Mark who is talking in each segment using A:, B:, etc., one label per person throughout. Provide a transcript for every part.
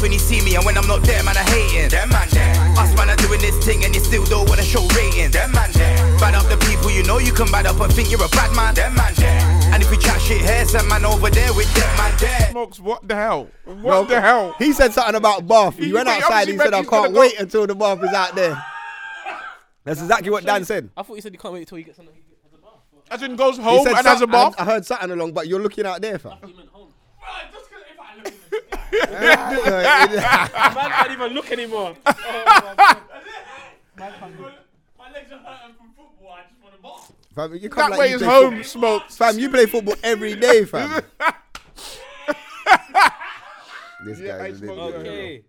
A: when he see me, and when I'm not there, man, I hating.
B: Them man there.
A: Us man are doing this thing, and you still don't wanna show ratings.
B: Them man there.
A: Bad up the people you know you can bad up and think you're a bad man.
B: Them man there.
A: And if we chat shit here, some man over there with them man there.
C: Smokes, what the hell? What
D: Bro,
C: the hell?
D: He said something about Bath. He
C: He-
D: went
C: he
D: outside. He
C: obviously
D: said, "I
C: reckons he's
D: can't
C: gonna
D: wait until the Bath is out there." That's exactly what Dan said.
E: I thought you said you can't wait till you get something.
C: As in goes
D: He
C: home
D: said
C: Oh, and
D: some-
C: has a bath.
D: I, I heard something along, but you're looking out there, fam.
E: You meant home.
D: yeah,
E: Man can't even look anymore.
D: fam you
C: That
D: come like
C: way
D: you
C: is
D: play
C: home,
D: foot-
C: smokes.
D: fam, you play football every day, fam. this
C: Yeah, I
D: guy's
C: spoke
D: an
C: to
D: idiot.
E: okay.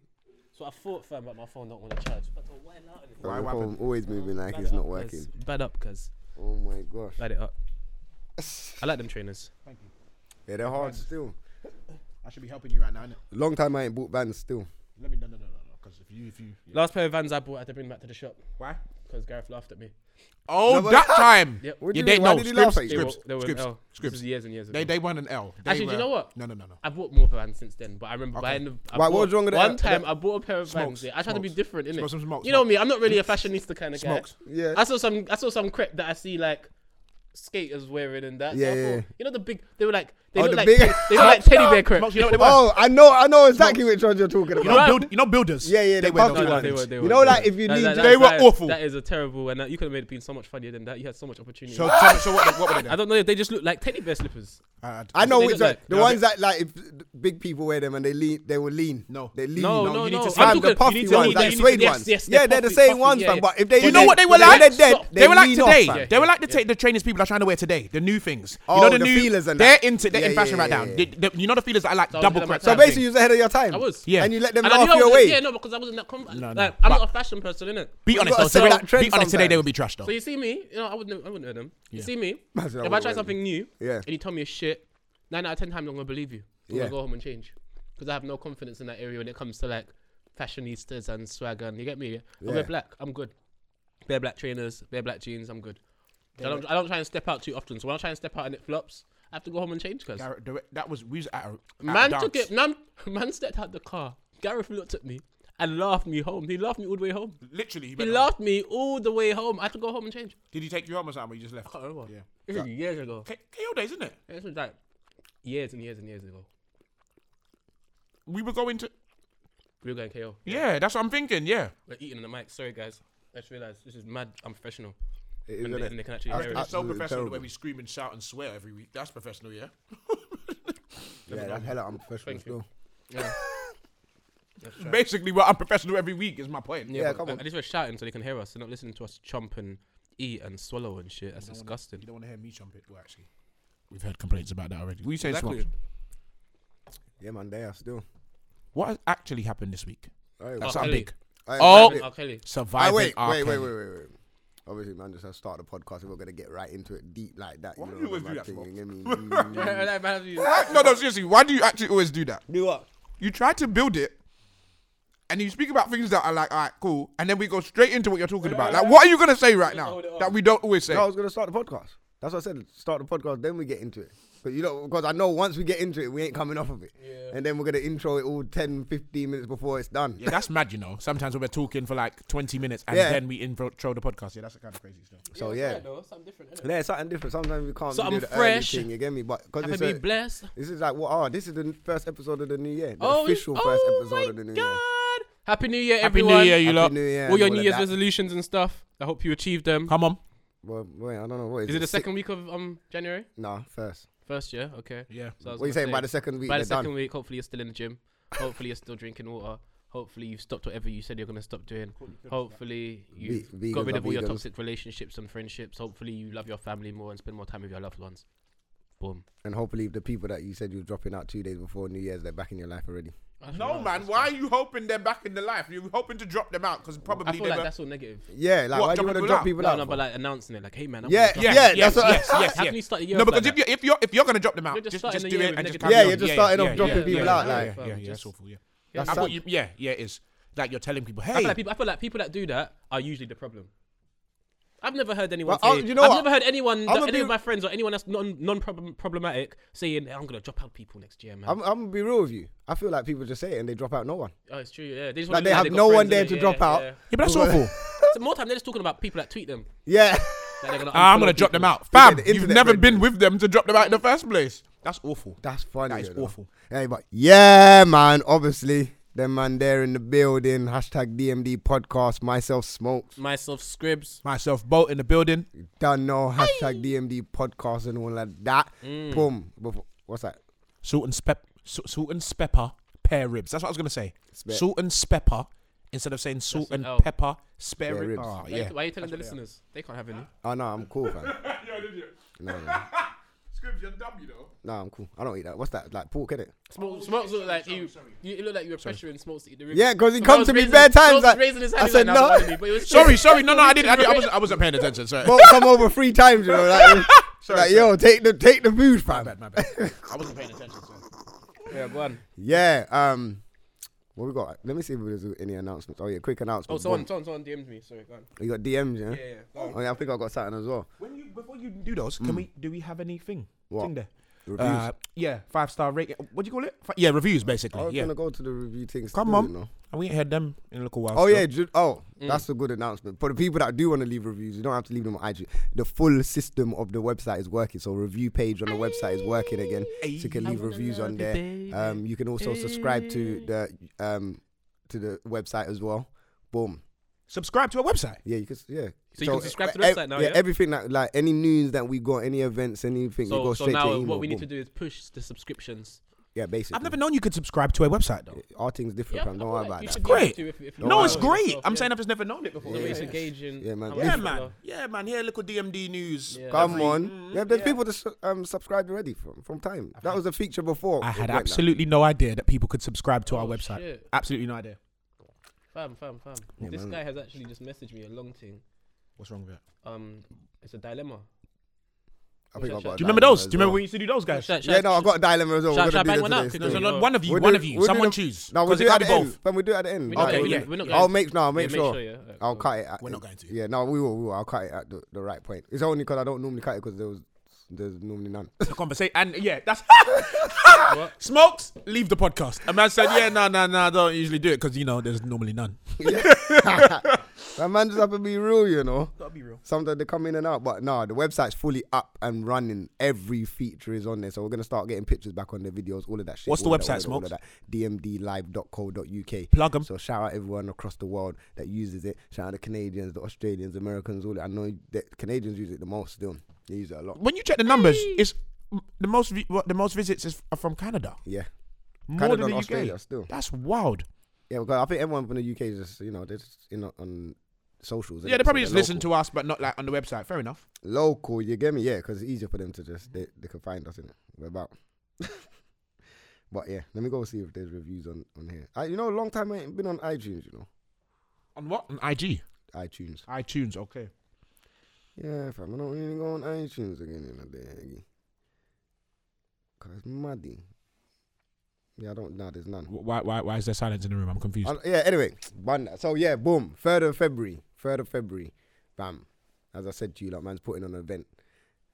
E: So I thought, fam, but my phone don't want to charge. But don't wear out anymore.
D: Fam, the phone always moving like it's not working.
E: Bad up, cuz.
D: Oh my gosh.
E: Bad it up. I like them trainers.
D: Yeah, they're hard still.
C: I should be helping you right now, innit?
D: Long time I ain't bought vans still.
C: Let me, no, no, no, no, because if you, if you.
E: Last pair of Vans I bought, I had to bring back to the shop
C: Why?
E: because Gareth laughed at me.
C: Oh,
D: but-
C: that time.
E: Yep.
D: What do
C: You
D: you
C: didn't
D: mean? Why
C: know.
D: did he laugh
C: Scripts,
D: at you?
E: They were-
C: scripts,
E: they were
C: scripts,
E: L. This
C: scripts.
E: was years and years ago.
C: They, they weren't an L. They
E: Actually, do you
C: were-
E: know what?
C: No, no, no, no.
E: I've bought more Vans since then, but I remember buying the. I
D: Why, what
E: bought-
D: was wrong with the-
E: One
D: the-
E: time I bought a pair of
C: Smokes,
E: Vans. Yeah. I tried to be
C: smokes.
E: different, innit?
C: Smokes, smokes, smokes.
E: you know me. I'm not really a fashionista kind of guy.
C: Smokes.
D: Yeah.
E: I saw some. I saw some crep that I see like skaters wearing and that.
D: Yeah,
E: so I
D: yeah.
E: Thought, you know the big. They were like. They
D: Oh,
E: look
D: the
E: like.
D: big-
E: te- they look like teddy bear crep.
C: Smokes, you know what they were?
D: Oh, I know, I know exactly which ones you're talking
C: You
D: about.
C: know,
E: Right.
C: build, you know builders.
D: Yeah, yeah,
C: They
D: the
C: wear
D: bulky
C: those
D: ones.
C: kind of things.
D: You know, like, if you need-
C: They were
E: that is-
C: awful.
E: That is a terrible, and that, you could have made it been so much funnier than that. You had so much opportunity.
C: So, so, so what, what were they
E: I
C: then?
E: don't know. They just look like teddy bear slippers.
C: Uh,
D: I know
E: They
D: which
E: look
D: one.
E: like-
D: The
C: No,
D: ones that like if the big people wear them and they lean, they will lean.
C: No.
D: they lean.
E: No,
C: no,
E: no,
C: you need to
E: no. I'm
C: find
D: Fam,
E: talking-
D: the puffy
E: you need to-
D: ones,
E: you
D: like
E: need to-
D: suede
E: yes,
D: ones.
E: yes,
D: yeah, they're the
E: puffy,
D: same
E: puffy,
D: ones,
E: yeah,
D: fam.
E: yeah.
D: But if they,
C: you know what they were
D: when
C: like?
D: They're dead.
E: Stop.
D: They,
C: They were like
D: lean
C: today.
D: Off, fam.
C: they were like the, ta- the trainers people are trying to wear today. The new things.
D: Oh,
C: you know the,
D: the
C: new
D: feelers and
C: They're
D: that.
C: into. They're
D: Yeah,
C: in
D: yeah,
C: fashion right
D: yeah,
C: now.
D: yeah.
C: The- the- you know the feelers that are like
E: So I was
C: double
E: looking
C: crap.
E: at
D: So
E: my time.
D: basically, you was ahead of your time.
E: I was.
C: Yeah.
D: and you let them
E: And I
D: laugh
E: knew I
D: your
E: was-
D: way.
E: Yeah, no, because I wasn't that confident.
C: No, no.
E: Like, I'm
C: But-
E: not a fashion person, innit?
C: Be honest
D: gotta
C: though. So
D: set
C: be
D: that
C: honest
D: trend
C: today,
D: sometimes.
C: they would be trash though.
E: So you see me, you know, I wouldn't, I wouldn't know them. You
C: Yeah.
E: see me,
D: Man said I
E: if I
D: wouldn't
E: try
D: know
E: something new,
D: Yeah.
E: and you tell me a shit, nine out of ten times I'm gonna believe you. I'm
D: Yeah.
E: gonna go home and change, because I have no confidence in that area when it comes to like fashionistas and swagger. And you get me? I
D: Yeah.
E: wear black. I'm good. Bare black trainers, bare black jeans. I'm good. I don't, I don't try and step out too often. So when I try and step out and it flops, I have to go home and change. Cause
C: Garrett, direct- that was we was at a, at a
E: man
C: dance.
E: took it. Man, man stepped out the car. Gareth looked at me and laughed me home. He laughed me all the way home.
C: Literally, he,
E: He
D: um,
C: went,
E: laughed me all the way home. I had to go home and change.
C: Did he take you home or something? Or you just left.
E: I can't remember.
C: Yeah.
E: This is years ago.
C: K- KO days, isn't it?
E: This was like years and years and years ago.
C: We were going to.
E: We were going KO.
C: Yeah, that's what I'm thinking. Yeah.
E: We're eating in the mic. Sorry, guys. I just realized this is mad unprofessional.
D: It is,
E: And they,
D: innit?
E: and they can actually
D: I-
E: hear
D: I-
E: it.
C: It's so
D: Absolutely
C: professional the way
D: terrible.
C: we scream and shout and swear every week. That's professional, yeah.
D: Yeah, that's hella unprofessional
E: Thank you.
D: still.
E: Yeah.
C: Basically, we're unprofessional every week. Is my point.
D: Yeah,
E: but
D: come on.
E: At least we're shouting so they can hear us. They're not listening to us chomp and eat and swallow and shit. That's disgusting.
C: You don't want to hear me trumpet, well, actually. We've heard complaints about that already. We say
E: Exactly.
C: Swamps?
D: Yeah, man, they are still.
C: What has actually happened this week?
D: All right,
C: That's
E: Oh,
C: something
E: Ellie.
C: big.
D: all right,
C: Oh.
D: that's it.
E: R. Kelly.
D: Ah,
C: Surviving.
D: wait,
C: R.
D: wait, wait,
C: Kelly.
D: wait, wait, wait. Obviously, man, just I start the podcast. We're gonna get right into it deep like that.
C: Why
D: you
C: do
D: know,
C: you always
D: man,
C: do that,
D: thing,
C: Smoke?
D: you get me? Mm.
E: Like, man, you-
C: No, no, seriously. Why do you actually always do that?
D: Do what?
C: You try to build it, and you speak about things that are like, all right, cool, and then we go straight into what you're talking about. Like, what are you gonna say right now that we don't always say?
D: No, I was gonna start the podcast. That's what I said. Start the podcast, then we get into it. But you know, because I know once we get into it, we ain't coming off of it. And then we're gonna intro it all 10, 15 minutes before it's done.
C: Yeah, that's mad, you know. Sometimes we're talking for like 20 minutes and
D: Yeah.
C: then we intro the podcast. Yeah, that's the kind of crazy stuff.
D: So yeah,
E: Right, though, something different, innit?
D: yeah, it's something different. Sometimes we can't
E: Something
D: do the
E: fresh.
D: early thing. You get me? But because
E: Have
D: it's
E: to be
D: a-
E: blessed.
D: this is like what? Oh, this is the first episode of the new year. The
E: Oh,
D: official
E: oh
D: first episode of the
E: my
D: new year.
E: God. Happy New Year,
C: Happy
E: everyone.
C: New Year, you
D: Happy
C: lot.
D: New Year.
E: all your
D: and
E: New
D: of
E: Year's
D: that.
E: resolutions and stuff. I hope you achieve them.
C: Come on.
D: Well, wait, I don't know. What is,
E: Is it the
D: Six-
E: second week of um January?
D: No, first.
E: First year, okay.
C: Yeah.
E: So I
D: What are
E: was
D: you
E: gonna
D: saying?
E: say,
D: By the second week,
E: by the
D: they're
E: second
D: done.
E: week, hopefully you're still in the gym. Hopefully you're still drinking water. Hopefully you've stopped whatever you said you're gonna stop doing. Hopefully you've
D: Ve- vegans
E: got rid
D: are
E: of all your
D: vegans.
E: toxic relationships and friendships. Hopefully you love your family more and spend more time with your loved ones. Boom.
D: And hopefully, the people that you said you were dropping out two days before New Year's, they're back in your life already.
C: No, man. Why are you hoping they're back in the life? You're hoping to drop them out because probably
E: I feel
C: they
E: like
C: were.
E: that's all negative.
D: Yeah, like
C: What,
D: why do
C: dropping
D: you want to
C: people
D: drop
C: out?
D: people
E: No,
D: out?
E: no,
D: for?
E: but like announcing it, like, hey man, I'm
D: Yeah,
E: gonna
D: yeah,
E: drop-
D: that's what-
C: yes, yes,
E: How
C: yes.
E: can you start the year
C: No,
E: off
C: because if,
E: like
C: you, if you're if you're gonna drop them
E: You're
C: out,
E: just
C: just,
E: starting
C: just
E: the
C: do
E: year
C: it
E: with
C: and
E: negative
C: just carry
D: Yeah,
C: on.
D: you're just starting off dropping
C: yeah,
D: people
C: yeah,
D: out,
C: yeah,
D: like-
C: yeah, yeah, yeah, that's awful. Yeah,
E: Yeah,
C: I
E: so-
C: thought you, yeah, yeah, it is. Like you're telling people,
E: I
C: hey,
E: feel, like people, I feel like people that do that are usually the problem. I've never heard anyone.
D: Well,
E: say,
D: I'll- you know
E: I've
D: what?
E: never heard anyone,
D: I'ma
E: any
D: be-
E: of my friends or anyone that's non non problematic, saying "Hey, I'm gonna drop out people next year, man.
D: I'm, I'm gonna be real with you. I feel like people just say it and they drop out no one.
E: oh, it's true. Yeah, they, just
D: Like
E: wanna
D: they
E: look
D: have
E: they've got
D: no one
E: friends,
D: there
E: innit?
D: to
E: Yeah,
D: drop out.
E: yeah.
C: but that's awful.
E: So more time they're just talking about people that tweet them.
D: Yeah.
E: that they're gonna
C: Ah, I'm
E: unfollow
C: gonna drop
E: people.
C: them out. Fam,
D: the
C: you've
D: internet
C: never
D: friend.
C: been with them to drop them out in the first place. That's awful.
D: That's funny.
C: That is
D: though, though.
C: awful.
D: Hey, but yeah, man. Obviously, them man there in the building. Hashtag DMD podcast. Myself smokes.
E: Myself scribs.
C: Myself, Bolt in the building.
D: Done no hashtag DMD podcast and all like that.
E: Mm.
D: Boom. Before, what's that?
C: Salt and pep, salt and pepper, pear ribs. That's what I was gonna say.
D: Spe-
C: Salt and pepper instead of saying salt
E: an
C: and
E: L.
C: pepper spare
D: Spare
C: rib-
D: ribs.
C: Ah,
E: Why,
C: yeah.
E: you, why you telling the listeners? They can't have any.
D: Oh no, I'm cool, fam.
C: Scribs, you're dumb, you know.
D: no, I'm cool. I don't eat that. What's that? Like pork, innit?
E: Smokes, Smokes look like you. You it looked like you were pressuring Smokes to eat the ribs.
D: Yeah, 'cause he
E: Smokes
D: come to me
E: raising-
D: bare times,
E: Smokes
D: like-
E: raising his
D: I
E: hand, he's
D: said
E: like, "Nah,
D: no."
E: don't eat me," but it was-
C: Sorry, sorry. No, no, I didn't. I, didn't I, wasn't, I wasn't paying attention. Sorry.
D: Bolt come over three times, you know. Like, like, yo, take the take the food, fam.
C: My bad. I wasn't paying attention. Sorry.
E: Yeah, go on.
D: Yeah. Um. What we got? Let me see if there's any announcements. Oh yeah, quick
E: Oh,
D: announcement.
E: someone,
D: Boom.
E: someone, someone DM'd me. Sorry, go on.
D: You got DMs, yeah.
E: Yeah, yeah. Go on.
D: Oh yeah, I think I got something as well.
C: When you before you do those, can we do we have anything?
D: Hmm. What?
C: Thing there?
D: Reviews.
C: Uh, yeah, five star rating. What do you call it? Fi- yeah, reviews basically.
D: I was
C: yeah,
D: Oh, gonna go to the review things.
C: Come
D: too,
C: on.
D: you know.
C: and we ain't heard them in a little while.
D: Oh
C: still.
D: yeah. Ju- oh,
E: Mm.
D: that's a good announcement for the people that do want to leave reviews. You don't have to leave them on IG. The full system of the website is working, so review page on the website is working again. So you can leave reviews on there. Um, you can also subscribe to the um to the website as well. Boom.
C: subscribe to our website.
D: Yeah, you can. s- Yeah.
E: So you can subscribe to the
D: ev-
E: website now, yeah?
D: everything that like any news that we got, any events, anything, it
E: So,
D: goes
E: so
D: straight to
E: now
D: your email.
E: what we need to
D: boom.
E: do is push the subscriptions.
D: Yeah, basically.
C: I've never known you could subscribe to a website though.
D: Our thing's different, fam. Don't worry about that.
C: great. No,
D: Wow.
C: it's great. I'm saying I've just never known it before.
E: The way to
C: Yeah,
E: gauge in-
D: Yeah, man.
E: how
D: Yeah,
E: much you
C: man.
E: follow.
C: Yeah, man. Here, little DMD news.
E: Yeah.
D: Come
C: Every-
D: on.
C: Mm,
D: yeah, there's
C: yeah.
D: people that su- um, subscribed already from, from time. that was a feature before.
C: I
D: it
C: had
D: went
C: absolutely no idea that people could subscribe to our
E: Oh,
C: website.
E: shit.
C: Absolutely no idea.
E: Fam, fam, fam.
D: Yeah,
E: this
D: man.
E: guy has actually just messaged me a long thing.
C: What's wrong with that?
E: Um, it's a dilemma.
D: down. I think
C: Do
D: I got a
C: you remember
D: dilemma
C: those?
D: as
C: Do you remember
D: well.
C: we used to do those guys?
E: Should I- should I-
D: Yeah, no, I got a dilemma as well.
E: Shall-
D: We're
E: shall
D: gonna
E: I bang
D: do
E: one
D: this
E: out?
D: today.
E: Because
D: still.
E: there's a lot-
C: one of you,
D: We'll do
C: one
D: the-
C: of you,
D: we'll do
C: someone
D: the-
C: choose.
D: No, we'll
C: 'Cause
D: do
C: it
D: it at
C: can't
D: the
C: be
D: end.
C: both.
D: Fam, we'll do it at the end.
E: We're not
D: Okay,
E: going-
D: yeah.
E: yeah, we're not
D: I'll
E: going-
D: make no, I'll make
E: make sure,
D: sure.
E: yeah.
D: I'll cut it. At
C: We're not going to.
D: Yeah, no, we will. We will. I'll cut it at the, the right point. It's only because I don't normally cut it because there was there's normally none.
C: The conversation and yeah, that's smokes. Leave the podcast. A man said, "Yeah, no, no, no, I don't usually do it because you know there's normally none."
D: that man just have to be real, you know.
C: Gotta be real.
D: Sometimes they come in and out, but no, the website's fully up and running. Every feature is on there, so we're gonna start getting pictures back on the videos, all of that shit.
C: What's the
D: all of that,
C: website,
D: all
C: Smokes?
D: of that, all of that. DMDlive.co.uk.
C: Plug 'em.
D: So shout out everyone across the world that uses it. Shout out the Canadians, the Australians, Americans, all that. I know that Canadians use it the most. Still, they use it a lot.
C: When you check the numbers, it's the most vi- what, the most visits is are from Canada.
D: Yeah,
C: More
D: Canada
C: than
D: and
C: the
D: Australia
C: UK.
D: still.
C: That's wild.
D: Yeah, because I think everyone from the UK is just you know they're just in on- on socials.
C: Yeah, they probably just listen to us, but not like on the website. Fair enough.
D: local. You get me? Yeah, because it's easier for them to just they, they can find us in it. We're about. but yeah, let me go see if there's reviews on on here. I, you know, a long time I ain't been on iTunes. You know,
C: On what? On IG,
D: iTunes.
C: iTunes. Okay.
D: Yeah, fam. I don't really go on iTunes again in a day. Cause muddy. Yeah, I don't. Nah, there's none.
C: Wh- Why, why, why is there silence in the room? I'm confused.
D: Uh, yeah, anyway, bun that. So yeah, boom. Third of February. Third of February. Bam. As I said to you, like man's putting on an event.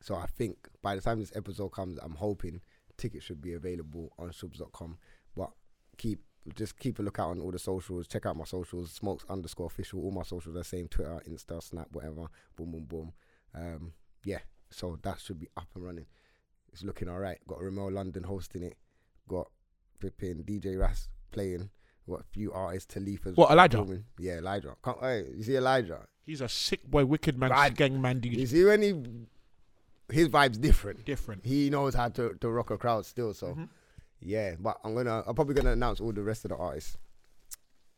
D: So I think by the time this episode comes, I'm hoping tickets should be available on subs.com. But keep just keep a lookout on all the socials. Check out my socials, smokes underscore official. All my socials are the same Twitter, Insta, Snap, whatever. Boom, boom, boom. Um, yeah. So that should be up and running. It's looking all right. Got Ramel London hosting it. Got flipping DJ Ras playing. Got a few artists, Talifa's.
C: What, Elijah?
D: performing. Yeah, Elijah. Come, hey, you see Elijah?
C: He's a sick boy, wicked man,
D: Right.
C: gang man,
D: You
C: dude.
D: see when he. His vibe's different
C: Different.
D: he knows how to, to rock a crowd still. So yeah, but I'm gonna I'm probably gonna announce all the rest of the artists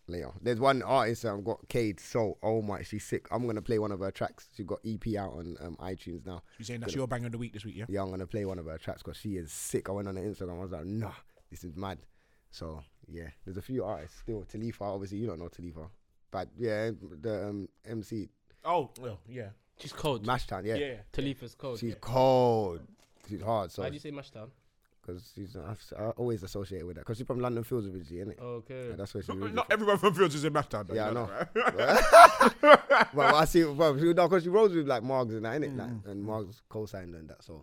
D: later. There's one artist that I've got Cade So oh my, she's sick. I'm gonna play one of her tracks. She got EP out on um, iTunes now.
C: You saying that's your bang of the week this week, yeah?
D: Yeah, I'm gonna play one of her tracks because she is sick. I went on her Instagram. I was like, nah, this is mad. So yeah, there's a few artists still. Talifa, obviously you don't know Talifa, but yeah, the um, MC
C: Oh, well, yeah.
E: She's cold.
D: Mashtown, yeah,
C: Yeah.
E: Talifa's cold.
D: she's cold. She's hard. So
E: Why do you say Mashdown?
D: because she's I, I always associate her with that because she's from London Fields originally, isn't it?
E: Okay.
D: that's where she. Really
C: Not everyone from Fields is in math time. though, you
D: Yeah, I
C: know
D: know.
C: that, right?
D: well, I see, bro. She, no, because she rose with like Margs and that, innit? Like, and Margs co-signed and that, so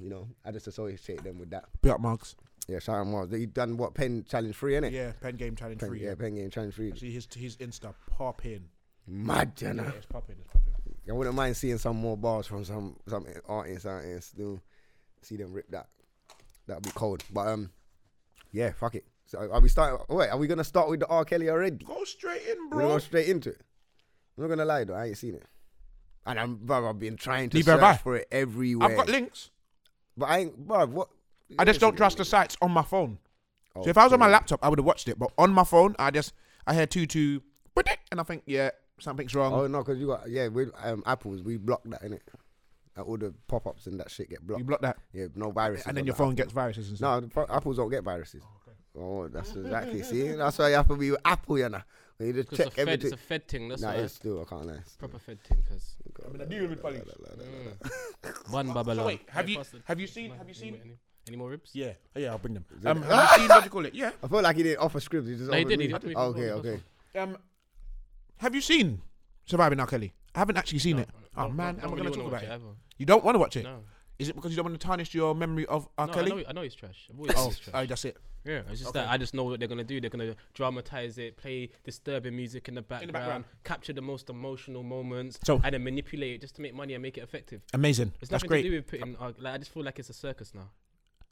D: you know, I just associate them with that.
C: Be up, Marks.
D: Yeah, shout out Margs. They done what Pen Challenge Three, innit?
B: Yeah, pen game challenge
D: Pen,
B: free.
D: yeah, Pen Game Challenge Three.
B: See his his Insta popping.
D: Mad, you know.
B: Yeah, it's popping. It's popping.
D: I wouldn't mind seeing some more bars from some some artists out here still. See them rip that. That'd be cold. But um, yeah, fuck it. So are we starting? Wait, are we gonna start with the R Kelly already?
C: Go straight in,
D: We're gonna
C: bro.
D: go straight into it. I'm not gonna lie though, I ain't seen it. And I'm, bro, I've been trying to
C: Neither have I.
D: search for it everywhere.
C: I've got links.
D: but I ain't, bro, what?
C: I just don't trust the sites on my phone. So if I was on my
D: Okay.
C: laptop, I would have watched it. But on my phone, I just I heard two two, and I think yeah, something's wrong.
D: Oh no, because you got yeah, we um Apple's we block that in it. all the pop ups and that shit get blocked.
C: you block that,
D: yeah, no viruses.
C: and then
D: on
C: your
D: that.
C: phone gets viruses and stuff.
D: No, the pro- apples don't get viruses. Oh, that's exactly. See, that's why you have to be with Apple, you know. When you just
E: It's a,
D: check
E: fed, it's
D: everything.
E: a Fed thing, that's
D: Nah,
E: why.
D: it's still, I can't lie. It's
E: Proper Fed thing, because.
B: I mean, I deal with police.
E: One Babylon.
C: wait, have you-
E: bastard.
C: have you seen-
E: Am I-
C: have you
E: any-
C: seen-
E: Any, any more ribs?
B: Yeah, oh, yeah, I'll bring them.
C: Um, have you seen what do you call it? Yeah.
D: I feel like he didn't offer scripts. He just
E: No, he
D: offered
E: did, he
D: music.
E: did. He
D: Okay,
E: offered
D: okay.
C: Um, have you seen Surviving R. Kelly? I haven't actually seen it. Oh man,
E: I'm
C: I'm gonna
E: really
C: talk
E: wanna
C: about
E: watch
C: it.
E: it either.
C: You don't want to watch it. Is
E: No.
C: it because you don't want to tarnish your memory of R.
E: No, I
C: Kelly?
E: know, I know he's trash. I've always
C: Oh,
E: he's trash.
C: oh, that's it.
E: Yeah, it's just that I just know what they're gonna do. They're gonna dramatize it, play disturbing music in the background,
C: background.
E: capture the most emotional moments,
C: So-
E: and then manipulate it just to make money and make it effective.
C: Amazing.
E: It's
C: that's
E: nothing
C: great.
E: to do with putting. Uh, like, I just feel like it's a circus now.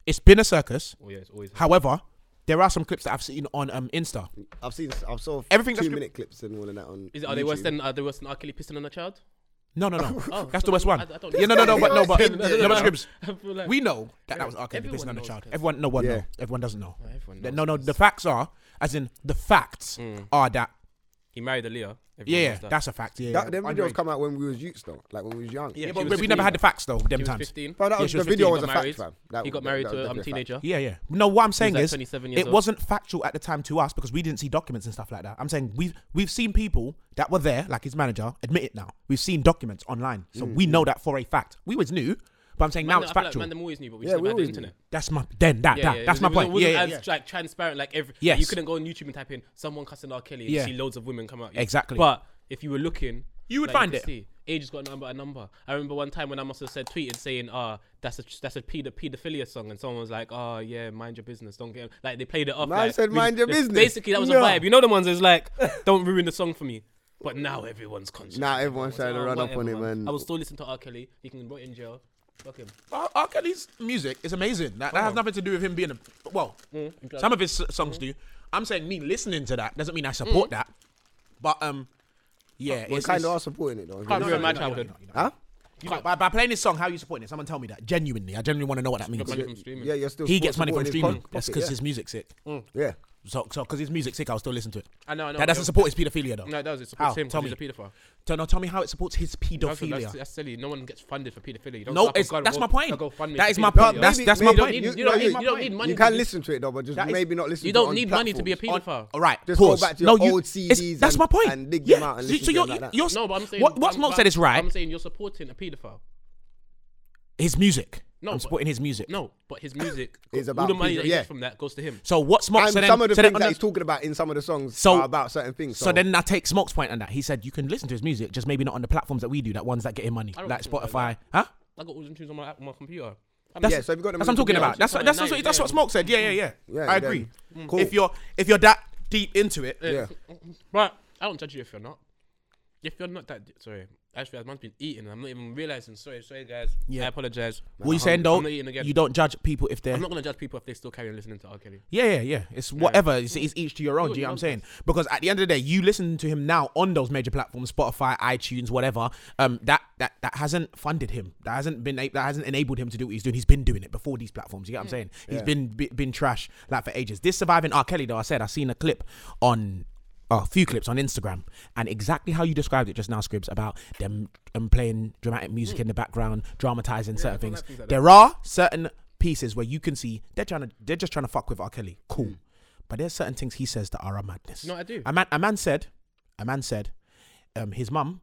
C: It's been a circus.
E: Oh yeah, it's always.
C: However, there are some clips that I've seen on um Insta.
D: I've seen, I've saw
C: Everything that's
D: two minute clips and all of that on.
E: Is it, are they worse
D: YouTube.
E: than are they worse than R. Kelly pissing on a child?
C: No, no, no.
E: Oh,
C: that's
E: so
C: the worst
E: I-
C: one.
E: I- I don't-
C: yeah, no, no, no, but no, but
E: No, no, no,
C: no, but
E: no.
C: Scribs,
E: I feel like-
C: we know that that was R. Kelly
E: Everyone
C: based on a
E: knows
C: child.
E: this.
C: Everyone, no one,
D: Yeah.
C: no, everyone doesn't know.
E: No, everyone
C: That-
E: knows
C: No, no,
E: this.
C: the facts are, as in the facts are that.
E: He married Aaliyah.
C: Yeah,
E: Everyone knows that.
C: that's a fact. Yeah,
D: That,
C: yeah.
D: them
C: Andre.
D: videos come out when we was youths though, like when we was young.
C: Yeah,
E: Yeah, she
C: but
E: was
C: we- we
E: 15.
C: never had the facts though. Them
E: He was
C: times.
E: fifteen.
D: But that
C: Yeah,
D: was,
C: she
D: the
C: was
D: video
E: 15,
D: was a
E: got
D: fact,
E: married.
D: fam. That
E: he
D: was-
E: got married
D: that-
E: to
D: that
E: a
D: was
E: um,
D: definitely a fact.
E: teenager.
C: Yeah, yeah. No, what I'm saying
E: like,
C: is,
E: 27 years
C: it
E: old.
C: wasn't factual at the time to us because we didn't see documents and stuff like that. I'm saying we've we've seen people that were there, like his manager, admit it now. We've seen documents online, so
D: Mm.
C: we know that for a fact. We was new, but I'm saying now
E: Man,
C: it's
E: I feel like
C: factual.
E: Man, them always knew, but we
D: Yeah,
E: just never
D: we
E: had the
D: always knew.
E: internet.
C: that's my then that that
E: it
C: that's my
E: was- it
C: point.
E: wasn't
C: Yeah, yeah,
E: as
C: yeah.
E: like transparent. Like every yeah,
C: Yes.
E: you couldn't go on YouTube and type in someone cussing R. Kelly and
C: Yeah.
E: see loads of women come out.
C: Exactly.
E: But if you were looking,
C: You would
E: like,
C: find
E: could
C: it.
E: See. Age has got a number, a number. I remember one time when I must have said tweeted saying, "Ah, that's a that's a pedo- pedophilia song," and someone was like, "Oh yeah, mind your business, don't get like they played it off."
D: Man
E: like,
D: said,
E: we-
D: "Mind your
E: the-
D: business."
E: Basically, that was
D: No.
E: a vibe. You know the ones that's like, "Don't ruin the song for me." But now everyone's conscious.
D: Now everyone's trying to
E: Oh,
D: run up on
E: whatever,
D: him, man.
E: I will still listen to R. Kelly. He can go in jail. Fuck him.
C: R. R. Kelly's music is amazing. That,
E: Uh-huh.
C: that has nothing to do with him being a well.
E: Mm,
C: Some of his s- songs do. I'm saying me listening to that doesn't mean I support
E: Mm.
C: that, but um, yeah,
D: We
C: it's
D: kind of
C: it's-
D: are supporting it though.
E: Can't
C: No,
E: ruin
C: no,
E: my
C: no, no, no,
E: childhood.
C: no, no, no.
D: Huh?
C: You know, by, by playing this song, how are you supporting it? Someone tell me that. Genuinely, I genuinely want to know what that means.
E: money from streaming.
D: Yeah, you're still.
C: He gets money from
D: supporting his
C: streaming.
D: pocket,
C: That's because
D: yeah.
C: his music's sick.
D: Yeah.
C: So, so because his music's sick, I'll still listen to it.
E: Mm. I know, I know.
C: That doesn't
E: Yeah.
C: support his paedophilia though.
E: No, it does. It supports
C: How?
E: him. 'cause
C: Tell
E: he's
C: me.
E: a paedophile.
C: Tell, no, tell me how it supports his
E: That's, that's,
C: paedophilia.
E: that's silly. No one gets funded for paedophilia. You don't
C: No,
E: start a
C: it's,
E: go-
C: that's
E: go-
C: my point.
E: go fund me
C: That
E: for
C: is my
E: paedophilia.
C: point. That's
D: Maybe-
C: that's my
D: maybe
E: You don't
C: point.
E: need, you
D: No,
E: don't
D: you-
E: need, you don't need money.
D: You
E: to
D: can
E: be-
D: listen to it though, but just
C: That is-
D: maybe not listen.
E: You
D: to it
E: don't
D: on
E: need money to be a
D: platforms.
E: paedophile.
C: All right,
D: Just go
C: pause.
D: back to your
C: no, you,
D: old
C: it's-
D: CDs
C: That's
D: and-
C: my point.
D: and dig
C: yeah.
D: them out and
C: so,
D: listen
C: so
D: to
C: you're,
D: them like that.
C: you're
E: No, but I'm saying
C: what, what's
E: I'm-
C: not
E: but
C: said is right.
E: I'm saying you're supporting a paedophile.
C: his music.
E: No,
C: I'm
E: but-
C: supporting his music.
E: No, but his music
D: It's
E: all
D: about
E: the money
D: paedo-
E: that he
D: yeah.
E: gets from that goes to him.
C: So what Smoke?
D: And
C: so then,
D: some of the
C: so
D: things
C: then,
D: that he's talking about in some of the songs
C: So-
D: are about certain things. So,
C: So then I take Smoke's point on that. He said you can listen to his music, just maybe not on the platforms that we do, that ones that get him money,
E: don't
C: like
E: listen to them
C: Spotify,
E: like
C: huh?
E: I got all the tunes on my on my computer. I mean,
C: That's,
D: Yeah, so if you got them
C: that's what I'm
D: in-
C: talking
D: yeah,
C: about. That's what, that's,
E: something
C: what,
E: like
C: that's
E: that,
C: what Smoke said. Yeah, yeah, yeah.
D: Yeah,
C: I
D: then-
C: agree.
D: Cool.
C: If you're if you're that deep into it,
D: yeah.
E: But I don't judge you if you're not. If you're not that sorry, actually, I've been eating. I'm not even realizing. Sorry, sorry, guys.
C: Yeah.
E: I apologize.
C: what you saying though?
E: I'm not eating again.
C: You don't judge people if they're
E: I'm not gonna judge people if they still carry on listening to R. Kelly.
C: yeah, yeah, yeah. It's whatever. It's, it's each to your own.
E: Good,
C: Do you know what I'm saying?
E: love
C: Because at the end of the day, you listen to him now on those major platforms, Spotify, iTunes, whatever. Um, that that that hasn't funded him. That hasn't been a- that hasn't enabled him to do what he's doing. He's been doing it before these platforms. You get what I'm saying? He's been be- been trash like for ages. This surviving R. Kelly though, I said I seen a clip on a few clips on Instagram, and exactly how you described it just now, Scribs, about them um, playing dramatic music in the background, dramatizing certain things. there are certain pieces where you can see they're trying to they're just trying to fuck with R. Kelly. Cool. But there's certain things he says that are a madness.
E: No, I do.
C: A man, a man said, a man said, um, his mum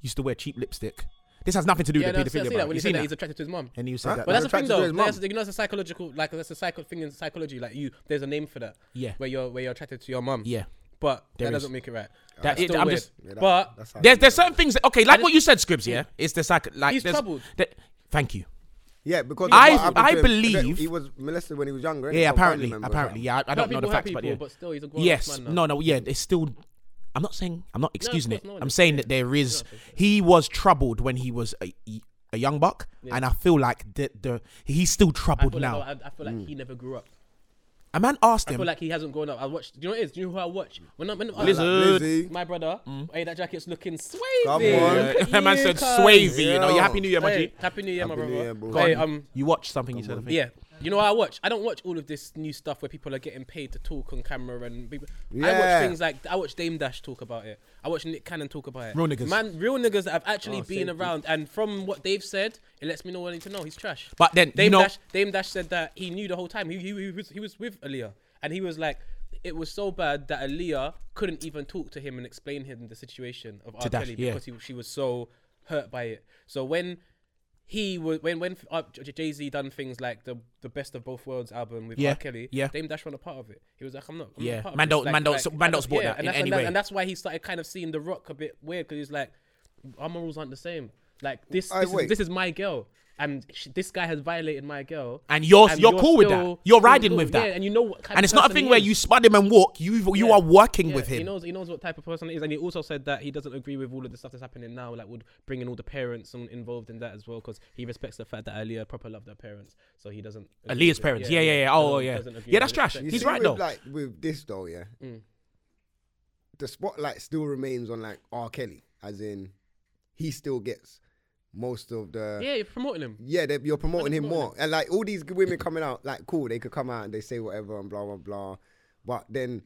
C: used to wear cheap lipstick This has nothing to do
E: Yeah,
C: with
E: no,
C: the
E: I see I
C: pedophilia.
E: see
C: bro.
E: that when
C: You
E: he said
C: seen
E: that
C: that?
E: he's attracted to his mom.
C: And you said
D: Huh?
C: that.
E: But
D: They're
E: that's the thing,
D: attracted to
E: though.
D: his
E: There's,
D: mum.
E: you know, it's a psychological, like, there's a psycho thing in psychology. Like, you, there's a name for that.
C: Yeah.
E: Where you're, where you're attracted to your mum.
C: Yeah.
E: But
C: There
E: that
C: is.
E: doesn't make it right.
C: That
E: That's
C: is-
E: still
C: I'm
E: weird.
C: just-
D: Yeah, that-
E: but
D: that's how-
C: There's there's certain things. That, okay, like
E: just-
C: what you said, Scribs. Yeah, it's the psych. Like
E: He's
C: there's-
E: troubled.
C: that- thank you.
D: yeah, because
C: I-
D: of what happened
C: I
D: to him.
C: believe-
D: he was molested when he was younger.
C: Yeah, apparently, apparently. Yeah, I, I
E: Hurt
C: don't know the
E: people hurt
C: facts, but
E: people,
C: yeah.
E: but still, he's a grown-ass
C: yes,
E: man now.
C: no, no, yeah. It's still. I'm not saying. I'm not excusing
E: course,
C: it.
E: no one
C: I'm
E: is,
C: saying that there is. He was troubled when he was a, a young buck, and I feel like the, the he's still
E: I
C: troubled
E: feel,
C: now. Mm.
E: like, I, I feel like he never grew up.
C: a man asked
E: I
C: him.
E: feel like he hasn't grown up. I watched. Do you know what it is? Do you know who I watch? When I, when I,
C: Lizard.
D: Lizzie,
E: my brother,
C: Mm.
E: hey, that jacket's looking swavy.
D: Come on.
E: Look at
C: a man
E: you,
C: said
E: cuz.
C: swavy. You know, you
D: Yeah.
C: happy New Year, my
E: Hey,
C: G.
E: happy New Year, my
D: Happy New
E: brother.
D: Year, bro.
E: hey, um,
C: You watched something. You said. I think.
E: yeah. You know what I watch? I don't watch all of this new stuff where people are getting paid to talk on camera and people. I
D: Yeah.
E: watch things like I watch Dame Dash talk about it. I watch Nick Cannon talk about it.
C: Real niggas.
E: man, real niggas that have actually been
D: safety.
E: around. And from what they've said, it lets me know what I need to know. He's trash.
C: But then, you
E: Dame
C: know-
E: Dash, Dame Dash said that he knew the whole time. He, he, he was he was with Aaliyah, and he was like, it was so bad that Aaliyah couldn't even talk to him and explain him the situation of R.
C: Dash,
E: Kelly
C: yeah.
E: because he, she was so hurt by it. So when he was when when uh, Jay Z done things like the the best of both worlds album with
C: Yeah,
E: R. Kelly,
C: yeah.
E: Dame Dash wasn't a part of it. He was like, I'm not. I'm
C: Yeah.
E: not a part of
C: Man
E: this.
C: don't-
E: Like-
C: man don't-
E: like-
C: man don't support
E: yeah,
C: that
E: and
C: in
E: that's-
C: any
E: and that-
C: way.
E: and that's why he started kind of seeing the rock a bit weird because he's like, our morals aren't the same. Like this,
D: Aye,
E: this, is,
D: wait.
E: this is my girl, and sh- this guy has violated my girl.
C: And you're- you're cool with that.
E: still-
C: You're
E: still
C: riding
E: cool.
C: with that.
E: Yeah, and you know what. Kind
C: And
E: of
C: it's not a
E: person
C: thing
E: he
C: where
E: is.
C: you spud him and walk. You you
E: Yeah.
C: are working
E: Yeah,
C: with
E: He
C: him.
E: knows he knows what type of person he is, and he also said that he doesn't agree with all of the stuff that's happening now, like with bringing all the parents on- involved in that as well, because he respects the fact that Aaliyah proper loved her parents, so he doesn't. agree
C: Aaliyah's
E: with-
C: parents. Yeah, yeah, yeah. Oh,
E: doesn't-
C: yeah.
E: doesn't agree
C: Yeah,
E: with
C: that's
E: it.
C: trash.
D: You
E: Respects
C: He's
D: see
E: it.
C: right,
D: with,
C: though.
D: Like with this though, yeah,
E: Mm.
D: the spotlight still remains on like R. Kelly, as in he still gets most of the.
E: Yeah, you're promoting him.
D: Yeah, they, you're promoting him
E: promoting
D: more. And like all these women coming out, like cool, they could come out and they say whatever and blah blah blah. But then,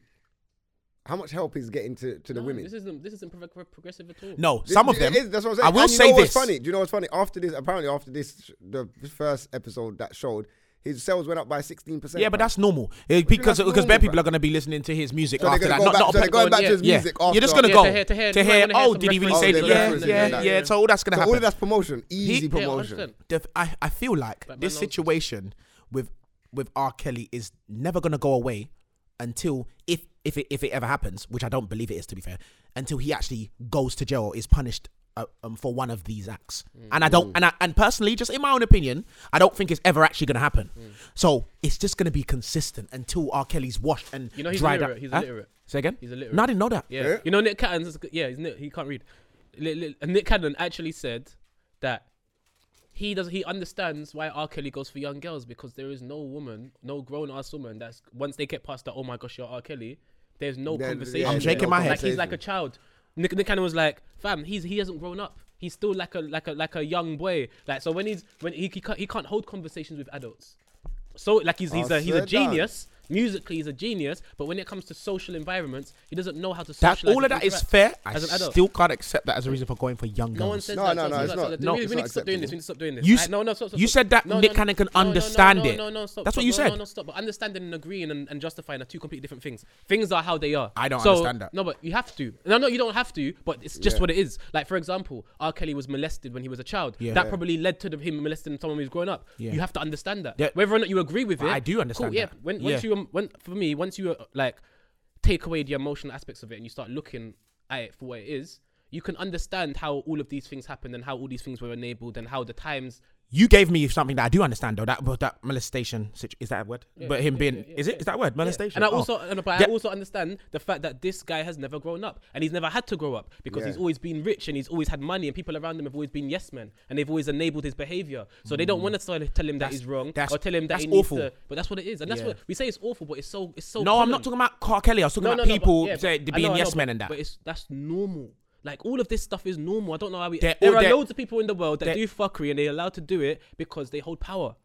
D: how much help is getting to, to the
E: No,
D: women?
E: This isn't this isn't pro- progressive at all.
C: No,
D: This-
C: some of
D: it
C: them.
D: is, that's what I'm saying.
C: I will
D: And you
C: say
D: know
C: this.
D: What's funny? Do you know what's funny? After this, apparently after this, the first episode that showed his sales went up by sixteen percent.
C: Yeah, but that's normal Eh, because
D: that's
C: because bare
D: normal,
C: people
D: bruv.
C: are gonna be listening to his music
D: so they're
C: after that.
D: gonna go
C: Not,
D: back,
C: not
D: so
C: a
D: they're going back to his
C: yeah.
D: music. After.
C: You're just gonna
E: Yeah,
C: go
E: to hear- to hear-
C: to hear.
E: you might wanna hear
C: Oh,
E: some
C: did he really say that?
D: and
E: references
D: that.
C: Yeah,
D: references
C: yeah,
D: and that.
C: yeah. So all that's gonna
D: So all of
C: happen.
D: that's promotion, easy
C: yeah,
D: promotion.
C: The- I I feel like
E: man
C: this
E: knows-
C: situation with with R. Kelly is never gonna go away until if if it, if it ever happens, which I don't believe it is to be fair, until he actually goes to jail or is punished. Uh, um, for one of these acts, and I
E: Mm.
C: don't, and I, and personally, just in my own opinion, I don't think it's ever actually going to happen.
E: Mm.
C: So it's just going to be consistent until R. Kelly's washed and
E: You know he's
C: dried
E: illiterate.
C: up.
E: He's
C: Huh?
E: illiterate.
C: Say again.
E: He's illiterate.
C: No, I didn't know that. Eh?
E: Yeah. You know Nick Cannon. is- Yeah, he's, Nick- he can't read. Li- li- and Nick Cannon actually said that he does. He understands why R. Kelly goes for young girls because there is no woman, no grown ass woman that's once they get past that. Oh my gosh, you're R. Kelly. There's no
D: There-
E: conversation.
D: yeah,
C: I'm shaking
E: no
C: my head.
E: Like he's like a child. Nick, Nick Cannon was like, "Fam, he's he hasn't grown up. He's still like a like a like a young boy. Like so when he's when he he can't, he can't hold conversations with adults. So like he's he's
D: I
E: a he's a
D: said that.
E: genius." Musically, he's a genius, but when it comes to social environments, he doesn't know how to
C: That
E: socialize
C: all of
E: and
C: that is
E: interact
C: fair. I
E: As an adult.
C: still can't accept that as a reason for going for young
E: no
C: girls.
E: one says
D: No,
E: that.
D: no,
E: so-
D: no,
E: so-
D: it's
E: so-
D: not-
E: so-
D: no,
E: we, we
D: it's
E: need
D: not
E: to stop doing this.
D: acceptable.
E: We need to stop doing this.
C: You
E: I-
C: s-
E: no, no, stop, stop,
C: you
E: stop.
C: said that
E: no,
C: Nick
E: no,
C: Cannon can
E: no, no, no,
C: understand
E: no,
C: it.
E: No, no, no, stop.
C: That's what
E: stop,
C: you
E: no,
C: said.
E: No, no, stop. But understanding and agreeing and, and justifying are two completely different things. Things are how they are.
C: I don't
E: So-
C: understand that.
E: No, but you have to. No, no, you don't have to. But it's just what it is. Like for example, R. Kelly was molested when he was a child.
C: Yeah.
E: That
C: Yeah.
E: probably led to the, him molesting someone who's grown up.
C: Yeah.
E: You have to understand that.
C: Yeah.
E: Whether or not you agree with it,
C: I do understand
E: Cool, yeah.
C: that.
E: When,
C: Yeah.
E: Once you um, when for me, once you uh, like take away the emotional aspects of it and you start looking at it for what it is, you can understand how all of these things happened and how all these things were enabled and how the times.
C: You gave me something that I do understand though. That but that molestation situ- is that a word? but him being is it is that a word molestation?
E: And I
C: Oh.
E: also, and, but
C: Yeah.
E: I also understand the fact that this guy has never grown up and he's never had to grow up because
D: Yeah.
E: he's always been rich and he's always had money and people around him have always been yes men and they've always enabled his behavior. So they don't want to tell him that
C: Mm. That's-
E: he's wrong
C: that's-
E: or tell him that
C: that's
E: he needs
C: awful.
E: to. But that's what it is, and that's
C: Yeah.
E: what we say. It's awful, but it's so it's so.
C: no, I'm not
E: common.
C: talking about Carl Kelly. I was talking about
E: but-
C: people
E: yeah,
C: say,
E: but- I
C: being
E: know, I know,
C: yes
E: but-
C: men and that.
E: But it's that's normal. Like all of this stuff is normal. I don't know how we.
C: They're
E: there
C: all-
E: are
C: they're-
E: loads of people in the world that
C: they're-
E: do fuckery and they're allowed to do it because they hold power.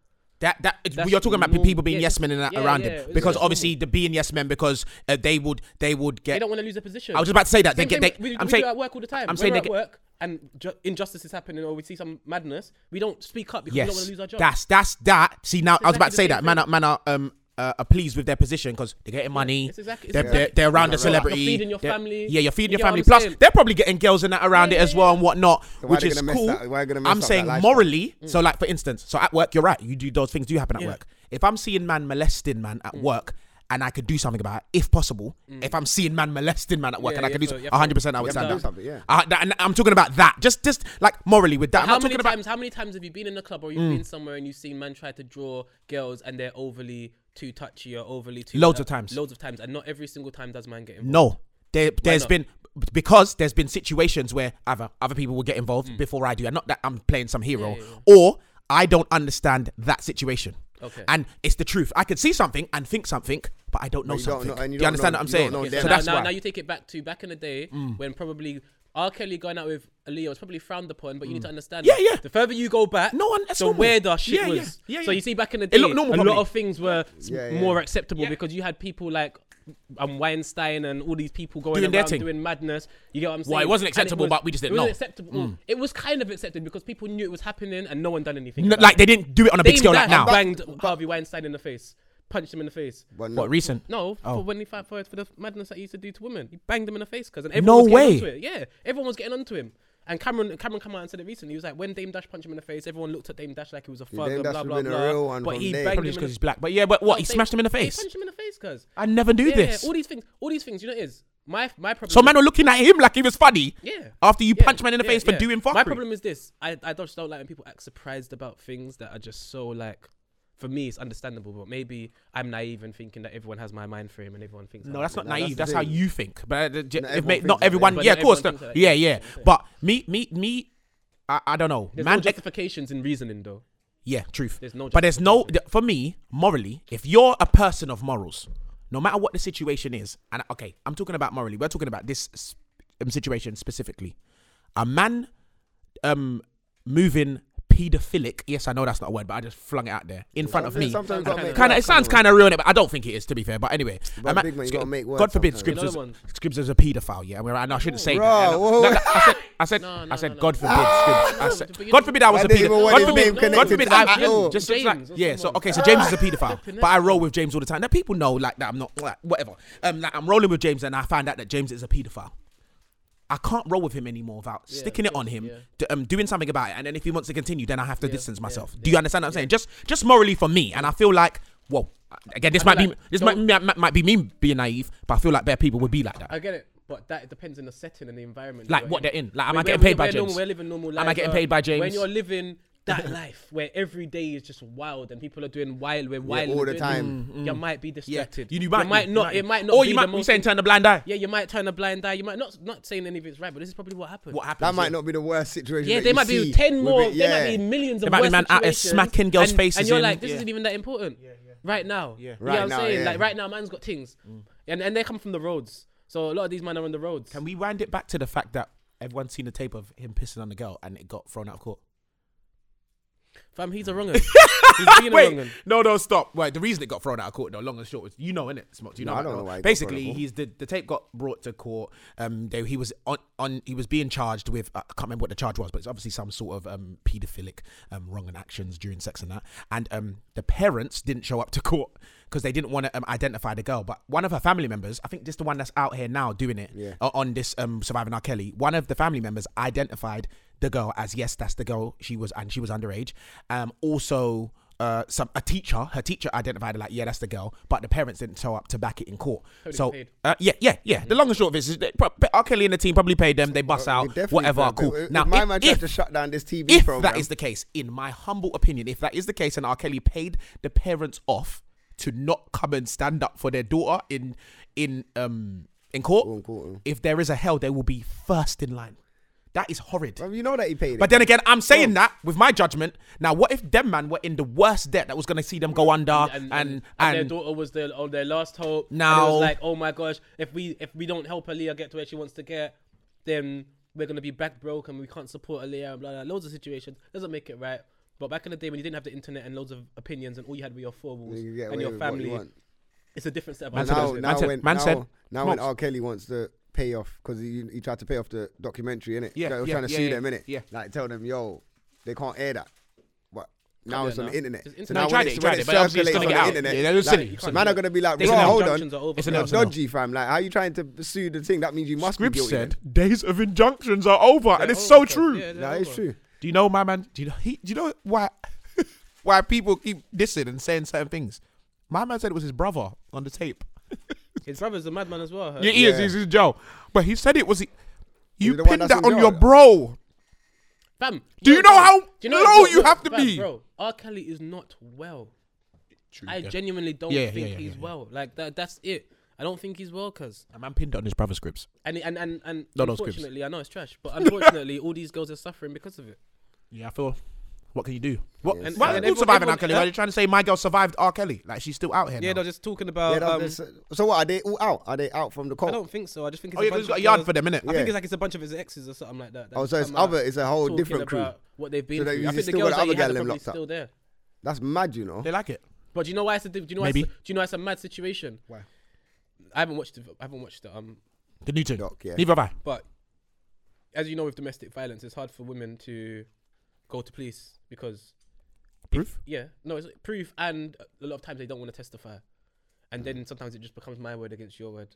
C: That that
E: That's
C: you're talking about
E: normal.
C: people being
E: Yeah,
C: yes men and that
E: yeah,
C: around
E: yeah,
C: him
E: it's
C: because
E: just
C: obviously
E: normal.
C: the being yes men because uh, they would they would
E: They
C: get.
E: don't want to lose their position.
C: I was about to say that they
E: Same
C: get.
E: thing
C: They,
E: we, we
C: I'm
E: do
C: saying
E: it at work all the time.
C: I'm
E: When
C: saying
E: we're
C: they
E: at
C: get.
E: work and ju- injustice is happening or we see some madness. We don't speak up because we don't want
C: Yes,
E: to lose our job.
C: that's that's that. See now, I was
E: exactly
C: about to
E: the
C: say
E: same
C: that man,
E: thing.
C: are- man, are, um, uh, are pleased with their position because they're getting money.
E: it's exactly- it's
C: they're,
E: exactly-
C: they're, they're around the
E: You're right. You're
C: celebrity.
E: feeding your
C: They're-
E: family.
C: Yeah, you're feeding your
E: You get what
C: family.
E: I'm
C: Plus,
E: saying?
C: they're probably getting girls and that around it as well and whatnot,
D: So why
C: which
D: they
C: is
D: gonna mess
C: cool.
D: that- why they gonna mess
C: I'm
D: up
C: saying
D: that lifestyle?
C: morally. So, like for instance, so at work, you're right. You do those things do happen at
E: Mm. Yeah. Mm.
C: work. If I'm seeing man molesting man at work. And I could do something about it, if possible. If I'm seeing man molesting man at work,
E: Yeah,
C: and I
E: you
C: could
E: have
C: do so-
E: to- you have to-
C: 100%, I
E: you
C: would
E: have
C: stand
E: to
C: up.
E: do
D: something, yeah.
C: Uh, that- and I'm talking about that. Just, just like morally with that. I'm
E: how
C: not
E: many
C: talking about Mm.
E: times? How many times have you been in the club or you've been somewhere and you've seen men try to draw girls and they're overly too touchy or overly too
C: Loads of times.
E: Loads of times, and not every single time does man get involved.
C: No, there, there's
E: not?
C: been because there's been situations where other other people will get involved
E: Hmm.
C: before I do, and not that I'm playing some hero, or I don't understand that situation.
E: Okay.
C: and it's the truth. I could see something and think something, but I don't know
D: you don't
C: something.
D: know- and you
C: do you
D: don't
C: understand
D: know-
C: what I'm
D: you
C: saying?
D: don't know
E: Okay,
D: them.
C: so,
E: so now,
C: Oh, that's
E: now,
C: why. Mm.
E: now you take it back to back in the day when probably R. Kelly going out with Aaliyah was probably frowned upon, but you need to understand.
C: Mm. Yeah,
E: that
C: yeah.
E: The further you go back,
C: No one- that's
E: the
C: normal.
E: weirder shit
C: Yeah, yeah,
E: was.
C: yeah,
E: So
C: yeah.
E: you see, back in the
C: It
E: day,
C: looked normal,
E: a lot
C: probably.
E: of things were s-
D: Yeah, yeah.
E: more acceptable
C: Yeah.
E: because you had people like. um Weinstein and all these people going
C: Doing
E: doing
C: their
E: around
C: thing.
E: doing madness. You get what I'm saying?
C: Well, it wasn't
E: And
C: acceptable, but we just didn't
E: it wasn't
C: know. Mm.
E: Acceptable. It was kind of accepted because people knew it was happening and no one done anything.
C: N-
E: about
C: like
E: it.
C: they didn't do it on a big
E: Dame
C: scale like
E: Dash
C: now.
E: Banged Harvey Weinstein in the face, punched him in the face.
D: But no,
C: What recent?
E: No,
C: Oh.
E: for when he fought for, for the madness that he used to do to women, he banged them in the face, cause and everyone
C: No
E: was getting
C: way.
E: onto it. Yeah, everyone was getting onto him. And Cameron, Cameron come out and said it recently. He was like, when Dame Dash punched him in the face, everyone looked at Dame Dash like he was a fuck.
D: Dame
E: blah,
D: Dash
E: blah,
D: would've been a
E: blah.
D: real one
E: But
D: from
E: he
D: Dame.
E: banged
C: Probably
E: him
C: just
E: in
C: because
E: the-
C: he's black. But yeah, but what?
E: No,
C: he
E: they-
C: smashed him in the
E: they
C: face.
E: punched him in the face, cause
C: I never knew
E: yeah,
C: this.
E: Yeah, all these things, all these things. You know what it is? My my problem.
C: so
E: is-
C: man were looking at him like he was funny.
E: yeah.
C: After you
E: yeah,
C: punch man in the
E: yeah,
C: face
E: yeah.
C: for doing fuckery.
E: My problem is this: I I just don't like when people act surprised about things that are just so like. For me, it's understandable, but maybe I'm naive in thinking that everyone has my mind frame and everyone thinks.
C: No,
E: I'm
C: that's
E: like
C: not
D: No, that's
C: naive.
D: the
C: That's, how
D: thing.
C: you think. But uh, j-
D: Not
C: it
D: everyone
C: may,
D: thinks
C: not
D: like that.
C: everyone.
E: But
C: yeah,
E: not
C: of course.
E: everyone
C: no.
E: thinks like that.
C: yeah,
E: That's what
C: yeah.
E: I'm saying.
C: But me, me, me. I, I don't know.
E: There's
C: man, eh,
E: no justifications in reasoning though.
C: yeah, truth.
E: There's no
C: but there's no.
E: justification.
C: th- For me, morally, if you're a person of morals, no matter what the situation is, and okay, I'm talking about morally. We're talking about this s- um, situation specifically. A man, um, moving pedophilic. Yes, I know that's not a word, but I just flung it out there in front of
D: sometimes-
C: me.
D: sometimes you gotta make
C: Kind of, it
D: words,
C: sounds
D: come on.
C: kind of ruined, but I don't think it is. To be fair, but anyway,
D: But
C: a man-
D: big man, you gotta make words
C: God forbid,
D: sometimes.
C: Scribs
E: Another
C: was,
E: one.
C: Scribs was a paedophile. Yeah, well, I know I shouldn't say
D: Bro,
C: that. I know-
D: whoa,
C: no,
D: whoa.
C: no, I said, I said,
E: No, no,
C: I said,
E: no,
C: God
E: no.
C: forbid, Scribs. I
E: but
C: said,
E: you
C: God
E: know-
C: forbid I was
D: Why
C: a
D: they even
C: paedophile.
D: want
C: God
D: his
C: forbid,
D: name
C: God
D: connected
C: forbid,
D: to Oh.
C: I,
D: James
C: just, just like,
E: or
C: yeah. So
E: someone.
C: okay, so James is a paedophile, but I roll with James all the time. Now people know like that I'm not like, whatever. Um, like I'm rolling with James, and I find out that James is a paedophile. I can't roll with him anymore without
E: Yeah,
C: sticking
E: of
C: it on
E: course,
C: him,
E: yeah.
C: d- um, doing something about it. And then if he wants to continue, then I have to
E: Yeah,
C: distance
E: yeah,
C: myself.
E: yeah.
C: Do you understand what I'm saying? Just, just morally for me, and I feel like, well, again, this
E: I
C: might
E: feel
C: be
E: like
C: this might,
E: don't-
C: might might be me being naive, but I feel like better people would be like that.
E: I get it, but that depends on the setting and the environment.
C: Like
E: you're
C: what
E: in.
C: they're in. Like, am I
E: When-
C: getting
E: when-
C: paid by
E: when we're
C: James?
E: normal- we're living normal
C: Am I
E: lives,
C: getting
E: uh,
C: paid by
E: When
C: James?
E: you're living that life where every day is just wild and people are doing wild, we're wild
D: all
E: and
D: the
E: doing-
D: time.
E: You might be distracted.
C: Mm, You, you might, you
E: not. It might not.
C: Or
E: be
C: you
E: the
C: might be
E: most
C: saying turn a blind eye.
E: Yeah, you might turn a blind eye. You might not. Not saying any of it's right, but this is probably what happened.
C: What happens?
D: that might not be the worst situation.
E: Yeah,
D: that
E: there
D: you
E: might be
D: see
E: ten
D: with
E: more.
D: it,
E: There
D: yeah.
E: might be millions
C: There
E: of
C: might be
E: worse
C: man out there
E: situations,
C: smacking girls'
E: and,
C: faces
E: And you're
C: in,
E: like, this
C: yeah.
E: isn't even that important. Right now. Yeah.
D: Right
E: you know what
D: now,
E: I'm saying?
D: yeah.
E: Like right now, man's got things, and and they come from the roads. So a lot of these men are on the roads.
C: Can we wind it back to the fact that everyone's seen the tape of him pissing on the girl and it got thrown out of court?
E: Fam, he's a wrong un. He's been a wrong un.
C: no, no, stop. Wait, the reason it got thrown out of court, though, long and short, is you know, innit? Smokes, you
D: No,
C: know.
D: I
C: that,
D: don't
C: no?
D: know why it got
C: Basically,
D: thrown out.
C: he's the, the tape got brought to court. Um, they, he was on, on he was being charged with uh, I can't remember what the charge was, but it's obviously some sort of um paedophilic um wrong and actions during sex and that. And um, the parents didn't show up to court because they didn't want to um, identify the girl. But one of her family members, I think just the one that's out here now doing it
D: Yeah.
C: uh, on this um surviving R Kelly, one of the family members identified the girl as yes, that's the girl she was, and she was underage. Um, also uh, some a teacher, her teacher identified her like, yeah, that's the girl, but the parents didn't show up to back it in court. so,
E: paid.
C: uh, yeah, yeah, yeah.
D: Mm-hmm.
C: The long and short of this is that pro- R. Kelly and the team probably paid them. They bust
D: Well,
C: out,
D: it uh, definitely
C: whatever.
D: does, but
C: Cool.
D: if- if
C: now,
D: my
C: if,
D: man
C: if-
D: tried to shut down this TV
C: if that
D: program-
C: is the case, in my humble opinion, if that is the case, and R. Kelly paid the parents off to not come and stand up for their daughter in in um in court,
D: in court, yeah.
C: if there is a hell, they will be first in line. That is horrid.
D: Well, you know that he paid.
C: But
D: it.
C: then again, I'm saying that with my judgment. Now, what if them man were in the worst debt that was gonna see them go under and and,
E: their daughter was their oh, their last hope. and it
C: Now-
E: was like, oh my gosh, if we if we don't help Aaliyah get to where she wants to get, then we're gonna be back broke and we can't support Aaliyah and blah blah. Loads of situations doesn't make it right. But back in the day when you didn't have the internet and loads of opinions and all you had were your four walls
D: You get
E: and
D: away
E: your
D: with what you
E: family,
D: want.
E: it's a different set of
C: Man said
D: now,
C: it.
E: ideas.
D: now
C: said-
D: when
C: man
D: now,
C: said-
D: now when
C: Smokes.
D: R. Kelly wants the payoff because he, he tried to pay off the documentary, innit?
C: Yeah,
D: They were
C: yeah,
D: trying to
C: yeah,
D: sue
C: yeah,
D: them, innit?
C: yeah.
D: Like tell them, yo, they can't air that. But Now
E: there
D: it's on
E: now.
D: the internet.
E: It's
D: So
E: internet.
D: now
E: No,
C: he
D: when
C: tried it, he
D: it's- when
C: tried
D: it
C: it, but obviously it's
D: circulates
C: gonna
D: on
C: get
D: the
C: out.
D: internet,
C: Yeah, that was
D: like,
C: silly.
D: so Man are gonna be like,
C: It's
D: bro,
C: an L.
D: hold
E: Junctions are
D: on.
E: over.
D: It's
E: It's
C: an
D: you're
C: L, it's an L.
D: dodgy, fam. Like, how you trying to pursue the thing? That means you must
C: Scribs
D: be guilty.
C: said days of injunctions are over, and it's so true.
D: That is true.
C: Do you know my man? Do you know he? Do you know why? why people keep dissing and saying certain things? My man said it was his brother on the tape.
E: His brother's a madman as well. I heard.
C: Yeah, he
D: Uh, Yeah.
C: is. He's in jail. But he said it was. You
D: Is it the one
C: pinned
D: that's
C: that
D: in
C: on your
D: jail?
C: bro.
E: Fam,
C: Do you know
E: fam,
C: how low
E: bro,
C: you have to
E: fam,
C: be?
E: Bro, R. Kelly is not well. I
C: yeah.
E: genuinely don't
C: Yeah, yeah,
E: think
C: yeah,
E: he's
C: yeah, yeah.
E: well. Like that. That's it. I don't think he's well, cause
C: A man pinned it on his brother's scripts.
E: and and and and
C: No, no, Scribs.
E: unfortunately, I know it's trash, but unfortunately, all these girls are suffering because of it.
C: Yeah, I feel. What can you do? What?
D: Yeah, it's
C: why
D: sad.
C: are
E: And
C: you
E: everyone-
C: surviving R.
E: everyone-
C: Kelly? Why are you trying to say my girl survived R. Kelly? Like she's still out here.
E: Yeah,
C: now.
E: they're just talking about.
D: Yeah,
E: um,
D: that's- that's- so what are they all out? Are they out from the
E: I
D: court?
E: don't think so. I just think it's
C: Oh
E: a
C: yeah,
E: bunch
C: he's got
E: of
C: a yard
E: girls-
C: for them, innit?
E: I
D: Yeah.
E: think it's like it's a bunch of his exes or something like that. that
D: Oh, so it's
E: just come out
D: other. It's a whole
E: talking
D: different crew.
E: about What they've been
D: So that
E: through.
D: you
E: I think the
D: still got
E: girls
D: the
E: that
D: other
E: he had
D: guy
E: are
D: them
E: probably
D: locked up.
E: still there.
D: That's mad, you know.
C: They like it.
E: But do you know why it's a, do you know why it's,
C: Maybe.
E: do you know it's a mad situation?
D: Why?
E: I haven't watched it. I haven't watched it. Um,
C: The new two.
D: Doc, yeah.
C: Neither have I.
E: but as you know, with domestic violence, it's hard for women to go to police because
C: Proof.
E: yeah, no, it's proof, and a lot of times they don't want to testify, and then sometimes it just becomes my word against your word.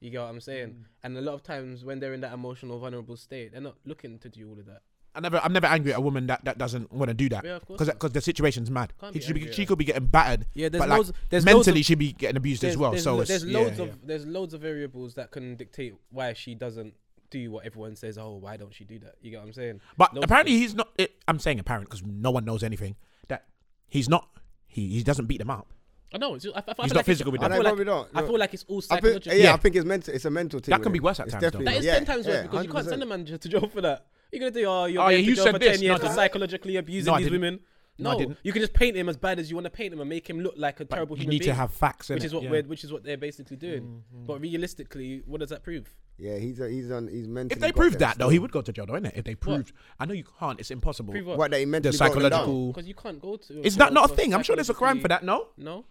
E: You get what I'm saying? And a lot of times when they're in that emotional, vulnerable state, they're not looking to do all of that.
C: I never, I'm never angry at a woman that, that doesn't want to do that.
E: Yeah, of course
C: Because
E: not.
C: the situation's mad.
E: Can't
C: He
E: be
C: should be-
E: angry at
C: she
E: her.
C: could be getting battered.
E: Yeah, there's
C: but like,
E: loads- there's loads
C: mentally,
E: of-
C: she'd be getting abused as well.
E: There's,
C: so
E: lo-
C: it's,
E: there's
C: yeah,
E: loads
C: yeah.
E: of there's loads of variables that can dictate why she doesn't do what everyone says. Oh, why don't she do that? You get what I'm saying?
C: But
E: Loads of
C: apparently he's not. It, I'm saying apparent because no one knows anything. That he's not. He he doesn't beat them up.
E: I know. It's just, I, I feel
C: He's
E: like
C: not
E: it's-
C: physical with
E: I
C: them.
E: feel
D: I probably
E: like-
D: don't, no.
E: I feel like it's all
D: I think,
E: psychological.
D: yeah, I
C: Yeah.
D: think it's mental. It's a mental thing.
C: That can
D: innit?
C: be worse at
D: It's
C: times,
D: definitely-
C: though.
E: That is
D: yeah,
E: ten times worse
D: yeah,
E: because you can't
D: 100%.
E: send a man j- to jail for that. You're gonna do, oh, you're
C: Oh,
E: going
C: yeah,
E: to
C: you
E: jail
C: said
E: for
C: this.
E: ten years
C: No, I
E: for
C: didn't.
E: psychologically abusing
C: No, I
E: these
C: didn't.
E: women.
C: No, I
E: No,
C: didn't.
E: you can just paint him as bad as you want to paint him and make him look like a
C: But
E: terrible
C: you
E: human
C: need
E: being,
C: to have facts.
E: which
C: innit?
E: is what
C: Yeah.
E: we're, which is what they're basically doing.
D: Mm-hmm.
E: But realistically, what does that prove?
D: Yeah, he's a, he's on he's mentally.
C: If they
D: got
C: proved
D: them
C: that though,
D: still.
C: he would go to jail, though, innit? If they proved, I know you can't. It's impossible.
E: Prove
D: What that he
C: The
D: mentally got them down.
C: psychological.
E: Because you can't go to.
C: Is
E: jail
C: that not a
E: for
C: thing? I'm sure there's a crime for
E: psychologically-
C: that. No.
E: No,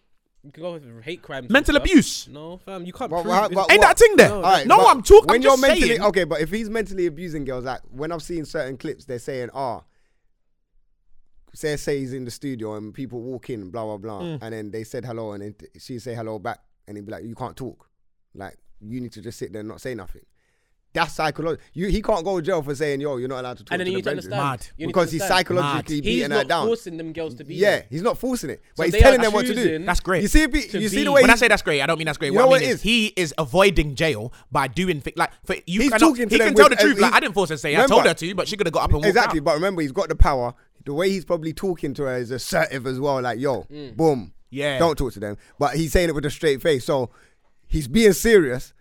E: you can go with hate crimes. and
C: Mental
E: stuff.
C: abuse.
E: No, fam, you can't
D: Well,
E: prove.
D: well,
E: it.
D: well,
C: Ain't that a thing there?
E: No,
C: No,
E: All right,
D: but
C: I'm talking.
D: When
C: I'm
D: you're
C: just
D: mentally
C: saying.
D: okay, but if he's mentally abusing girls, like when I've seen certain clips, they're saying, "Ah, say say he's in the studio and people walk in, blah blah blah,"
E: Mm.
D: and then they said hello, and then t- she say hello back, and he'd be like, "You can't talk, like you need to just sit there and not say nothing." That's psychological. You he can't go to jail for saying, "Yo, you're not allowed to talk."
E: And then
D: to
E: you
D: the
E: need to
D: benches."
E: understand.
C: Mad.
E: you need to
D: because he's
E: understand.
D: psychologically
C: Mad.
D: beating
E: He's
D: her
E: not
D: down.
E: forcing them girls to be.
D: yeah,
E: there.
D: he's not forcing it, but
E: So
D: he's
E: they are
D: telling them what to do.
E: choosing
C: That's great.
D: You see, it-
E: to
D: you see
E: be-
D: the way
C: when I
D: he's-
C: say that's great, I don't mean that's great.
D: You
C: what
D: know
C: I
D: what
C: mean
D: it
C: is,
D: is?
C: he is avoiding jail by doing things like for, you.
D: He's
C: cannot,
D: talking to
C: he
D: them
C: can tell the
D: with-
C: truth.
D: uh,
C: Like
D: he-
C: I didn't force her to say. I
D: Remember-
C: told her to, but she could have got up and walked
D: Exactly,
C: out.
D: but remember he's got the power. The way he's probably talking to her is assertive as well. Like, yo,
E: Mm.
D: boom,
C: Yeah.
D: don't talk to them. But he's saying it with a straight face, so he's being serious.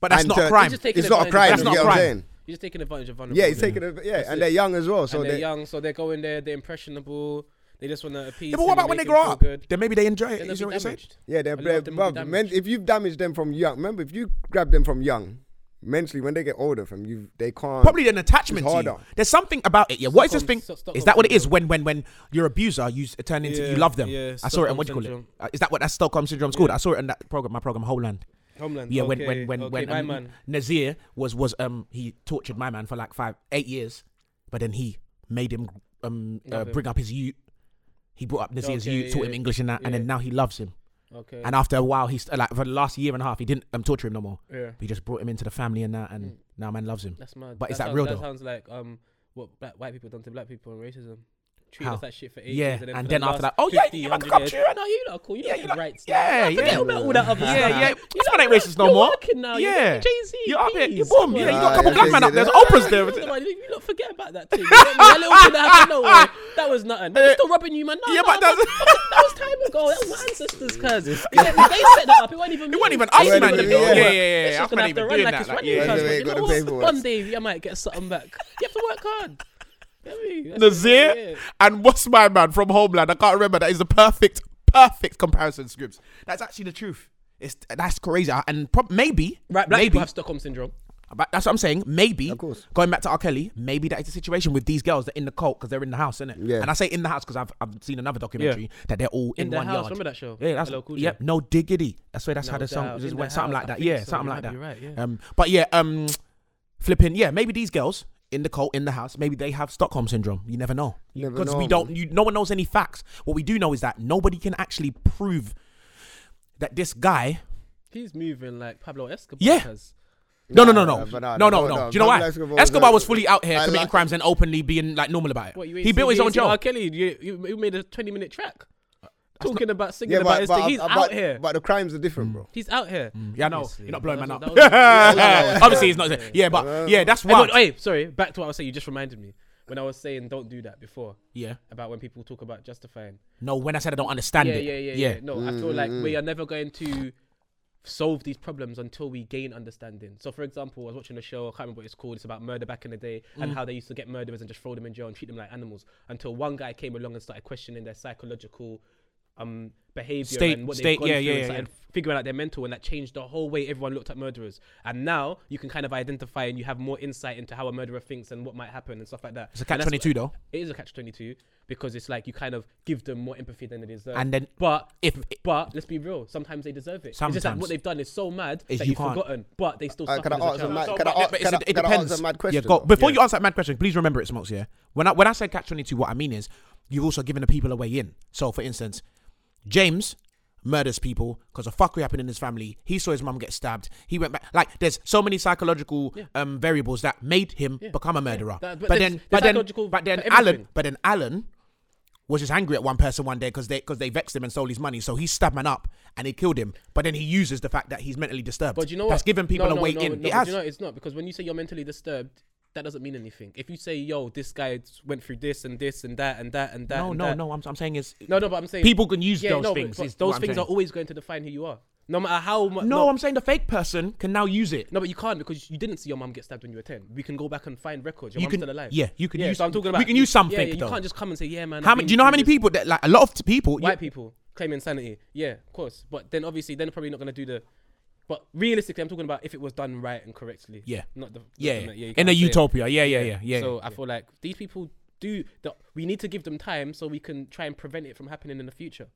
C: But that's
D: and,
C: not
D: uh,
C: a crime.
E: He's just taking
D: It's not a
E: advantage
C: That's
D: crime. you
E: of
C: not
D: get
C: a
D: what I'm
C: crime.
D: saying?
E: You're just taking advantage of vulnerable.
D: Yeah, he's taking a yeah, and
E: it.
D: they're young as well. So
E: and they're
D: they-
E: young, so they're going there. They're impressionable. They just want to appease.
C: Yeah, but what
E: him and
C: about when they
E: make
C: grow
E: him feel
C: up?
E: good.
C: Then maybe they enjoy it.
E: Then they'll
C: Is that
E: be
C: what you're saying?
E: damaged.
D: yeah, they're
E: A lot of them will be
D: bruv, men,
E: damaged.
D: If you've damaged them from young, remember if you grab them from young, mentally when they get older, from you they can't.
C: Probably an attachment
D: It's
C: to you.
D: harder.
C: There's something about it. Yeah, what is this
E: Stockholm-
C: thing?
E: Sto- Stockholm
C: Is that what it is?
E: syndrome.
C: When when when your abuser, you s- turn into you
E: Yeah,
C: love them.
E: yeah,
C: I saw it. And
E: Stockholm
C: what do you call it?
E: syndrome.
C: Uh, is that what that Stockholm syndrome's called? I saw it in that program. My program, Whole Land.
E: Homeland.
C: Yeah,
E: okay,
C: when when when
E: okay,
C: when
E: my
C: um,
E: man.
C: Nazir was was um he tortured my man for like five eight years, but then he made him um uh,
E: Love him.
C: bring up his youth. He brought up Nazir's
E: Okay,
C: youth, taught him
E: yeah,
C: English and that, and then
E: yeah.
C: now he loves him.
E: Okay.
C: And after a while, he's like for the last year and a half, he didn't um, torture him no more.
E: yeah.
C: He just brought him into the family and that,
E: Hmm.
C: and now man loves him.
E: That's mad.
C: But is that
E: sounds,
C: real
E: That
C: though?
E: sounds like um what black, white people done to black people and racism. Treat
C: How?
E: us like shit for ages.
C: Yeah,
E: and then,
C: and
E: for
C: then
E: the
C: after
E: last
C: that, oh, yeah,
E: 50,
C: you like
E: 100
C: to
E: years,
C: come here.
E: No, you lot are cool. You
C: Yeah,
E: lot
C: you
E: have
C: lot-
E: rights.
C: yeah,
E: Forget
C: yeah.
E: all about all that other
C: Yeah,
E: stuff.
C: yeah.
E: You
C: This
E: lot
C: man ain't
E: are-
C: racist no
E: you're
C: more.
E: working now.
C: Yeah.
E: You're Jay Z.
C: You're up here. You're
E: Please,
C: boom. Yeah, you got a
E: come on.
D: Ah,
C: couple
D: yeah,
C: black
D: yeah,
C: men up there.
D: yeah.
C: There's Oprah's there.
E: Come on, You lot forget about that thing. That little thing that happened, don't worry. That was nothing. I'm still robbing you, man. No,
C: Yeah,
E: no,
C: but
E: that was,
C: that's-
E: that was time ago. That was my ancestors, cuz. They set that up. It wasn't even me.
C: It wasn't even
D: Yeah,
C: Ice Man.
D: yeah,
C: you know?
D: yeah.
C: Yeah, yeah, yeah.
E: It's
C: yeah.
E: just
C: Ice
E: gonna
C: Man ain't
E: have to
C: even
E: run
C: doing
E: like it's
C: that. Like,
E: running,
C: yeah,
D: yeah.
E: cuz. but You
D: Gotta
E: know
D: pay
E: what?
D: for it.
E: One day, I might get something back. You have to work hard. Get me? That's-
C: Nazir
E: yeah.
C: and what's my man from Homeland? I can't remember. That is the perfect, perfect comparison scripts. That's actually the truth. It's that's crazy. And prob- maybe,
E: Right, black
C: maybe,
E: people have Stockholm syndrome.
C: but that's what I'm saying. Maybe,
D: Of course.
C: going back to R. Kelly, maybe that is the situation with these girls. They're in the cult because they're in the house, isn't it?
D: Yeah.
C: And I say in the house because I've, I've seen another documentary that they're all in,
E: In the
C: one
E: house,
C: yard.
E: remember that show?
C: Yeah, that's
E: Hello, Cool
C: yep.
E: J.
C: No diggity. I swear that's how
E: No
C: the song
E: doubt.
C: just
E: In
C: went
E: the
C: something
E: house,
C: like that.
E: I
C: Um,
E: think
C: Yeah,
E: so.
C: something
E: You
C: like
E: might
C: that.
E: be right, yeah.
C: Um, but yeah, um, flipping. Yeah, maybe these girls in the cult, in the house, maybe they have Stockholm syndrome. You never know.
D: Never
C: Because
D: know,
C: we don't, you, no one knows any facts. What we do know is that nobody can actually prove that this guy.
E: He's moving like Pablo Escobar.
C: Yeah.
E: has.
C: No, no, no, no,
D: Nah,
C: no,
D: but nah,
C: no,
D: no,
C: no,
D: no,
C: Do you know why?
D: Pablo Escobar
C: Escobar,
D: was a-
C: was fully out here
D: I
C: committing
D: like-
C: crimes and openly being like normal about it.
E: What, you ain't
C: he
E: seen-
C: built his
E: you
C: own Uh,
E: ain't seen R.
C: jail.
E: Kelly, you, you, you made a 20 minute track talking about singing
D: Yeah,
E: about
D: but,
E: his
D: but, uh,
E: thing. He's
D: but,
E: out here.
D: but the crimes are
C: Hmm.
D: different, bro.
E: He's out here.
C: Yeah, no,
E: Obviously.
C: you're not blowing man
E: That
C: up.
E: was- that was-
C: Obviously, he's not. Yeah, but yeah, that's
E: Hey,
C: why.
E: wait, wait, sorry. Back to what I was saying. You just reminded me when I was saying don't do that before
C: Yeah.
E: about when people talk about justifying.
C: No, when I said I don't understand
E: Yeah,
C: it.
E: yeah, yeah, yeah. No, I feel like we are never going to solve these problems until we gain understanding. So, for example, I was watching a show. I can't remember what it's called. It's about murder back in the day
C: Mm.
E: and how they used to get murderers and just throw them in jail and treat them like animals until one guy came along and started questioning their psychological um behavior
C: State-
E: and what
C: state-
E: they've gone
C: yeah,
E: through
C: yeah,
E: and
C: yeah,
E: started figuring out their mental and that changed the whole way everyone looked at murderers and now you can kind of identify and you have more insight into how a murderer thinks and what might happen and stuff like that
C: It's a
E: And that's-
C: catch-22 though.
E: it is a catch 22 because it's like you kind of give them more empathy than they deserve
C: And then-
E: but
C: if-
E: but let's be real sometimes they deserve it it's just that
C: Sometimes.
E: what they've done is so mad
C: Is
E: that
C: you
E: you have
C: can't.
E: forgotten but they still
D: Uh,
E: suffered
D: can I
E: as a
D: ask a
E: child.
D: man-
C: So,
D: can I
C: but-
D: ask-
C: but
D: can
C: it's-
D: I-
C: it
D: can I
C: depends.
D: answer a mad question,
C: Yeah, go.
D: though?
C: Before you answer that mad question, please remember it, Smokes. Yeah, when I when I say catch twenty two, what I mean is you've also given the people a way in. So, for instance, James murders people because of fuckery happened in his family. He saw his mum get stabbed. He went back. Like, there's so many psychological um, variables that made him become a murderer.
E: That-
C: but,
E: but there's-
C: then,
E: there's
C: but then,
E: psychological
C: but then,
E: for
C: Alan,
E: everything.
C: but then Alan was just angry at one person one day because they because they vexed him and stole his money. So he stabbed man up and he killed him. But then he uses the fact that he's mentally disturbed.
E: But you know
C: that's
E: what?
C: given people
E: No,
C: a
E: no,
C: way
E: no,
C: in.
E: No,
C: it
E: but
C: has.
E: you know it's not because when you say you're mentally disturbed, that doesn't mean anything. If you say, "Yo, this guy went through this and this and that and that and that,"
C: no,
E: and
C: no,
E: that.
C: no. I'm, I'm saying is
E: no, no. But I'm saying
C: people can use
E: Yeah,
C: those
E: no, but-
C: things.
E: but
C: is
E: those
C: what I'm
E: things
C: saying.
E: are always going to define who you are, no matter how much.
C: No, I'm saying the fake person can now use it.
E: No, but you can't because you didn't see your mum get stabbed when you were ten. We can go back and find records. Your
C: You
E: mum's
C: can-
E: still alive.
C: yeah, you can use-
E: So I'm talking
C: we
E: about
C: can use something,
E: Yeah, yeah, you
C: though.
E: can't just come and say, "Yeah, man."
C: How
E: I've
C: many?
E: been
C: Do you know how
E: through
C: many
E: this."
C: people that like a lot of t- people? you-
E: White people claim insanity. Yeah, of course. But then obviously, they're probably not going to do the. But realistically, I'm talking about if it was done right and correctly.
C: Yeah.
E: Not the. not
C: yeah,
E: the- you
C: yeah,
E: get
C: in
E: what
C: a
E: I'm saying?
C: utopia. Yeah, yeah, yeah, yeah.
E: So I feel like these people do. The, we need to give them time so we can try and prevent it from happening in the future.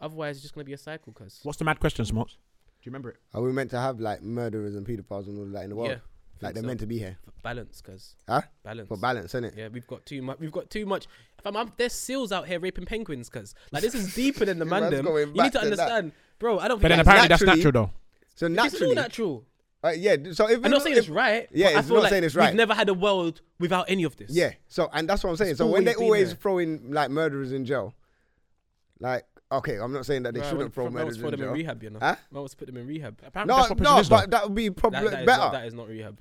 E: Otherwise, it's just going to be a cycle. Cause
C: What's the mad question, Smokes? Do you remember it?
D: Are we meant to have like murderers and paedophiles and all that in the world?
E: Yeah,
D: like
E: think
D: they're
E: so.
D: meant to be here,
E: balance, cause
D: huh?
E: balance.
D: For balance, innit?
E: Yeah, we've got too much. We've got too much. If I'm, I'm, there's seals out here raping penguins, cause like this is deeper than the
D: Man's
E: mandem.
D: going
E: You
D: back
E: need to
D: to that.
E: understand, bro. I don't.
C: But then
E: think that's-
C: apparently that's
D: naturally-
C: natural though.
D: So
E: it's all
D: naturally,
E: natural.
D: uh, yeah. d- So if
E: I'm not saying it's
D: if-
E: right.
D: Yeah,
E: but I
D: it's
E: feel
D: not
E: like
D: saying it's
E: We've
D: right.
E: never had a world without any of this.
D: Yeah. So and that's what I'm saying.
E: It's
D: so when they
E: always been
D: always
E: there.
D: throw in like murderers in jail, like okay, I'm not saying that they
E: Right,
D: shouldn't
E: well,
D: throw
E: from- I always
D: murderers
E: put
D: in
E: them in
D: jail.
E: rehab, you know.
D: Huh?
E: I always put them in rehab. That,
C: Apparently
D: No,
C: that's what prison
D: no,
C: is, though.
D: but that would be probably
E: that is
D: better.
E: not, that is not rehab.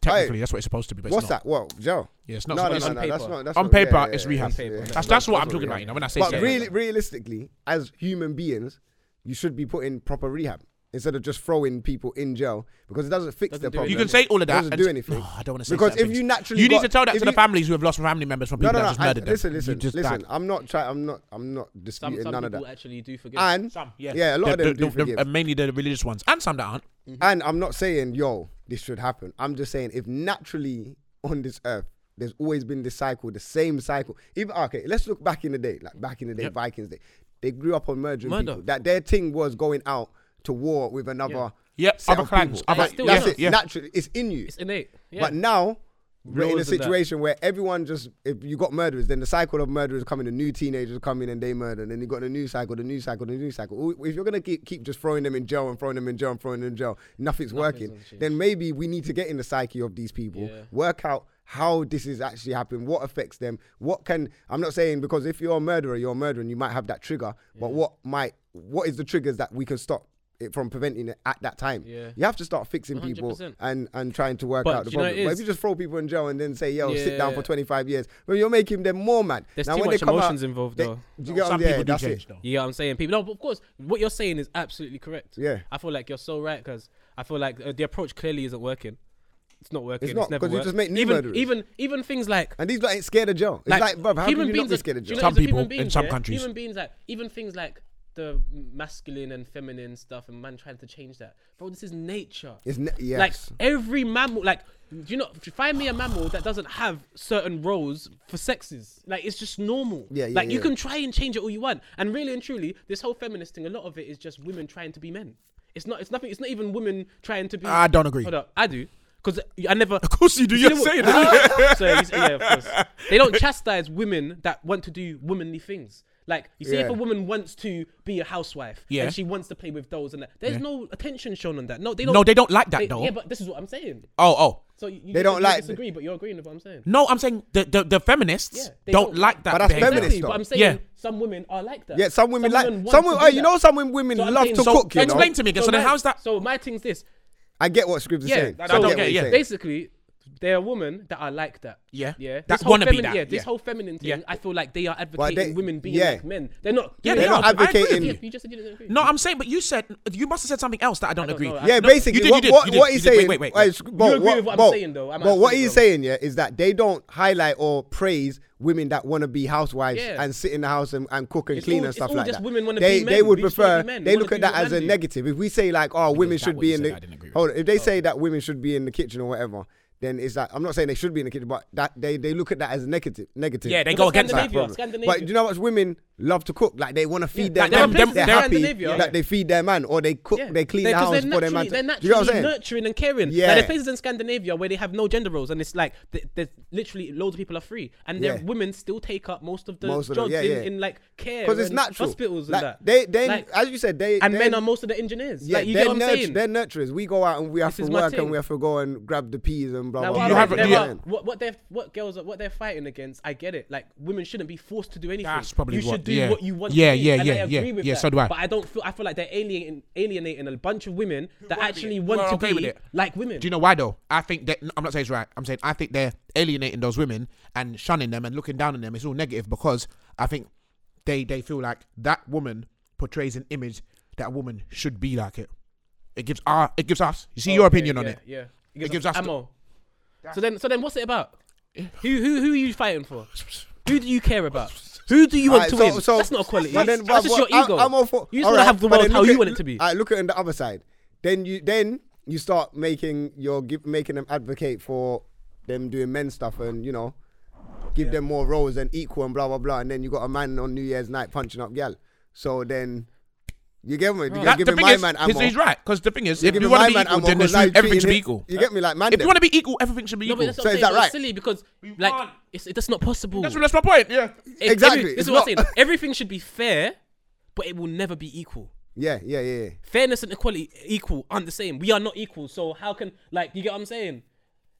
C: Technically, that's what it's supposed to be. But
D: What's
C: it's not.
D: that? Well, jail.
C: Yeah, it's
D: No,
C: not.
D: no, no,
C: it's
D: no,
E: on paper.
D: that's not. That's
C: on
D: not- yeah,
C: paper,
D: yeah,
C: it's
D: yeah,
C: rehab.
D: yeah, yeah.
C: That's that's what I'm
D: what
C: talking
D: it
C: about.
D: is.
C: You know, when I say
D: But
C: yeah.
D: really, realistically, as human beings, you should be put in proper rehab instead of just throwing people in jail because it doesn't fix
E: Doesn't
D: their
E: do anything.
D: problem.
C: you can say all of that.
D: Doesn't
C: and-
D: do anything.
C: No, I don't want to say
D: because
C: certain
D: if
C: things.
D: you naturally
C: you need
D: got-
C: to tell that
D: if
C: to the
D: you-
C: families who have lost family members from
D: No,
C: people
D: no,
C: that
D: no.
C: just
D: I-
C: murdered them.
D: listen,
C: You
D: listen,
C: just
D: listen.
C: died.
D: I'm not trying. I'm not. I'm not
E: Some,
D: disputing
E: some
D: none of
E: people
D: that.
E: actually do forget.
D: And
C: Some,
D: yeah, a lot of
C: The-
D: them
C: the-
D: do
C: the- the-
D: forgive.
C: uh, mainly the religious ones, and some that aren't.
D: Mm-hmm. And I'm not saying, yo, this should happen. I'm just saying, if naturally on this earth, there's always been this cycle, the same cycle. Even ah, okay, let's look back in the day, like back in the day, Vikings day. They grew up on murdering
E: Murder.
D: people. That their thing was going out to war with another.
C: Yeah,
D: set
C: other
D: of
C: clans,
D: people.
E: other-
D: That's
E: still
D: that's
E: is.
D: it.
C: Yeah.
D: Naturally, it's in you.
E: It's innate. Yeah.
D: But now we're in a
E: Rules and that.
D: situation where everyone just if you got murderers, then the cycle of murderers coming, the new teenagers coming and they murder, and then you got the new cycle, the new cycle, the new cycle. Ooh, If you're gonna keep, keep just throwing them in jail and throwing them in jail and throwing them in jail, nothing's, working.
E: gonna change.
D: Then maybe we need to get in the psyche of these people,
E: Yeah.
D: work out how this is actually happening, what affects them, what can I'm not saying because if you're a murderer, you're a murderer and you might have that trigger, but what might what is the triggers that we can stop it from preventing it at that time?
E: Yeah.
D: You have to start fixing people
E: 100%.
D: and and trying to work
E: But
D: out the
E: do you know
D: problem.
E: it
D: But if
E: is-
D: you just throw people in jail and then say, "Yo, sit down
E: Yeah.
D: for 25 years," well, you're making them more mad.
E: There's too much emotions involved,
D: they-
E: though.
D: Do you get what
C: some
D: I'm saying?
C: people do
D: That's
C: change
D: it.
C: though.
E: You know what I'm saying? People, no, but of course, what you're saying is absolutely correct.
D: Yeah.
E: I feel like you're so right because I feel like uh, the approach clearly isn't working. It's not working.
D: It's not,
E: never
D: 'cause you
E: worked.
D: just make new
E: even,
D: murderers.
E: Even, even things like.
D: And these like ain't scared of jail. It's like, bruv, how can you not be
E: are-
D: scared of
E: do you
D: jail?
E: know,
C: Some
E: as a human
C: people in
E: being,
C: some
E: yeah,
C: countries.
E: Human beings like even things like the masculine and feminine stuff, and man trying to change that. Bro, this is nature.
D: It's ne- yes.
E: Like every mammal, like do you know, find me a mammal that doesn't have certain roles for sexes. Like it's just normal.
D: Yeah, yeah,
E: Like you
D: yeah.
E: can try and change it all you want, and really and truly, this whole feminist thing, a lot of it is just women trying to be men. It's not. It's nothing. It's not even women trying to be.
C: I don't agree.
E: Hold up, I do. Because I never.
C: Of course you do. You're
E: See,
C: saying
E: they
C: that.
E: won't- so you see- yeah, of course. They don't chastise women that want to do womanly things. Like you see, if
D: Yeah.
E: a woman wants to be a housewife
C: Yeah.
E: and she wants to play with dolls and that, there's no attention shown on that. No, they don't.
C: No, they don't like that though.
E: Yeah, but this is what I'm saying.
C: oh, oh.
E: So you, you
D: They don't
E: you
D: like-
E: disagree, but you're agreeing with what I'm saying.
C: No, I'm saying the the, the feminists
E: Yeah, they
C: don't,
E: don't.
C: like that.
D: But that's
C: behavior.
D: feminist,
E: Exactly, but
D: though.
E: I'm saying
C: Yeah.
E: some women are like that.
D: Yeah, some women like
E: want
D: some.
E: to
D: Women,
E: do
D: oh, you
E: that.
D: know, some women
E: So I'm
D: love
E: saying-
D: to
E: so
D: cook. You know?
C: explain to me again. So, then
E: my-
C: how's that?
E: So my thing's this.
D: I get what Scribs is
E: Yeah,
D: saying.
E: I
D: So
E: don't
D: what
C: get it,
D: he's
C: yeah.
D: saying.
E: Basically, there are women that are like that.
C: Yeah.
E: yeah.
C: That
E: This whole
C: wanna be
E: femin-
C: that,
E: Yeah, this
C: yeah.
E: whole feminine thing.
C: Yeah.
E: I feel like they are advocating
D: they-
E: women being
D: yeah.
E: like men. They're not.
C: Yeah,
E: doing
C: they
D: They're
E: it.
D: not
C: I agree with
D: advocating.
E: Yeah, you just said you didn't agree.
C: No, I'm saying, but you said you must have said something else that I don't
E: don't
C: agree.
E: know. I-
D: Yeah,
E: No,
C: you
D: basically,
C: did,
D: what,
C: you did,
D: what,
C: you did.
D: what he's
C: Wait,
D: saying,
C: wait, wait,
D: uh,
C: wait.
D: Sc- Bo,
E: You agree
D: what,
E: with what I'm
D: Bo,
E: saying, though. I might
D: But what
E: say it
D: he's
E: wrong.
D: saying, yeah, is that they don't highlight or praise women that want to be housewives
E: Yeah.
D: and sit in the house and, and cook and
E: It's
D: clean
E: all-
D: and
E: it's
D: stuff
E: all
D: like
E: just
D: that.
E: women wanna
D: they
E: be
D: they
E: men.
D: would
E: We just
D: prefer.
E: wanna be men. We
D: They
E: wanna
D: look
E: do
D: at that
E: what
D: as a
E: men do.
D: negative. If we say like, oh, women
C: that
D: should
C: what
D: be
C: you
D: in
C: said?
D: the
C: I didn't agree with
D: hold, on, if they say that women should be in the kitchen or whatever, then it's like I'm not saying they should be in the kitchen, but that they they look at that as negative. Negative.
C: Yeah, they
E: Look
C: go
E: at
C: against that.
E: Scandinavia.
C: problem.
E: Scandinavia.
D: But do you know what? Women love to cook. Like they want to feed
E: Yeah,
D: their
E: like,
C: there are
D: man.
C: places
D: They're
C: in
D: happy
E: Scandinavia-
D: that they feed their man or they cook.
E: Yeah.
D: They clean the
E: They're- 'cause
D: house
E: they're
D: for their man. to-
E: naturally- They're
D: Do
E: naturally
D: you know what I'm saying?
E: nurturing and caring. Yeah.
D: Yeah.
E: Like, there's places in Scandinavia where they have no gender roles, and it's like th- there's literally loads of people are free, and their
D: Yeah.
E: women still take up most of the
D: Most of the-
E: jobs
D: yeah,
E: in,
D: yeah.
E: in like care
D: Because it's
E: and
D: natural.
E: hospitals
D: Like,
E: and that.
D: They, they,
E: Like,
D: as you said, they
E: and
D: they-
E: men are most of the engineers.
D: Yeah,
E: like, you
D: they're,
E: get what I'm
D: nurtu-
E: saying?
D: they're nurturers. We go out and we have
E: This
D: to
E: is my
D: work and
E: thing.
D: we have to go and grab the peas and blah
E: Now,
D: blah. blah,
E: while
C: you
E: I-
C: have-
D: blah,
E: there
C: you-
E: are- what, what they're what girls are, what they're fighting against. I get it. Like women shouldn't be forced to do anything.
C: That's probably
E: you should
C: what-
E: do
C: yeah.
E: what you want.
C: Yeah,
E: to do,
C: yeah,
E: and I
C: yeah, yeah,
E: agree with
C: yeah,
E: that.
C: so do I.
E: But I don't feel. I feel like they're alienating alienating a bunch of women that
C: wanna be-
E: actually
C: who
E: want
C: are
E: to
C: okay with
E: be
C: it.
E: like women.
C: Do you know why though? I think that I'm not saying it's right. I'm saying I think they're alienating those women and shunning them and looking down on them. It's all negative because I think they they feel like that woman portrays an image that a woman should be like it. It gives our it gives us. You see your
E: Okay,
C: opinion on
E: Oh, yeah,
C: it.
E: Yeah,
C: It gives us the-
E: ammo. So then, so then, what's it about? Who who who are you fighting for? Who do you care about? Who do you want
D: Alright,
E: to
D: so-
E: win?
D: so-
E: That's not equality.
D: but then,
E: That's just
D: but-
E: your
D: I'm-
E: ego.
D: I'm all for-
E: you just
D: all
E: want
D: right,
E: to have the
D: but
E: world
D: then
E: how
D: look
E: you
D: at-
E: want it to be.
D: alright, look at it on the other side. Then you then you start making your give, making them advocate for them doing men stuff and you know give them more roles and equal and blah blah blah. And then you got a man on New Year's night punching up gal. So then you get me? You're
C: That- the
D: giving
C: thing
D: my
C: is,
D: man
C: he's,
D: ammo.
C: he's right. Because the thing is, if
D: giving
C: you want
D: my
C: to be
D: man
C: equal,
D: ammo
C: then
D: 'cause
C: there's-
D: now you're
C: everything should
D: treating
C: be
D: it-
C: equal.
D: you get me? Like, man
C: If
D: them.
C: you want to be equal, everything should be
E: No,
C: equal.
E: but that's
D: So
E: what
D: is
E: I'm
D: that
E: saying. It's
D: right?
E: silly because like
C: can't.
E: it's that's not possible.
C: that's, that's my point. Yeah.
E: If every-
D: Exactly,
E: this
D: it's
E: is what I'm
D: not-
E: saying. Everything should be fair, but it will never be equal.
D: Yeah, yeah, yeah. yeah.
E: Fairness and equality equal aren't the same. We are not equal. So how can like you get what I'm saying?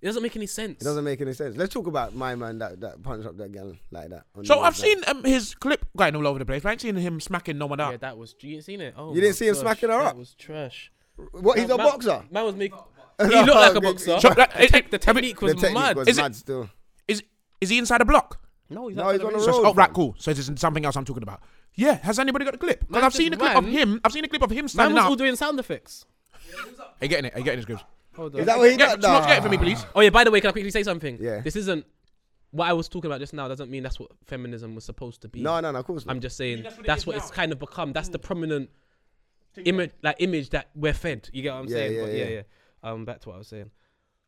E: It doesn't make any sense.
D: It doesn't make any sense. Let's talk about my man that, that punched up that gal like that. on
C: So
D: the
C: I've
D: website.
C: seen um, his clip going all over the place. I ain't seen him smacking no one up.
E: Yeah, that was. You didn't seen it. Oh,
D: You didn't
E: my
D: see him
E: gosh,
D: smacking her up?
E: That was trash.
D: What? He's a
E: Man-
D: boxer.
E: Man was making. He
D: No,
E: looked like a
D: okay.
E: boxer.
C: So, like,
E: the, tech-
C: it-
E: the
C: I mean,
E: technique
D: The
E: was
D: technique
E: mad.
D: was
C: Is it-
D: mad still.
C: Is is he inside a block?
D: No,
E: No,
D: he's on the
C: So,
D: road.
C: oh, right,
D: fam.
C: cool. So this is something else I'm talking about. Yeah, has anybody got a clip? Because
E: Man
C: I've
E: just
C: seen a clip of
E: ran.
C: him. I've seen a clip of him
E: Man
C: standing
E: was all
C: up.
E: doing sound effects.
C: Are you getting it? Are you getting his grips?
E: Hold
D: Is
E: on.
D: that what he
C: Get,
D: done? Nah.
C: get it for me, please.
E: Oh yeah. By the way, can I quickly say something?
D: Yeah.
E: This isn't what I was talking about just now. Doesn't mean that's what feminism was supposed to be.
D: No, no, no. Of course not.
E: I'm just saying that's
C: that's
E: what,
C: what it is
E: it's
C: now.
E: kind of become. That's the prominent image, like image that we're fed. You get what I'm
D: Yeah,
E: saying?
D: yeah,
E: But yeah,
D: yeah.
E: yeah. Um, back to what I was saying.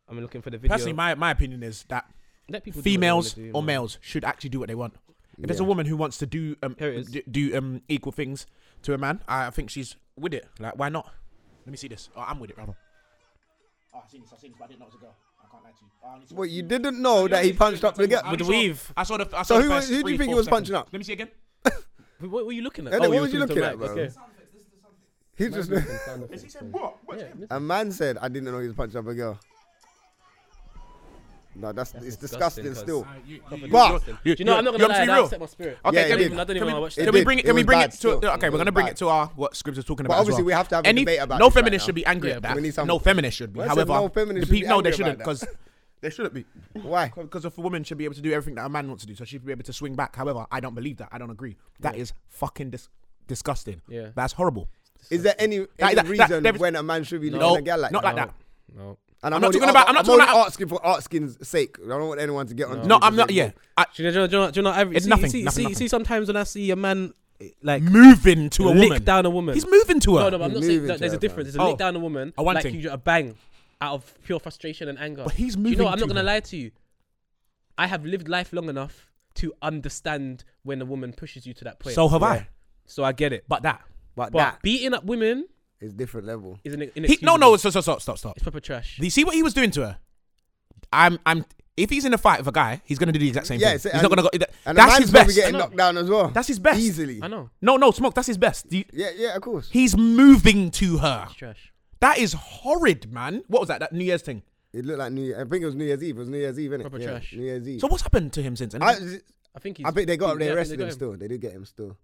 E: I'm looking for the video.
C: Personally, my, my opinion is that
E: Let people do what they
C: females
E: wanna do,
C: or
E: man.
C: males should actually do what they want. If there's a
D: Yeah.
C: woman who wants to do um
E: Here it is.
C: d- do um equal things to a man, I think she's with it. Like, why not? Let me see this. Oh, I'm with it, rather. Oh, I've seen this. I've seen this, but I didn't know it was a girl. I can't lie to you. Oh, I need to-
D: Well, you didn't know that he punched up the
C: I
D: girl.
E: With the
C: saw-
E: weave.
C: I saw the. I saw
D: So
C: the
D: who-
C: first
D: who do you
C: three,
D: think he
C: four
D: was punching
C: seconds.
D: up?
C: Let me see again.
E: What, what were Oh, you looking at?
D: Hey, what was you
E: talking to
D: looking at,
E: Mac,
D: bro?
E: okay.
D: He just.
C: Is he saying what? What's him?
D: A man said, "I didn't know he was punching up a girl." No, that's, it's disgusting,
E: disgusting, cuz.
D: still.
C: But
E: Do you know, I'm not gonna lie, that upset my spirit.
C: Okay,
D: Yeah, it
C: can, we,
D: did.
E: I don't even
C: can,
E: wanna
C: we,
E: watch
C: can
E: that.
C: we
D: It
C: bring it?
D: did.
C: Can
D: It
C: we
D: was
C: bring
D: bad
C: it to?
D: still.
C: Okay,
D: It
C: we're
D: was
C: gonna bring
D: bad.
C: it to our what Scribs is talking about.
D: But
C: as
D: obviously
C: well.
D: we have to have a
C: Any-
D: debate about
C: No
D: this right
C: feminist
D: now.
C: should be angry
E: Yeah,
C: at
E: but
C: that.
D: we need
C: no
D: something.
C: feminist should be.
D: Well, I said
C: However,
D: no feminist
C: the
D: should be
C: people no,
D: angry
C: they
D: about
C: shouldn't
D: that.
C: because they shouldn't be.
D: Why?
C: Because if a woman should be able to do everything that a man wants to do, so she'd be able to swing back. However, I don't believe that. I don't agree. That is fucking dis- disgusting.
E: Yeah.
C: that's horrible.
D: Is there any, any
C: That- that-
D: reason
C: there is-
D: when a man should be looking
C: No,
D: at a girl like
C: not
D: that?
C: like that.
E: No.
D: And
C: I'm not
D: only
C: talking about- I'm not talking
D: only
C: about-
D: asking for art skin's sake. I don't want anyone to get on. to
C: No,
D: me
C: I'm
D: to
C: not.
D: say,
C: Yeah, Uh, I,
E: Do you know? Do you know? Do you know? I-
C: It's
E: see,
C: nothing,
E: See,
C: nothing,
E: see,
C: nothing.
E: see, sometimes when I see a man eh, like
C: moving to a
E: lick
C: woman.
E: down a woman,
C: He's moving to her.
E: no, no, but I'm not
D: He's
E: saying
D: moving
E: that
D: to
E: there's
D: her,
E: a difference. There's a
C: man.
E: lick down a woman,
C: Oh, one
E: like
C: thing.
E: you do a bang out of pure frustration and anger.
C: But he's
E: Do you know?
C: moving
E: what? I'm not
C: to
E: gonna
C: her.
E: lie to you. I have lived life long enough to understand when a woman pushes you to that point.
C: So have
D: Yeah.
C: I.
E: so I get it.
C: But
E: But
C: that.
D: But,
E: but
D: that
E: beating up women
D: is different level.
E: is an
C: He,
E: inexcusable.
C: no, no, stop, stop, stop, stop.
E: it's proper trash.
C: You see what he was doing to her? I'm I'm if he's in a fight with a guy, he's gonna do the exact same
D: Yeah,
C: thing.
D: it's-
C: He's
D: and-
C: not gonna go. that-
D: And
C: that's
D: the
C: his
D: man's probably
C: best.
D: getting
E: I know.
D: knocked down as well.
C: That's his best.
D: Easily.
E: I know.
C: No, no, smoke. That's his best. You-
D: Yeah, yeah, of course.
C: He's moving to her.
E: It's trash.
C: That is horrid, man. What was that? That New Year's thing.
D: It looked like New Year. I think it was New Year's Eve. It was New Year's Eve, innit?
E: Proper
D: yeah,
E: trash.
D: New Year's Eve.
C: So what's happened to him since?
D: I,
E: I think he's.
D: I think they got him. They
E: yeah, I think
D: arrested
E: got
D: him still. They did get him still.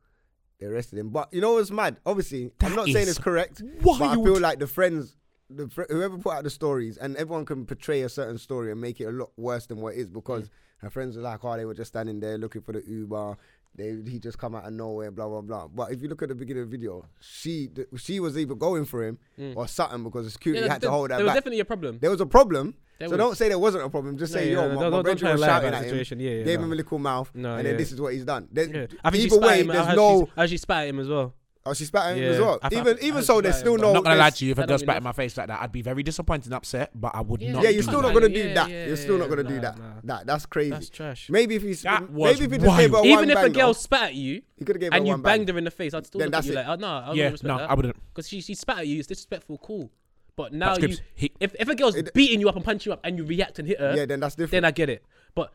D: They arrested him. But you know what's mad? Obviously,
C: That
D: I'm not saying
C: is
D: it's correct. But I
C: wild.
D: feel like the friends, the fr- whoever put out the stories, and everyone can portray a certain story and make it a lot worse than what it is
E: Mm.
D: because her friends were like, oh, they were just standing there looking for the Uber. They, he just come out of nowhere, blah blah blah. But if you look at the beginning of the video, she th- she was either going for him or something because the security
E: Mm. Yeah,
D: had to
E: there-
D: hold her
E: There was
D: back.
E: definitely a problem.
D: There was a problem.
E: There
D: so
E: was.
D: don't say there wasn't a problem. Just
E: No,
D: say,
E: yeah,
D: yo,
E: no,
D: my,
E: don't-
D: my
E: don't-
D: brother
E: don't
D: was
E: try to lie
D: shouting
E: about
D: at
E: the
D: him,
E: situation. Yeah, yeah,
D: gave
E: no.
D: him a little mouth,
E: No,
D: and then
E: yeah.
D: this is what he's done. There's,
E: Yeah. I think she
D: either
E: spat
D: way,
E: him. I
D: there's
E: heard
D: no.
E: she, I heard she spat at him as well.
D: Oh, she spat at him as
E: Yeah.
D: well.
E: I- I-
D: even
E: I
D: even
E: heard
D: so,
E: she
D: there's
E: spat at
D: still
E: him.
D: no.
C: I'm not gonna lie
D: there's-
C: to you. If a
E: that
C: girl
E: don't mean
C: spat in my
E: nothing.
C: face like that, I'd be very disappointed and upset. But I would
E: Yeah.
C: not.
D: Yeah, you're
C: do
D: still
C: that.
D: not gonna
E: Yeah,
D: do that.
E: yeah,
D: you're still
E: yeah,
D: not gonna
E: nah,
D: do that.
E: nah.
D: That that's crazy.
E: That's trash.
D: Maybe if he's
C: That was
D: maybe if he just gave her
C: wild.
E: Even
D: one
E: if a
D: banger,
E: girl spat at you
D: he could have gave
E: and
D: her
E: you
D: one
E: banged
D: banger.
E: her in the face, I'd still
D: Then
E: look at
D: that's
E: you
D: it.
E: like, oh no, I
C: Yeah,
E: wouldn't respect
C: no,
E: that.
C: I wouldn't.
E: Because she, she spat at you, it's disrespectful, cool. But now
C: But
E: you,
C: Scribs, he-
E: if, if a girl's beating you up and punching you up and you react and hit her,
D: Yeah, then that's different.
E: then I get it. But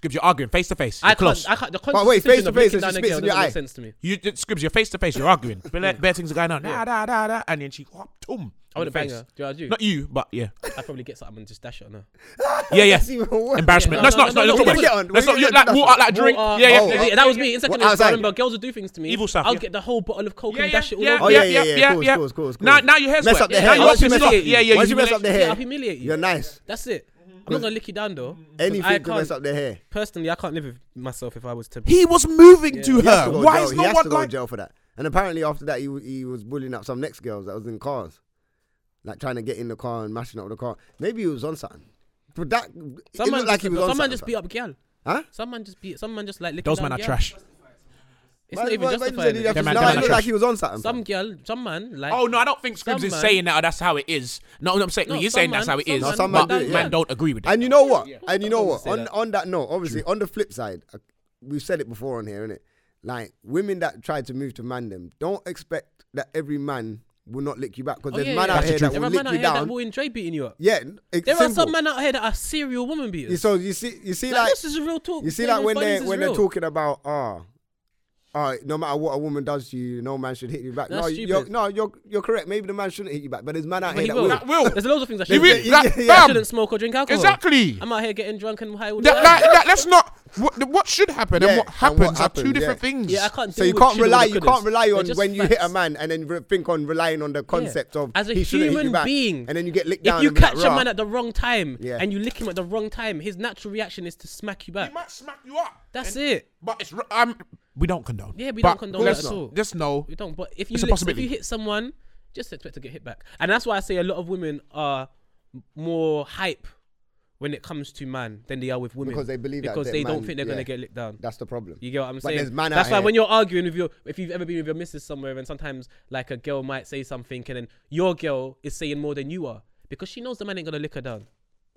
C: Scribs, you're arguing face to face.
E: I
C: You're
E: can't,
C: close.
E: I can't, the
D: But wait,
E: constitution
D: face to
E: of
D: face and
E: licking
D: she
E: down a
D: spits
E: girl
D: in your
E: doesn't make
D: eye.
E: sense to me.
C: You Scribs, you're face to face. You're arguing. Bare bare things are going on. Da da da da. And then she whoop, boom.
E: I wouldn't
C: in
E: bang
C: your
E: her.
C: face.
E: Do you know what I do?
C: Not you, but yeah,
E: I'd probably get something and just dash it on her.
C: yeah, yeah.
D: That's even worse.
C: Embarrassment. No,
E: Yeah,
C: it's not. It's
E: no,
C: not.
E: no,
C: Let's talk
E: no, no,
D: no,
C: about it.
D: no,
C: Let's
D: no,
C: not.
D: no,
C: You're
D: no,
C: like
D: no,
C: walk out like drink.
E: Or, uh,
C: Yeah,
E: or-
C: yeah.
D: yeah,
E: that was me in secondary
D: Well,
E: school. I
D: outside.
E: remember girls would do things to me.
C: Evil stuff,
E: I'll
C: yeah.
E: get the whole bottle of Coke
C: Yeah,
E: and
C: yeah,
E: dash it all
C: yeah,
E: over.
C: yeah,
D: Oh, yeah,
C: yeah,
D: yeah,
C: yeah,
D: cool,
C: yeah.
D: cool, cool, cool.
C: Now, now your hair's
D: Mess
C: wet.
D: up the
C: Now
D: hair.
C: you're
D: Once you
C: pissed
D: mess
C: off.
D: up-
C: Yeah, yeah.
D: once you mess up the
E: Yeah, I'll
D: hair,
E: humiliate you.
D: you're nice.
E: That's it. I'm not gonna lick you down though. 'cause I
D: Anything to mess
E: can't-
D: up the hair.
E: Personally, I can't live with myself if I was to.
C: He was moving to
D: He has
C: her.
D: to go
C: Why
D: jail.
C: is
D: He
C: no
D: has
C: one
D: to go
C: like?
D: to jail for that? And apparently after that, he w- he was bullying up some next girls that was in cars, like trying to get in the car and mashing up the car. Maybe he was on something. But that it
E: Some man
D: looked like
E: just,
D: he was on
E: some man
D: something.
E: just beat up gal.
D: Huh?
E: Some man just beat. Some man just like licking
C: Those
E: down
C: men are
E: gal.
C: trash.
E: It's not even justifying.
D: Nah,
E: it.
C: Them man-
D: it
C: them man are
D: looked
C: trash.
D: like he was on something.
E: Some girl, some man like.
C: Oh no, I don't think Scribs
E: Some
C: is
E: man-
C: saying that. Or that's how it is. No, no, I'm saying
E: No,
C: you're
E: some
C: saying that's
E: man-
C: how it
E: some
C: is.
E: man
D: No, some
C: but
D: man do it,
C: man
D: yeah.
C: don't agree with it.
D: And you know what? And you know
E: Don't
D: what?
E: say
D: On
E: that.
D: on that note, obviously, on the flip side, uh, we've said it before on here, innit? Like women that try to move to man them, don't expect that every man will not lick you back because
E: Oh,
D: there's
E: yeah,
D: man
E: yeah.
D: out
E: That's
D: here
E: the
D: that
E: truth.
D: will
E: There are
D: lick
E: men out
D: you
E: here that
D: down.
E: will enjoy beating you up.
D: Yeah, it's
E: There are
D: simple.
E: some men out here that are serial woman beaters.
D: So you see, you see,
E: Like,
D: like
E: this is real talk.
D: you see,
E: Saving
D: like when
E: funnies
D: they
E: is
D: when
E: real.
D: they're talking about ah. Uh, no matter what a woman does to you, no man should hit you back.
E: That's
D: no, you're,
E: stupid.
D: no, you're you're correct. Maybe the man shouldn't hit you back, but there's man out here
E: But he
D: that
E: will.
D: will.
C: That will.
E: There's loads of things I
C: You
E: shouldn't
C: mean-
E: do.
C: that-
D: yeah, yeah.
E: I
C: fam,
E: shouldn't smoke or drink alcohol.
C: Exactly.
E: I'm out here getting drunk and high all the
C: That,
E: time.
C: that, that, that's not what, what should happen
D: Yeah,
C: and what
D: and what
C: happens are two
D: happens,
C: different
D: yeah.
C: things.
E: Yeah, I can't.
D: So
E: deal
D: you
E: with
D: can't
E: shoulda,
D: rely,
E: woulda,
D: you
E: couldas.
D: can't rely
E: They're
D: on
E: just
D: when you hit a
E: facts.
D: man and then re- think on relying on the concept of
E: As a
D: he shouldn't hit you
E: human
D: back,
E: being,
D: and then you get licked down.
E: If you
D: and be like,
E: catch a
D: "Rah."
E: man at the wrong time
D: Yeah.
E: and you lick him at the wrong time, his natural reaction is to smack you back.
C: He might smack you up.
E: That's
C: And-
E: it.
C: But it's r- um, we don't condone.
E: Yeah, we
C: But
E: don't condone
C: let's-
E: that at all.
C: Just know.
E: We don't. But if you
C: It's a
E: lick- if
C: possibility.
E: you hit someone, just expect to get hit back. And that's why I say a lot of women are m- more hype when it comes to man than they are with women
D: Because they believe that
E: because
D: that
E: they
D: man-
E: don't think they're
D: yeah.
E: gonna get licked down.
D: That's the problem.
E: You get what I'm
D: But
E: saying?
D: there's man out
E: That's why
D: here-
E: when you're arguing with your, if you've ever been with your missus somewhere, and sometimes like a girl might say something, and then your girl is saying more than you are because she knows the man ain't gonna lick her down.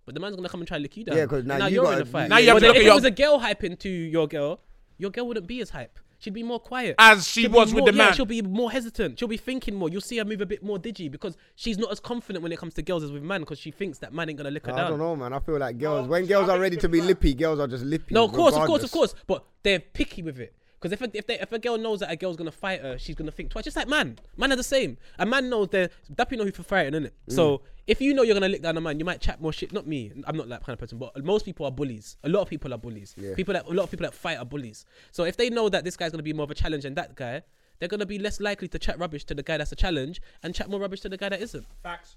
E: But the man's gonna come and try and lick you down.
D: Yeah, 'cause now you
E: you're
D: gotta-
E: in a fight.
D: Now you
E: But
C: have to
E: then
C: look
E: if
C: at
E: it
C: your-
E: was a girl hyping to your girl, your girl wouldn't be as hype. She'd be more quiet.
C: As she
E: She'll be
C: was with
E: more-
C: the
E: yeah,
C: man.
E: she'll be more hesitant. She'll be thinking more. You'll see her move a bit more digi because she's not as confident when it comes to girls as with man because she thinks that man ain't gonna lick her
D: I
E: down.
D: don't know, man. I feel like girls, when girls are ready to be lippy, girls are just lippy.
E: No, of course, of course,
D: regardless.
E: of course. But they're picky with it. Because if a, if, they, if a girl knows that a girl's gonna fight her, she's gonna think twice. Just like man, man are the same. A man knows they're that people know who for fighting, innit?
D: Mm.
E: So if you know you're gonna lick down a man, you might chat more shit. Not me, I'm not that kind of person. But most people are bullies. A lot of people are bullies.
D: Yeah.
E: People that a lot of people that fight are bullies. So if they know that this guy's gonna be more of a challenge than that guy, they're gonna be less likely to chat rubbish to the guy that's a challenge and chat more rubbish to the guy that isn't.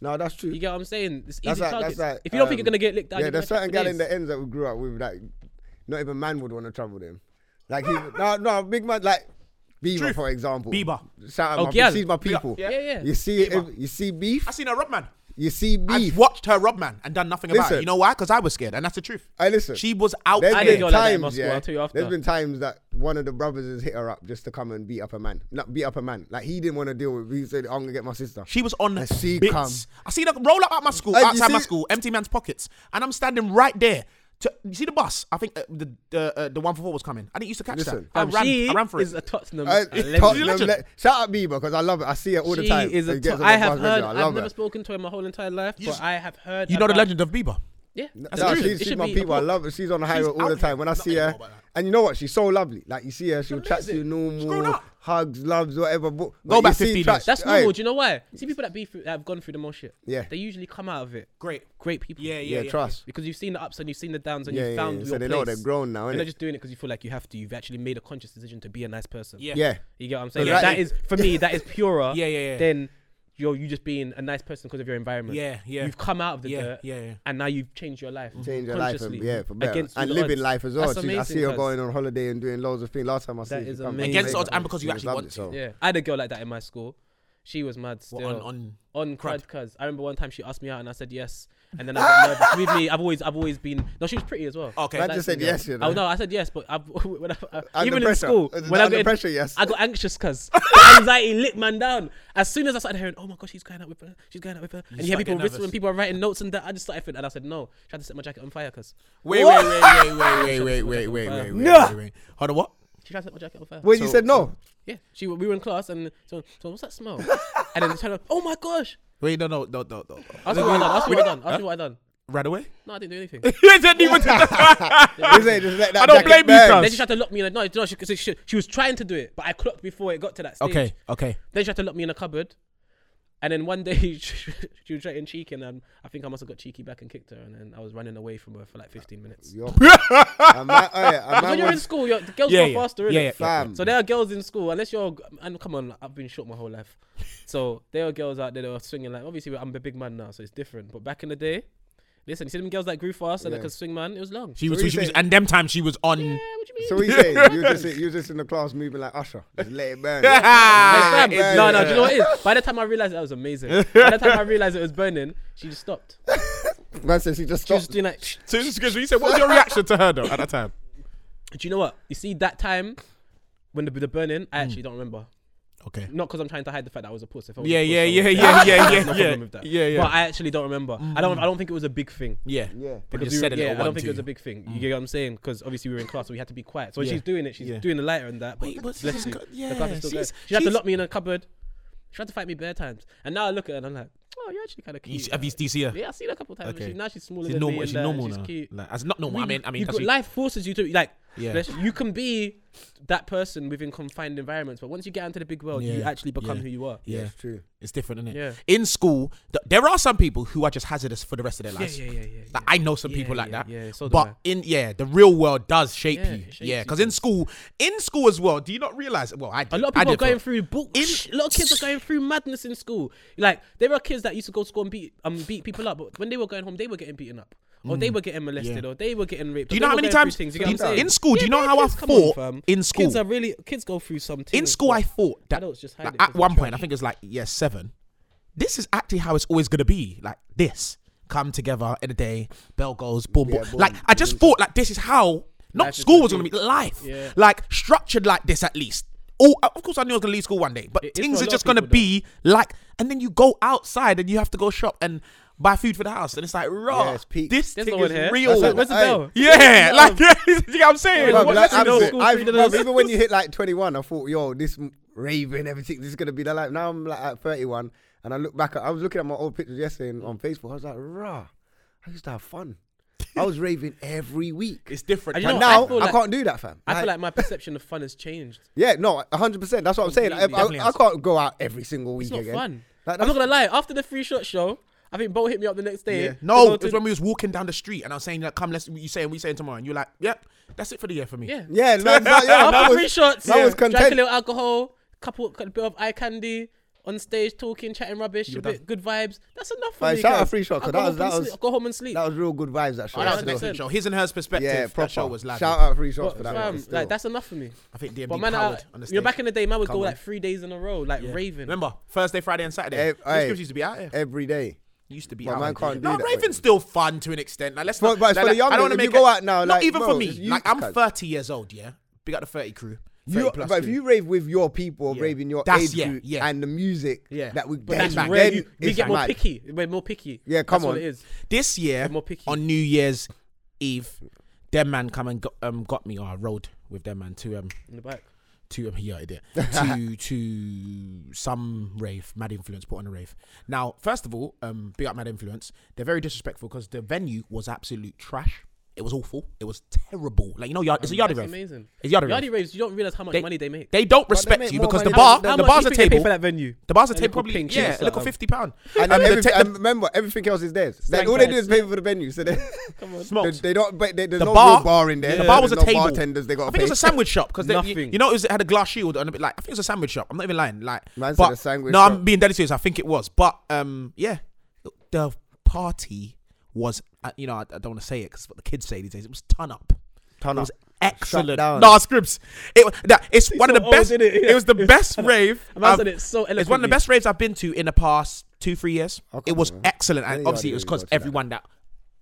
D: No, that's true.
E: You get what I'm saying? It's easy
D: That's like,
E: targets.
D: that's like,
E: if you don't think
D: um,
E: you're gonna get licked down,
D: yeah,
E: you're
D: there's
E: gonna
D: certain
E: chat
D: gal
E: for
D: in
E: days.
D: the ends that we grew up with, like, not even man would want to travel them. Like, he, no, no, big man, like Bieber,
C: Truth.
D: for example.
C: Bieber.
D: shout out,
E: Oh,
D: my,
E: gal.
D: she's my people.
E: Yeah, yeah.
D: You see, it, you see beef,
C: I seen her rob man.
D: you see beef.
C: I've watched her rob man and done nothing about it.
D: Listen.
C: You know why? Because I was scared, and that's the truth.
D: Hey, listen.
C: She was out.
D: There's
E: I
C: there.
E: didn't
D: been
E: go like that in
D: times,
E: my school,
D: yeah.
E: I'll tell you after.
D: There's been times that one of the brothers has hit her up just to come and beat up a man, not beat up a man. Like he didn't want to deal with. He said, "I'm gonna get my sister."
C: She was on
D: I see
C: bits.
D: cum.
C: I seen her roll up at my school,
D: Hey, you
C: outside my
D: see-
C: school, empty man's pockets, and I'm standing right there. To, you see the bus? I think uh, the the, uh, the one for four was coming. I didn't used to catch
D: Listen.
C: that. I
E: Um,
C: ran,
E: she
C: I ran for
E: is
C: it.
E: a Tottenham.
D: Uh,
E: legend.
D: Tottenham
C: legend.
D: le- shout out Bieber because I love it. I see her all the
E: She
D: time.
E: is a
D: It gets
E: Tot-
D: on my
E: I have
D: bus regular.
E: heard.
D: I
E: I've
D: love
E: never
D: her.
E: spoken to her in my whole entire life,
C: You
E: but
C: just-
E: I have heard.
C: you know the
E: about-
C: legend of Bieber.
E: Yeah,
D: No,
E: that's
D: no,
E: the truth.
D: she's,
E: It
D: she's
E: should
D: my
E: be
D: people. I
E: applauded.
D: love her. She's on the highway all the
C: out
D: time. When I
C: here.
D: see
C: Nothing
D: her,
C: about that.
D: and you know what? She's so lovely. Like you see her, she'll chat to you
C: amazing. She's grown
D: normal,
C: up.
D: hugs, loves, whatever. But
C: Go
D: when
C: back
D: you see
C: 15
D: trash-
C: years.
E: That's
D: Aye,
E: normal. Do you know why? See people that be through, that have gone through the most shit.
D: Yeah.
E: They usually come out of it
C: Great.
E: great people.
C: Yeah, yeah,
D: Yeah,
C: yeah.
D: trust.
E: Because you've seen the ups and you've seen the downs and
D: Yeah,
E: you've
D: yeah,
E: found
D: yeah.
E: your
D: So they
E: place.
D: know they're grown now,
E: You're
D: innit?
E: not just doing it because you feel like you have to. You've actually made a conscious decision to be a nice person.
C: Yeah.
D: Yeah,
E: You get what I'm saying?
D: that
E: that
D: is-
E: is for me. That is purer.
C: Yeah, yeah, yeah.
E: Than you're you just being a nice person because of your environment.
C: Yeah, yeah.
E: You've come out of the
C: Yeah,
E: dirt.
C: yeah, yeah.
E: And now you've changed your life.
D: change her life, and,
E: consciously,
D: yeah, for better,
E: against all
D: and
E: the
D: living
E: odds.
D: life as well. She,
E: That's
D: I see
E: amazing,
D: her
E: cuz.
D: going on holiday and doing loads of things. Last time I see
E: That
D: her, she
E: is
D: come back
E: amazing.
C: Against
D: later.
C: odds and because you
D: She was
C: actually
D: lovely,
C: want
D: so-
C: to.
E: Yeah, I had a girl like that in my school. She was mad still.
C: What, on on
E: on
C: Crud.
E: crud cuz I remember one time she asked me out and I said yes and then I got nervous with me I've always I've always been no she was pretty as well
C: Okay.
D: Man
E: Like,
D: just said
E: yeah.
D: yes, you know.
E: oh no I said yes but I've, when I, I,
D: Under
E: even in
D: pressure.
E: school
D: Under
E: when I got in-
D: pressure, yes.
E: I got anxious cuz anxiety lit man down as soon as I started hearing oh my gosh she's going out with her she's going out with her and you hear
C: start
E: people
C: getting
E: whistling
C: nervous.
E: people are writing notes and that I just started thinking and I said no tried to set my jacket on fire cuz
C: Wait, wait, wait, wait, wait, wait, wait, wait, wait, wait, wait,
D: Nah.
C: wait, wait. Hold on, what?
E: she tried to set my jacket on fire
D: Well, you said no.
E: yeah she we were in class and so, so what's that smell and then she turned up oh my gosh
C: Wait, no, no, no, no, no.
E: ask me what I done ask me what I done ask me what I done
C: Right away?
E: no I didn't do anything
C: He didn't even do that.
D: You said just let that
C: I don't
D: jacket
C: blame you,
D: burn.
C: cuz.
E: Then she tried to lock me in. A, no, no, she, she, she, she was trying to do it, but I clocked before it got to that stage.
C: Okay, okay.
E: Then she tried to lock me in a cupboard, and then one day she, she was getting cheeky, and um, I think I must have got cheeky back and kicked her, and then I was running away from her for like 15 minutes.
D: Yo. A man- oh, yeah, a
E: Because when
D: man
E: you're in
D: once-
E: school, you're, the girls
C: Yeah,
E: go
C: yeah.
E: faster, innit?
C: Yeah, yeah.
D: Fam.
E: So there are girls in school, unless you're, and come on, I've been short my whole life. So there are girls out there that are swinging like, obviously I'm a big man now, so it's different. But back in the day, listen, you see them girls that grew fast and that
D: Yeah.
E: could swing, man, it was long.
C: She was,
D: you
C: she was,
D: saying-
C: and them time she was on.
E: yeah, what do you mean?
D: So what you saying? You just you just in the class moving like Usher. Just let it burn.
C: Ah,
D: Let it
E: It's-
D: burn.
E: no, no, do you know what it is? By the time I realized that was amazing, by the time I realized it was burning, she just stopped. She
D: Man says he just
E: was
D: stopped.
E: doing like,
C: So it's because you said, what was your reaction to her though at that time?
E: do you know what? You see, that time when the, the burning, I actually don't remember.
C: Okay.
E: Not because I'm trying to hide the fact that I was a puss. If I was
C: Yeah,
E: a puss,
C: yeah,
E: I
C: yeah,
E: was-
C: yeah, yeah, yeah,
E: no problem
C: yeah,
E: with that.
C: yeah, yeah.
E: But I actually don't remember. I don't. I don't think it was a big thing.
C: Yeah.
D: Yeah.
C: But
E: we
C: just said
E: were-
C: it.
E: yeah,
C: little
E: I don't
C: one
E: think
C: to
E: it was
C: you.
E: a big thing. You get what I'm saying? Because obviously we were in class, so we had to be quiet. So when
C: Yeah.
E: she's doing it, she's
C: Yeah.
E: doing the lighter and that. But,
C: Wait, but this
E: bless
C: is
E: you,
C: good-
E: the club
C: yeah,
E: is still going.
C: she's-
E: She had to
C: she's-
E: lock me in a cupboard. She tried to fight me bare times, and now I look at her and I'm like, oh, you're actually kind of
C: You
E: cute.
C: see- Have you do you see her?
E: Yeah, I've seen her a couple times. but
C: Okay.
E: She, now she's smaller
C: She's
E: than
C: normal.
E: me.
C: She's
E: and, uh,
C: normal
E: she's
C: now.
E: cute.
C: Like, that's not normal. I mean, I mean,
E: you've
C: that's
E: got,
C: you-
E: life forces you to like.
C: Yeah.
E: bless you, you can be that person within confined environments, but once you get into the big world, you
C: Yeah,
E: actually become
C: yeah.
E: who you are.
C: Yeah,
D: It's true.
C: it's different, isn't it?
E: Yeah.
C: In school, th- there are some people who are just hazardous for the rest of their
E: Yeah,
C: lives.
E: yeah, yeah, yeah,
C: Like,
E: yeah.
C: I know some
E: Yeah,
C: people like
E: yeah,
C: that.
E: yeah, so do I.
C: but in yeah, the real world does shape
E: Yeah,
C: you.
E: it shapes
C: Yeah,
E: you,
C: because in
E: does.
C: school, in school as well, do you not realize? Well, I did,
E: A lot of
C: I
E: people are
C: did for-
E: going through books.
C: In-
E: A lot of kids are going through madness in school. Like there are kids that used to go to school and beat um beat people up, but when they were going home, they were getting beaten up, or they were getting molested,
C: Mm. Yeah.
E: or they were getting raped.
C: Do
E: or
C: you
E: they
C: know how
E: were
C: many
E: going through
C: times
E: things, you get what I'm
C: in-
E: saying?
C: in school, do you know
E: man,
C: how I
E: kids, come on,
C: fought
E: fam.
C: in school?
E: Kids are really kids go through some.
C: in
E: things,
C: school,
E: but
C: I thought that
E: adults just hide
C: like,
E: it
C: at
E: because
C: one
E: they're
C: point, I
E: trash.
C: think it was like yeah seven. This is actually how it's always gonna be. Like this, come together in a day. Bell goes, boom, boom.
D: Yeah, boom.
C: Like I just thought, like this is how not
E: Mm. Life is
C: school
E: gonna
C: was gonna
E: be.
C: be life.
E: Yeah.
C: Like structured like this at least. Oh, of course I knew I was gonna leave school one day, but
E: It is
C: things
E: for a
C: are
E: lot
C: just
E: of people,
C: gonna be like. And then you go outside and you have to go shop and buy food for the house, and it's like raw.
D: Yeah, it's peak.
C: this
E: There's
C: thing
E: no one
C: is
E: here.
C: real.
D: That's it.
E: Where's the
D: Aye.
E: bell?
C: yeah,
E: Where's
C: like
E: the
C: yeah, you know what I'm saying.
E: Yeah,
D: Bruv,
E: Well,
C: What-
E: but
D: like,
E: that's no
D: I've been-
E: school
D: I've-
E: freedom.
D: bruv, even when you hit like 21, I thought, yo, this m- raving, everything, this is going to be the life. Now I'm like at 31, and I look back, at, I was looking at my old pictures yesterday and- on Facebook. I was like, rah, I used to have fun. I was raving every week.
C: It's different.
E: And you
D: and
E: know what, I
D: now I,
E: feel like-
D: can't do that, fam.
E: I feel like my perception of fun has changed.
D: yeah, no, 100%. That's what I'm saying. I,
E: Completely.
D: I, I can't go out every single week
E: It's not
D: again.
E: fun.
D: Like,
E: I'm not
D: that's-
E: gonna lie. After the free shot show, I think Bo hit me up the next day.
D: Yeah.
E: to
C: No,
E: go
C: it
E: to-
C: was when we was walking down the street and I was saying, like, come, let's, you saying, we saying tomorrow. And you're like, yep, that's it for the year for me.
E: yeah,
D: Yeah, no, no, yeah,
E: After
D: that was-
E: three shots,
D: that was
E: drank a
D: content.
E: little alcohol, couple a bit of eye candy, on stage talking, chatting rubbish, a bit good vibes. That's enough for
D: Aye,
E: me.
D: shout out
E: guys.
D: free shot, 'cause that
E: I'll go
D: was-
E: home and
D: that was-
E: sleep- I'll go home and sleep.
D: That was real good vibes, that show.
C: Oh, that was
E: Yeah,
C: an excellent
E: yeah.
C: show. His and hers perspective.
D: yeah,
C: that
D: proper.
C: show was like,
D: Shout out free shots
E: But
D: for that.
E: fam,
D: one
E: like
D: still.
E: that's enough for me.
C: I think DMB
E: But man,
C: powered.
E: I,
C: on the
E: you're
C: stage.
E: back in the day. Man would
C: Come
E: go
C: on.
E: like three days in a row, like
C: Yeah.
E: raving.
C: Remember, Thursday, Friday, and Saturday.
D: Ev-
C: These
D: aye.
C: kids used to be out here.
D: every day.
C: Used to be
D: But
C: out
D: man
C: here.
D: can't do
C: no,
D: that,
C: raving's
D: mate.
C: still fun to an extent. Like, let's
D: But-
C: not,
D: but it's
C: like,
D: for the
C: like, I don't
D: young ones.
C: wanna
D: If
C: make
D: you go
C: it-
D: out now,
C: Not
D: like,
C: even
D: bro,
C: for me.
D: it's youth,
C: Like, I'm
D: cuz.
C: 30 years old, yeah? Big up the 30 crew. 30
D: You,
C: plus
D: but if
C: crew.
D: you rave with your people,
C: Yeah.
D: raving your
C: That's-
D: age
C: yeah,
D: group
C: yeah.
D: and the music
C: Yeah.
D: that we
E: But
D: then,
E: that's
D: then
E: rare. You- we
D: it's
E: get more
D: mad.
E: picky. We're more picky.
D: Yeah, come
E: That's What
D: on.
E: it is.
C: This year,
E: More picky.
C: on New Year's Eve, them man come and got, um, got me, or I rode with them man to um,
E: In the back.
C: to yeah, I did to to some rave. Mad Influence put on a rave. Now, first of all, um, big up Mad Influence. They're very disrespectful because the venue was absolute trash. It was awful. It was terrible. Like you know, yard, it's a Yardie
E: Um, That's
C: rave.
E: amazing.
C: It's Yardie,
E: Yardie
C: rave.
E: raves, you don't realize how much
C: They-
E: money they make.
C: They don't respect
D: make
C: you
D: more
C: because the
D: money than-
C: bar,
E: How
C: the bars
E: much do
C: are
E: you think they pay
C: table.
E: for that venue.
C: The bars are
E: A
C: table
E: little
C: probably
E: pink
C: yeah,
E: juice,
C: a little
E: um,
C: fifty pound.
D: And,
C: Um,
D: and,
C: the
D: everything,
C: te-
D: and remember, everything else is theirs. Like,
E: Snack
D: all they do
E: bags.
D: is pay for the venue. So they,
E: on.
D: they, they don't. But they, there's
C: The
D: no
C: bar-
D: real bar in there.
C: the bar was a
D: there's no
C: table.
D: Bartenders, they got.
C: I think it was a sandwich shop because you,
E: Nothing.
C: you know it, was, it had a glass shield and a bit like I think it was a sandwich shop. I'm not even lying. Like,
D: Man said
C: but,
D: a sandwich
C: no, I'm
D: shop.
C: being dead serious. I think it was, but um, yeah, the party was uh, you know I, I don't want to say it because what the kids say these days it was ton up. It
D: Turn up.
C: was excellent.
D: down.
C: Nah, scripts. It wa- that it's one of
E: so
C: the
E: old,
C: best.
E: isn't
C: it?
E: it? Yeah.
C: was the best rave.
E: A man said
C: I've-
E: it so
C: it's one of the
E: eloquently.
C: best raves I've been to in the past two three years.
D: How come,
C: It was
D: man?
C: excellent,
D: Yeah,
C: and
D: yeah,
C: obviously
D: yeah,
C: it was
D: you
C: because
D: got to that. Mm.
C: everyone that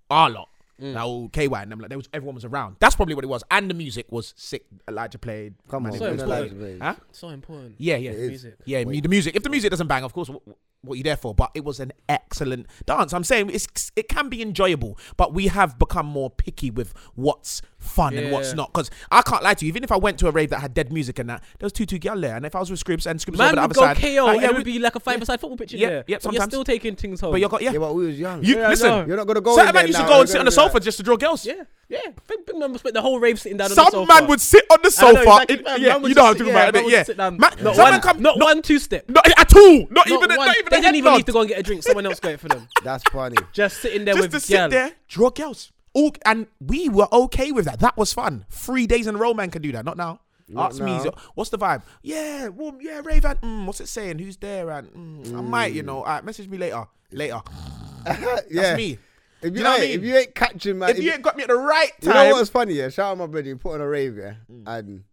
C: our lot. Like, all KY and them, like, there was everyone was around. That's probably what it was, and the music was sick. Elijah played.
D: Come
C: Man,
D: on,
C: it
E: So
C: was
E: it's
C: good.
E: like-
D: Elijah,
C: Huh?
E: So important.
C: Yeah, yeah,
D: It is.
E: Music.
C: yeah. mu- The music. If the music doesn't bang, of course, what, what are you there for? But it was an excellent dance. I'm saying it's it can be enjoyable, but we have become more picky with what's fun and what's
E: Yeah.
C: not. Because I can't lie to you. Even if I went to a rave that had dead music and that, there was two two gal there, and if I was with Scribs and Scribs over
E: Man
C: the
E: would
C: other
E: go
C: side,
E: KO
C: like,
E: and
C: yeah,
E: it
C: we-
E: would be like a five side football pitch in
C: Yeah,
E: there.
C: yeah,
E: But you're
C: sometimes.
E: still taking things home.
C: But you got yeah.
D: Yeah, but we was young.
C: You
E: Yeah, I know.
C: listen.
D: You're not gonna go.
C: Certain
D: in there
C: man used to
D: now,
C: go
D: you're
C: and sit on
D: gonna
C: the
D: do that.
C: sofa just to draw girls.
E: Yeah, yeah. Big, big man would spend the whole rave sitting down on the
C: Some
E: sofa.
C: man would sit on the
E: I know,
C: sofa.
E: exactly,
C: in-
E: man.
C: yeah,
E: Man would
C: you know
E: just
C: how I'm
E: sit-
C: talking
E: yeah,
C: about
E: man
C: it.
E: would
C: Yeah,
E: just sit down.
C: Man-
E: Not
C: some
E: one,
C: man come-
E: not
C: not-
E: one two step.
C: not at all. Not
E: Not
C: even a-
E: one-
C: not even.
E: they
C: a
E: didn't
C: head
E: even
C: nod.
E: need to go and get a drink. Someone else got it for them.
D: That's funny.
E: Just sitting there
C: just to
E: with
C: sit
E: gal.
C: there, draw girls. All and we were okay with that. That was fun. Three days in a row, man can do that. Not now.
D: Not
C: Ask me,
D: now.
C: what's the vibe? Yeah, warm, yeah, rave and mm, what's it saying? Who's there? And mm, I might, you know, all right, message me later. Later.
D: yeah.
C: That's me.
D: If you,
C: know what I
D: ain't- if
C: mean?
D: you ain't catching man,
C: If you ain't got me at the right
D: You
C: time, Mm.
D: know what's funny? Yeah, shout out my brother. He put on a rave, yeah, and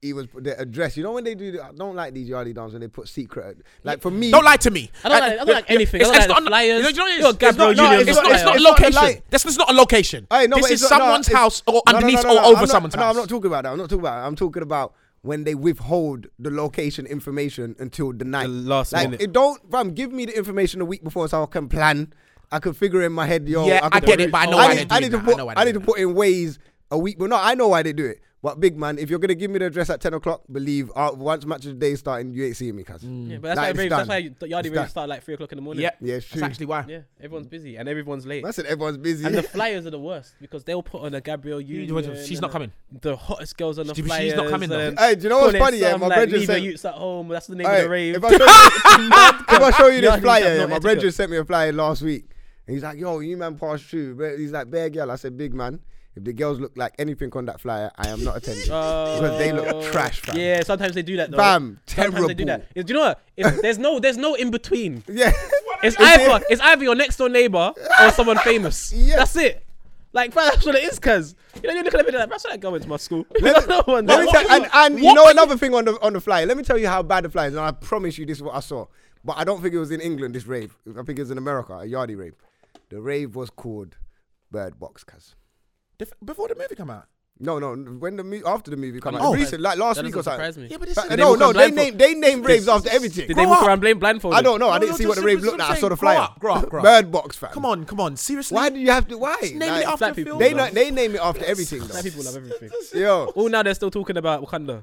D: he was the address. You know when they do? The, I don't like these Yardie dance when they put secret. Like for me,
C: don't lie to me.
E: I don't like- I don't like anything. I don't like the flyers.
C: You know, you know
E: You're a
C: what it is?
E: Gabriel
C: It's not-
E: Union
C: no, it's not- it's not a
E: flyer.
D: It's not a
C: location.
D: lie.
C: This is not a location.
D: Hey, no,
C: this
D: but
C: is
D: it's not- no,
C: someone's
D: it's-
C: house or
D: no, no,
C: underneath
D: no, no,
C: or
D: no, I'm
C: over
D: not-
C: someone's
D: no,
C: house.
D: I'm not talking about that. I'm not talking about. That. I'm talking about when they withhold the location information until the night,
E: last
D: like,
E: minute.
D: It don't, fam. Give me the information a week before so I can plan. I can figure in my head, yo.
C: Yeah, I
D: can
C: get
D: put-
C: it, but I know
E: why
D: need,
E: they're
D: I
C: doing
D: need
C: that. I
D: to put.
C: know why
D: I,
C: they're
D: need to
C: doing
D: put in ways a week, but no, I know why they do it. But big man, if you're gonna give me the address at ten o'clock, believe uh, once match of the day starting, you ain't seeing me, cuz.
C: Mm.
E: Yeah, but that's
D: Like,
E: why
D: it's
E: raves.
D: done.
E: That's why the
D: It's
E: Yardie
D: done.
E: raves start at like three o'clock in the morning.
C: Yeah,
D: Yeah, it's
C: that's
D: true.
C: actually why.
E: yeah. Everyone's busy and everyone's late.
D: I said everyone's busy.
E: And the flyers are the worst because they'll put on a Gabrielle Union.
C: She's
E: and
C: not coming.
E: The hottest girls on the
C: She- she's not
E: flyers.
C: coming, though.
E: and
D: Hey, do you know what's
E: calling
D: funny? Yeah,
E: some,
D: my
E: like,
D: brother
E: leave your
D: sent.
E: youths at home. That's the name
D: Hey,
E: of the rave.
D: if I show you, if I show you
E: Yeah, I
D: this flyer, yeah,
E: think that's not
D: my brother
E: etiquette.
D: just sent me a flyer last week. And he's like, yo, you man passed through. But He's like, bear girl. I said, big man. If the girls look like anything on that flyer, I am not attending. because they look
E: Oh.
D: trash, fam.
E: Yeah, sometimes they do that. Though.
D: Fam,
E: Sometimes they do
D: terrible.
E: that. Do you know what? If there's no, there's no in between.
D: Yeah.
E: It's either it's either your next door neighbor or someone famous.
D: Yeah.
E: That's it. Like, fam, that's what it is, cuz. You know, you look at it like, that's what I go into my school.
D: Let me,
E: No one
D: let me
E: knows.
D: tell, and and you
C: what
D: know
C: were
D: another thing on the on the flyer. Let me tell you how bad the flyer is, and I promise you this is what I saw. But I don't think it was in England. This rave, I think it was in America, a Yardie rave. The rave was called Bird Box, cuz.
C: Def- Before the movie come out.
D: No, no. When the mo- after the movie come out,
C: Oh.
D: recent, like last
E: That
D: week
E: doesn't
D: or something.
E: surprise me.
C: Yeah, but this
D: Fa-
C: is
E: Did they
D: no,
E: walk
D: no,
E: around
D: they
E: blindfold-
D: name they name raves after everything.
E: Did they
C: Grow
E: walk
C: up.
E: around blame blindfolded?
D: I don't know. I
C: No,
D: didn't
C: no,
D: see
C: just
D: what the
C: say-
D: rave
C: just
D: looked like. I
C: say
D: saw the
C: grow
D: flyer.
C: up, grow up, grow up.
D: Bird Box, fam.
C: Come on, come on. Seriously.
D: Why do you have to? Why?
C: Name
D: Like,
C: it after
E: black
C: a
E: people.
C: film.
D: They
E: know-
D: na- they name it after everything though.
E: Black people love everything.
D: Yo,
E: Oh, now they're still talking about Wakanda.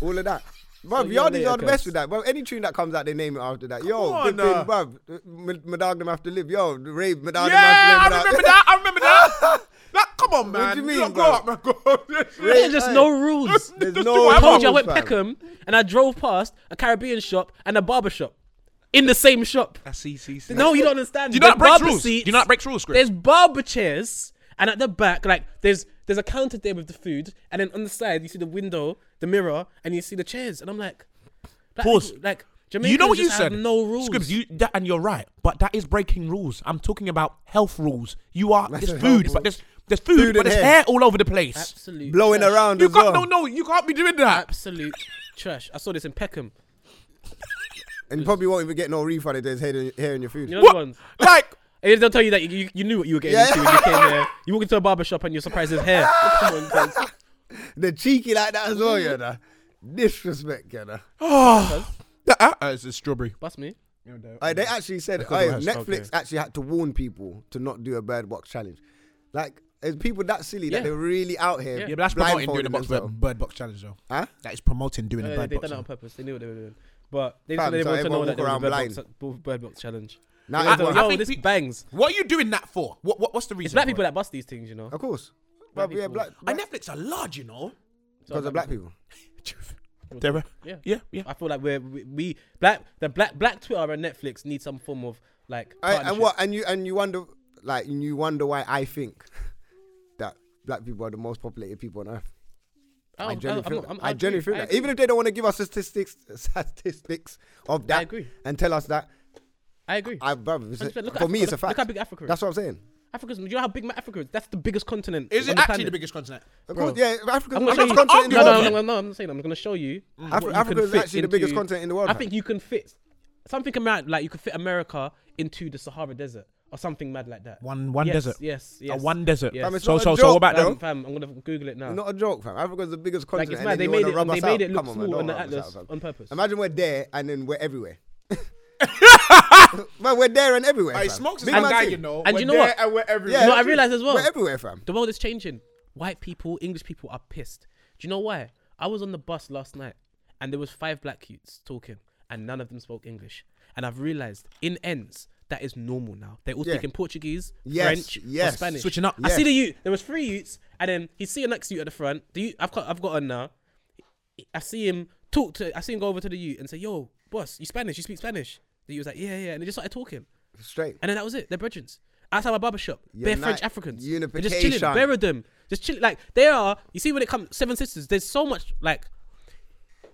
D: all of that.
E: Oh,
D: Bruv,
E: yeah,
D: Yardies are the
E: later,
D: best
E: cuz.
D: with that. Bro, any tune that comes out, they name it after that. Yo,
C: on,
D: Big
C: uh.
D: Bin, bruv. M- Madagdam have to live. Yo, the rave, Madagdam
C: Yeah, I
D: have to live. Madagdam-
C: remember that. I remember that. Like, come on, man.
D: do you mean,
C: Look,
D: bro?
C: Grow up, man. Grow
E: There's just
D: hey.
E: no rules.
D: There's
C: Just
D: no.
C: do
E: I told you I
D: rules,
E: went
D: fam.
E: Peckham and I drove past a Caribbean shop and a barber shop in the same shop.
C: See, see, see.
E: No, you don't understand.
C: Do you not
E: There's
C: break
E: barber
C: rules? Do you
E: seats,
C: not break rules, Chris?
E: There's barber chairs and at the back, like there's there's a counter there with the food, and then on the side you see the window, the mirror, and you see the chairs, and I'm like, black
C: Pause.
E: people- Like Jamaicans
C: You know what you
E: just have
C: said?
E: No rules.
C: Scribs, you, that, and you're right, but that is breaking rules. I'm talking about health rules. You are
D: That's
C: there's
D: a
C: food,
D: health
C: but there's there's food,
D: Food
C: but
D: and
C: there's
D: hair.
C: hair. all over the place.
E: Absolute
D: Blowing
E: trash.
D: around
C: You
D: as well.
C: can't, no, no, you can't be doing that.
E: Absolute trash. I saw this in Peckham.
D: And you probably won't even get no refund if there's hair in, hair in your food.
E: You know the
C: What?
E: ones.
C: Like,
E: And they'll tell you that you- you, you knew what you were getting
D: Yeah.
E: into when you came there. You walk into a barber shop and you're surprised there's hair. Come on, guys.
D: They're cheeky like that as well,
E: Mm-hmm.
D: yeah. nah. Disrespect, yeah. nah.
C: oh, that uh, it's a strawberry.
E: Bust me.
D: Like, they actually said
E: Because of
D: aye,
E: us,
D: Netflix
E: okay.
D: actually had to warn people to not do a bird box challenge. Like There's people that silly
E: Yeah.
D: that they're really out here.
E: Yeah.
C: Yeah, but that's promoting doing the
D: blindfolding
C: box,
D: themselves.
C: bird box challenge though.
D: Huh?
C: That is promoting doing the
E: Uh,
C: bird
E: they
C: box.
E: done that on purpose. They knew what they were doing. But they
D: Fam,
E: just wanted
D: so
E: everyone to know
D: everyone
E: that there
D: walk
E: was a bird
D: around
E: box, bird box challenge.
D: Now
E: Everyone
D: everyone-
E: was like,
C: think
E: Yo, this
C: pe-
E: bangs.
C: What are you doing that for? What, what what's the reason?
E: It's black
C: for
E: people
C: it?
E: that bust these things, you know.
D: of course. But yeah,
E: people.
D: black,
C: And Netflix are large, you know.
D: because of black people.
C: There are,
E: Yeah.
C: yeah, yeah.
E: I feel like we're, we we black the black black Twitter and Netflix need some form of like
D: I, and
E: partnership.
D: what? And you and you wonder, like, and you wonder why I think that black people are the most populated people on earth.
E: Oh,
D: I genuinely
E: oh,
D: feel
E: I'm-
D: that.
E: I'm-
D: I genuinely feel
E: agree,
D: that.
E: I
D: Even if they don't want to give us statistics, statistics of that,
E: agree.
D: and tell us that,
E: I agree.
D: I, brother, it's a-
E: Look at
D: for me,
E: Africa.
D: it's a
E: Look- look
D: fact.
E: how big Africa is.
D: That's what I'm saying.
E: Africa's you know how big Africa is. That's the biggest continent.
C: Is
E: on
C: it
E: the
C: actually
E: planet.
C: the biggest continent?
D: Of
E: Bro.
D: course, yeah, Africa,
E: I'm
D: Africa's
E: gonna show you.
D: continent in the
E: no,
D: world.
E: no,
C: world.
E: no, no, no, I'm saying I'm gonna show
D: Afri-
E: you. what you
D: Africa
E: can
D: is
E: fit
D: actually the biggest
E: into-
D: continent in the world.
E: I
D: man.
E: think you can fit something around like you could fit America into the Sahara Desert or something mad like that.
C: One one
E: yes,
C: desert.
E: Yes,
C: A
E: yes.
C: one desert.
E: Yes. Fam,
D: it's
C: so
D: not a
C: so so
D: joke,
C: what about
E: Fam,
C: them?
E: fam, I'm gonna Google it now.
D: Not a joke, fam. Africa's the biggest
E: like
D: continent.
E: it's
D: and
E: mad.
D: then
E: They
D: you
E: made
D: wanna
E: it.
D: rub
E: They
D: us
E: made
D: out.
E: it look
D: Come on, man, don't
E: small on the
D: rub us out,
E: atlas
D: fam.
E: on purpose.
D: Imagine we're there and then we're everywhere. man, we're there and everywhere.
C: I
D: fam.
C: smokes is
D: Big
C: a
D: man
C: guy,
D: thing.
C: you know.
E: And
C: we're
E: you know
C: there
E: what?
C: And we're everywhere.
E: You know what I
D: that's it.
E: realised as well?
D: We're everywhere, fam.
E: The world is changing. White people, English people are pissed. Do you know why? I was on the bus last night and there was five black youths talking and none of them spoke English. And I've realized in ends that is normal now. They all
D: Yeah.
E: speak in Portuguese,
D: Yes,
E: French,
D: yes.
E: or Spanish.
C: Switching up.
E: I
D: Yes.
E: see the youth. There was three youths, and then he see a next youth at the front. The youth, I've got I've got on now. I see him talk to. I see him go over to the youth and say, "Yo, boss, you Spanish? You speak Spanish?" The youth was like, "Yeah, yeah," and they just started talking.
D: Straight.
E: And then that was it. They're brethrens. Outside my barber shop, they're
D: Unite-
E: French Africans. They're just chilling.
D: unification.
E: Bury them. Just chilling. Like they are. You see when it comes Seven Sisters. There's so much like.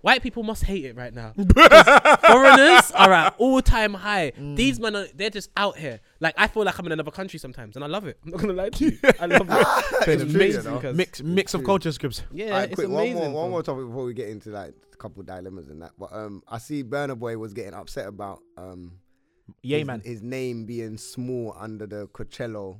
E: White people must hate it right now. 'Cause foreigners are at all time high.
D: Mm.
E: These men are they're just out here. Like I feel like I'm in another country sometimes, and I love it. I'm not gonna lie to you. I love it.
D: It's
E: It's
D: true, you
E: amazing
D: know.
E: cuz-
C: Mix mix of culture scripts.
E: Yeah,
D: Alright,
E: it's
D: quick,
E: amazing.
D: one more, one
E: fam.
D: more topic before we get into like a couple dilemmas and that. But um, I see Burner Boy was getting upset about um,
C: Yay
D: his,
C: man.
D: his name being small under the Coachella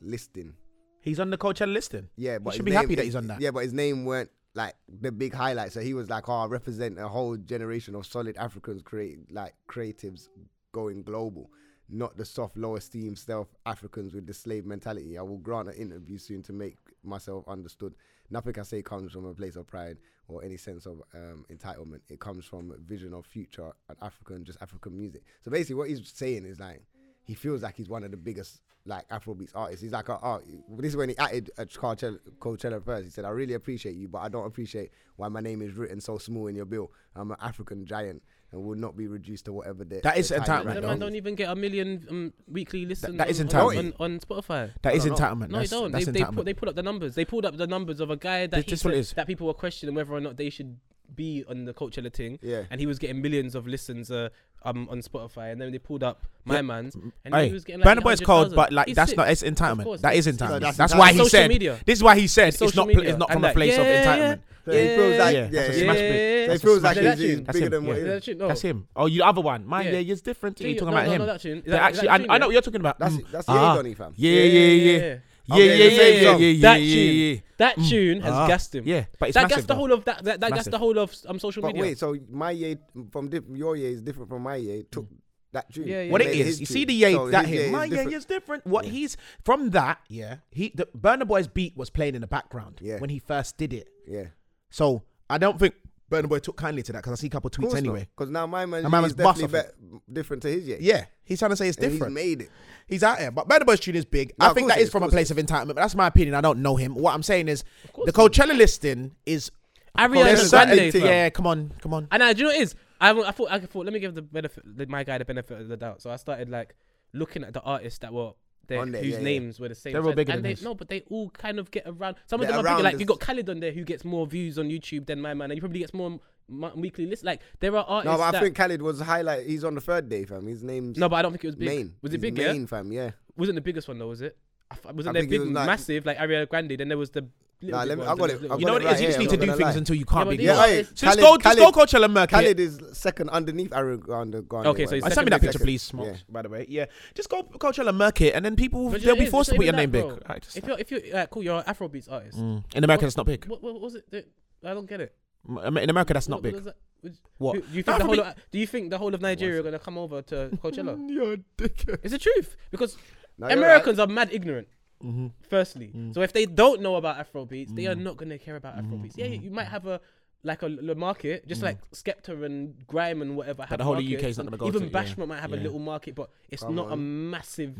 D: listing.
C: He's on the Coachella listing.
D: Yeah,
C: he
D: but his
C: should be
D: name-
C: happy that
D: his-
C: he's on that.
D: Yeah, but his name weren't like the big highlight. So he was like, "Oh, I represent a whole generation of solid Africans, create like creatives going global." Not the soft, low esteem self Africans with the slave mentality. I will grant an interview soon to make myself understood. Nothing I say comes from a place of pride or any sense of um, entitlement. It comes from a vision of future and African, just African music. So basically, what he's saying is like, he feels like he's one of the biggest like Afrobeats artists. He's like, oh, oh, this is when he added at Coachella, Coachella first. He said, I really appreciate you, but I don't appreciate why my name is written so small in your bill. I'm an African giant and will not be reduced to whatever they
C: That is entitlement,
E: The
C: though.
E: man don't even get a million um, weekly listens.
C: that is
E: on-
C: entitlement.
E: on, on, on Spotify.
C: That is
D: No, no, no.
C: entitlement.
E: No,
C: that's,
E: they don't.
C: That's
E: they, they,
C: entitlement.
E: put, they put up the numbers. They pulled up the numbers of a guy that
C: Th-
E: he
C: this one
E: said
C: is.
E: that people were questioning whether or not they should be on the Coachella thing.
D: Yeah.
E: And he was getting millions of listens uh, um, on Spotify. And then they pulled up my
C: Yeah. Mm,
E: man's. And
C: Hey,
E: he was getting like
C: Burner Boy's cold,
E: 800,000.
C: but like
E: He's
C: that's
E: sick.
C: not. It's
E: Of
C: entitlement.
E: course,
C: That is
E: it's-
C: entitlement.
D: No,
C: that's
D: that's-
C: why he
D: that's
E: social
C: said.
E: media.
C: This is why he said it's,
E: social
C: not. pl-
E: media.
C: It's not from
E: And
C: a
E: like,
C: place of
E: yeah,
C: entitlement.
E: Yeah,
D: So he feels like-
E: yeah,
D: yeah,
C: that's a
D: yeah.
C: smash
E: yeah,
C: bit.
E: yeah.
D: So
C: That's a
D: it feels
C: smash
D: like
E: Yeah,
C: bit.
E: that
D: he's, he's
E: tune.
C: That's
D: bigger
C: him,
D: than
C: yeah.
D: what he is.
E: That tune- no.
C: That's him. Oh, you the other one. Mine,
E: Yeah.
C: yeah, it's different.
E: Yeah,
C: You're
E: yeah.
C: talking
E: No,
C: about
E: no,
C: him.
E: no, that tune. Is
C: They're
E: that- is
C: actually.
E: that
C: I,
E: tune,
C: I know
E: yeah?
C: what you're talking about.
D: That's-
C: Mm.
D: that's Ye
C: Ah.
D: Donny, fam.
C: Yeah, yeah, yeah, yeah. Yeah,
D: Okay,
C: yeah,
D: the same
C: yeah, yeah,
D: song.
C: yeah,
E: That
C: yeah,
E: tune,
C: yeah.
E: that
C: Mm.
E: tune has
C: Ah.
E: gassed him.
C: Yeah, but it's
E: that
C: massive,
E: gassed the
C: though.
E: whole of that. That, that gassed
C: Massive.
E: the whole of um, social
D: But
E: media.
D: wait, so my yay from diff- your yay is different from my yay. Took that tune.
E: Yeah, yeah.
D: and
C: Mm. What it
D: made
C: is,
D: his
C: you
D: tune.
C: see the yay
D: So
C: that
D: his
C: him.
D: yay
C: My yay
D: different.
C: is different. What he's from that, yeah. He the Burner Boy's beat was playing in the background
D: Yeah.
C: when he first did it.
D: Yeah.
C: So I don't think Burner Boy took kindly to that because I see a couple tweets anyway.
D: because now my man,
C: And my man's
D: is
C: bust
D: definitely
C: off
D: be- different to his yay.
C: Yeah, he's trying to say it's
D: And
C: different.
D: He's made it.
C: He's out here, but Burna Boy's tune is big.
D: No,
C: I
D: of
C: think
D: course
C: that
D: it
C: is
D: is,
C: from a
D: of course
C: place of entitlement, but that's my opinion. I don't know him. What I'm saying is the
E: course
C: Coachella listing is.
E: I realized
C: There's
E: it was
C: certain-
E: Monday, fam.
C: yeah, come on, come on.
E: And I, do you know what it is? I, w- I thought I thought let me give the benefit the, my guy the benefit of the doubt. So I started like looking at the artists that were there,
D: On there,
E: whose
D: yeah, yeah.
E: names were the same.
C: They're all
E: size.
C: bigger
E: and
C: than
E: they,
C: his.
E: No, but they all kind of get around. Some of
D: They're
E: them are bigger.
D: around
E: Like you
D: this-
E: got Khaled on there who gets more views on YouTube than my man, and he probably gets more m- mo- weekly lists. Like there are artists.
D: No, but I
E: that-
D: think Khalid was highlight. He's on the third day, fam. His name's
E: No, but I don't think it was big.
D: Main.
E: Was
D: He's
E: it big?
D: Main,
E: Yeah,
D: fam. Yeah.
E: wasn't the biggest one though, was it? I f- wasn't
D: I
E: there
D: think it
E: big,
D: was like-
E: massive like Ariana Grande? Then there was the. little
D: Nah,
E: big
D: let me-
E: ones
D: I got
E: and
D: it-
E: those
D: I
E: little-
C: You
D: got
C: know what it is?
D: right
C: You just
D: here,
C: need to
D: I'm not
C: do
D: gonna
C: things
D: lie.
C: until you can't
E: Yeah,
C: be.
E: but
C: Yeah,
E: these
D: hey,
E: artists-
C: just go, just go, Coachella Merc. it.
D: Khalid is second underneath Aaron Grande. Grande,
E: Okay, so
D: man.
E: he's
C: Uh, send me that
E: Second,
C: picture,
D: second.
C: please, Smokes,
D: Yeah.
C: by the way. Yeah. Just go Coachella Merc it, and then people,
E: But you
C: they'll
E: know what
C: be
E: it is?
C: forced
E: It's
C: to put your
E: not
C: name
E: even
C: big.
E: that, bro.
C: Alright, just-
E: If you're if you're uh, cool, you're an Afrobeats artist.
C: Mm. In America,
E: What-
C: that's not big.
E: What, what, what was it? that- I don't get it.
C: M- In America, that's not
E: What-
C: big.
E: what is that? Would-
C: What?
E: Do, do
C: No,
E: you think the whole
C: probably-
E: of, do you think the whole of Nigeria are gonna come over to Coachella?
C: You're a dickhead.
E: it's the truth because
D: No, you're right.
E: Americans are mad ignorant.
C: Mm-hmm.
E: Firstly,
C: Mm.
E: so if they don't know about Afro beats, they are not gonna care
C: Mm-hmm.
E: about Afro beats. Yeah, you might have a like a, l- market, just like Skepta and Grime and whatever. Have
C: Mm. the whole of
E: markets,
C: UK is not
E: and
C: gonna go
E: Even
C: to it, yeah.
E: Bashment might have a
C: Yeah. Mm.
E: little market, but it's
D: Come
E: not a massive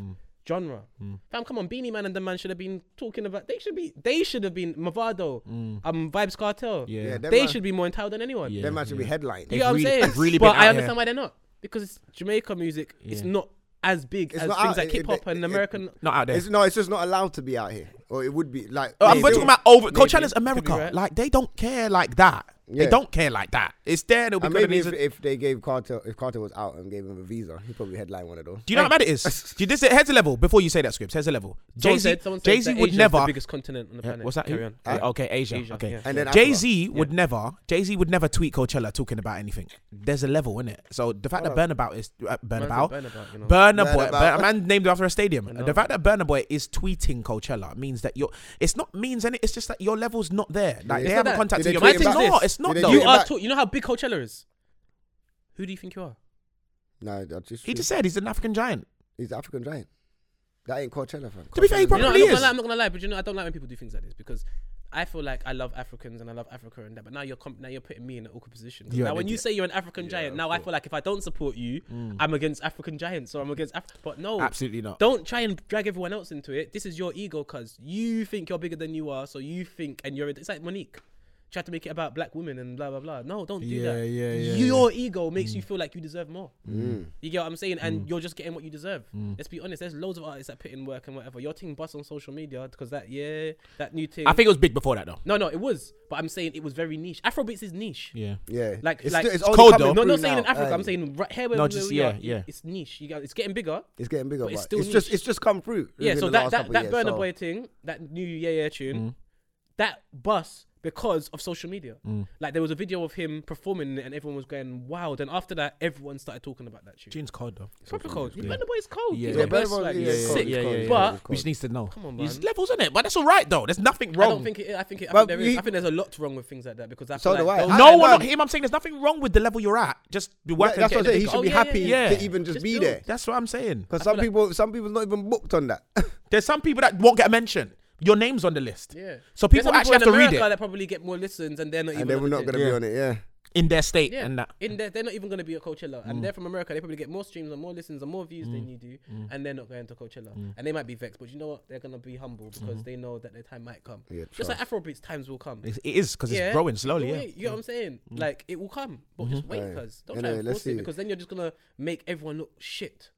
E: genre. Fam, come on, Beanie Man and the man should have been talking about. They should be. They should have been Movado, um, Vibes
C: Mm.
E: Cartel.
C: Yeah. uh,
D: Yeah, them
E: they
D: man-
E: should be more entitled than anyone.
C: Yeah.
D: Them man should be headlined.
E: You know what I'm
C: really-
E: saying?
C: they've really
E: but
C: been
E: I
C: out
E: understand
C: here.
E: why they're not because it's Jamaica music. It's
C: Yeah.
E: not as big
D: It's
E: as
D: not
E: things
D: out-
E: like
D: it-
E: hip hop
D: it-
E: and
D: it-
E: American.
C: Not out there.
D: It's no, it's just not allowed to be out here, or it would be like.
C: Oh, I'm
D: Maybe.
C: talking about over
E: Maybe.
C: Coachella's
E: Could be
C: America.
E: right.
C: Like they don't care like that. They
D: Yeah.
C: don't care like that. It's there. They'll be
D: And
C: good.
D: maybe if, if they gave Carter, if Carter was out and gave him a visa, he probably headline one of those.
C: Do you know how mad it is? Do you, this, here's a level. Before you say that, scripts. Here's a level. Jay
E: Someone
C: Z.
E: said- someone said
C: Jay Z
E: that
C: would
E: Asia is
C: never.
E: The biggest continent on the
C: Yeah,
E: planet.
C: what's that?
E: Carry
C: Who?
E: on.
C: Yeah, okay, Asia.
E: Asia,
C: okay.
E: yeah.
D: And then
C: Jay
D: Afro.
C: Z would never. Jay Z would never tweet Coachella talking about anything. There's a level in it. So the fact that Burnabout is uh,
E: Man's a
C: Burnabout.
E: Burnabout, you know.
C: Burner Boy,
D: Burnabout.
C: Bur- a man named after a stadium.
E: know.
C: The fact that Burner Boy is tweeting Coachella means that you're. It's not means any. It's just that your level's not there. Like they
D: It's
E: not
C: haven't
E: that-
C: contacted
D: Did
C: you.
D: they
C: My
D: tweet
C: thing's
D: about
C: not.
D: this?
C: It's not
D: Did they
C: though.
D: tweet
E: You are.
D: back.
E: Talk, you know how big Coachella is. Who do you think you are?
D: No, that's just
C: He
D: true.
C: just said he's an African giant.
D: he's African giant. That ain't Coachella, fam.
C: To be fair, he
D: Coachella's
C: probably
E: you know, I'm,
C: is.
E: not gonna lie, I'm not gonna lie, but you know, I don't like when people do things like this because I feel like I love Africans and I love Africa and that. But now you're comp- now you're putting me in an awkward position. 'Cause
C: You're
E: now,
C: an
E: when you
C: idiot.
E: say you're an African giant, now I feel like if I don't support you,
C: Mm.
E: I'm against African giants or I'm against. Af- but no,
C: Absolutely not.
E: Don't try and drag everyone else into it. This is your ego, cause you think you're bigger than you are, so you think and you're. It's like Monique. Try to make it about black women and blah blah blah. No, don't do
C: Yeah,
E: that.
C: yeah, yeah,
E: Your ego makes you feel like you deserve more.
C: Mm.
E: You get what I'm saying? And you're just getting what you deserve. Let's be honest. There's loads of artists that put in work and whatever. Your thing bust on social media because that yeah, that new thing.
C: I think it was big before that though.
E: no, no, it was. But I'm saying it was very niche. Afrobeats is niche.
C: Yeah.
D: Yeah,
E: Like-
D: it's,
E: like-
D: still- it's
E: It's
D: only
C: cold,
D: coming
C: though.
E: No,
D: through
E: I'm not saying
D: now, Um,
E: in Africa.
D: early.
E: I'm saying right here where
C: No,
E: where
C: just-
E: we
C: yeah,
E: are,
C: yeah.
E: It's niche. You got, it's getting bigger.
D: it's getting bigger,
E: But
D: but,
E: it's
D: it's,
E: still
D: just
E: niche.
D: it's just come through.
E: Yeah,
D: within
E: so
D: the
E: that
D: last
E: that,
D: couple
E: that
D: years,
E: burner
D: so- Mm.
E: boy thing, that new yeah yeah tune, that bus because of social media.
D: Mm.
E: Like there was a video of him performing it and everyone was going wild. And after that, everyone started talking about that tune.
C: Tune's cold though.
E: Proper cold. Burner boy is cold.
C: Yeah.
E: He's
C: Yeah,
E: got best
D: Burna Boy-
E: swag.
D: yeah,
E: He's
D: yeah,
E: sick.
D: yeah, yeah, yeah,
E: But
D: yeah.
C: Which needs to know.
E: Come on,
C: These
E: man.
C: levels in it, but that's all right though. There's nothing
E: I
C: wrong.
E: don't think it, I think it, I
D: But
E: think there is.
D: you-
E: I think there's a lot wrong with things like that because Oh, I
D: So
E: feel
D: do
E: like
D: I.
E: those-
D: How-
C: no,
D: and
C: we're not
D: man-
C: him. I'm saying there's nothing wrong with the level you're at. Just be
D: Yeah,
C: working.
D: that's what I'm saying. He
E: bigger.
D: should be
E: Oh, yeah,
D: happy
E: yeah,
C: yeah.
D: to even just
E: Just
D: be
E: do
D: there.
E: it.
C: That's what I'm saying.
D: Because
E: feel
D: some
E: like-
D: people, some people's not even booked on that.
C: There's some people that won't get a mention. Your name's on the list.
E: Yeah.
C: So
E: There's
C: people
E: some
C: actually have
E: in
C: to read
E: America
C: it
E: That probably get more listens and they're not even.
D: and they were
E: on
D: not
E: the thing.
D: going to be on it. Yeah,
C: in their state
E: Yeah,
C: and that.
E: in there, they're not even going to be at Coachella,
D: Mm.
E: and they're from America. They probably get more streams and more listens and more views than you do,
C: Mm.
E: and they're not going to Coachella, and they might be vexed. But you know what? They're going to be humble
C: Mm-hmm.
E: because they know that their time might come.
D: Yeah,
E: Just like Afrobeats, times will come.
C: It's- It is because
E: Yeah.
C: it's growing slowly.
E: But
C: Yeah. Mm. Mm-hmm.
E: wait, you know what I'm saying? Like it will come, but just wait,
D: Right.
E: cause don't try
D: Anyway,
E: and
D: let's
E: force it
D: see.
E: because then you're just gonna make everyone look shit.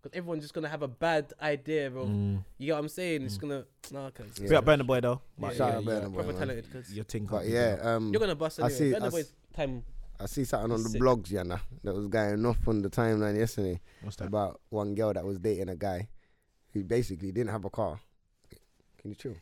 E: Because everyone's just gonna have a bad idea of
C: Mm.
E: you know what I'm saying. It's gonna nah, cause
C: Big up Burner Boy though. But
D: Shout
C: yeah,
D: out
C: yeah,
D: Burna Boy,
E: proper
D: man.
E: talented. Cause
C: Your thing can't
D: but
C: be
D: yeah,
C: done.
D: um,
E: you're gonna bust anyway.
D: I see,
E: Burna
D: I s-
E: Boy's time.
D: I see something on the
E: Sick.
D: blogs, Yana, that was going off on the timeline yesterday
C: What's that?
D: about one girl that was dating a guy who basically didn't have a car. Can you chill?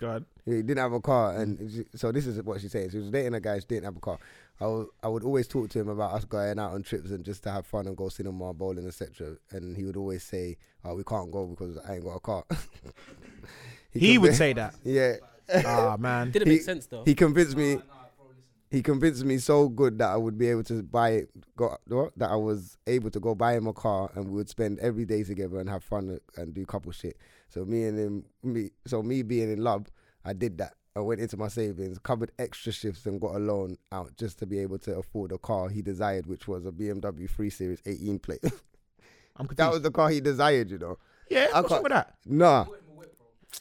C: God.
D: He didn't have a car, and
C: Mm.
D: she- so this is what she says. She was dating a guy who didn't have a car. I would- I would always talk to him about us going out on trips and just to have fun and go cinema, bowling, etc. And he would always say, "Oh, we can't go because I ain't got a car."
C: He would
D: convi-
C: say that.
D: "Yeah."
C: Ah man.
E: Didn't
D: He-
E: make sense though.
D: He convinced me. He convinced me so good that I would be able to buy go what? that I was able to go buy him a car and we would spend every day together and have fun and do couple shit. So me and him, me so me being in love, I did that. I went into my savings, covered extra shifts, and got a loan out just to be able to afford a car he desired, which was a BMW 3 Series 18 plate.
C: I'm confused.
D: that was the car he desired, you know.
C: yeah.
D: I
C: What's wrong
D: can't-
C: with that?
D: Nah,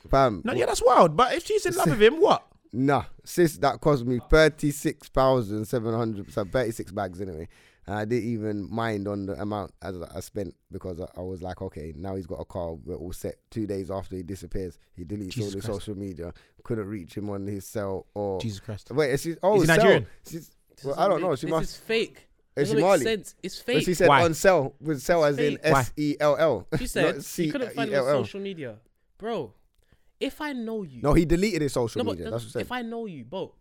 D: fam.
C: No, yeah, that's wild. But if she's in love with him, what?
D: Nah, sis, that cost me thirty six thousand seven hundred, so thirty six bags anyway. And I didn't even mind on the amount as I spent because I, I was like, okay, now he's got a car, we're all set. Two days after he disappears, he deletes all
C: Jesus
D: his
C: Christ.
D: social media. Couldn't reach him on his cell or
C: Jesus Christ.
D: Wait, is she? Oh,
C: Is he
D: cell.
C: Nigerian?
D: She's,
E: This
D: well,
E: doesn't
D: I don't know.
E: make-
D: She
E: this
D: must.
E: is fake.
D: Is she
E: Doesn't make
D: Mali?
E: sense. It's
D: But
E: fake.
D: she said
C: Why?
D: on cell with cell as in
E: fake.
C: Why?
D: S E L L.
E: She said
D: not E
E: she couldn't find it on
D: C-E-L-L.
E: social media. Bro, if I know you.
D: oh. No, he deleted his social
E: No, but
D: media. That's what I said.
E: if I know you, bro.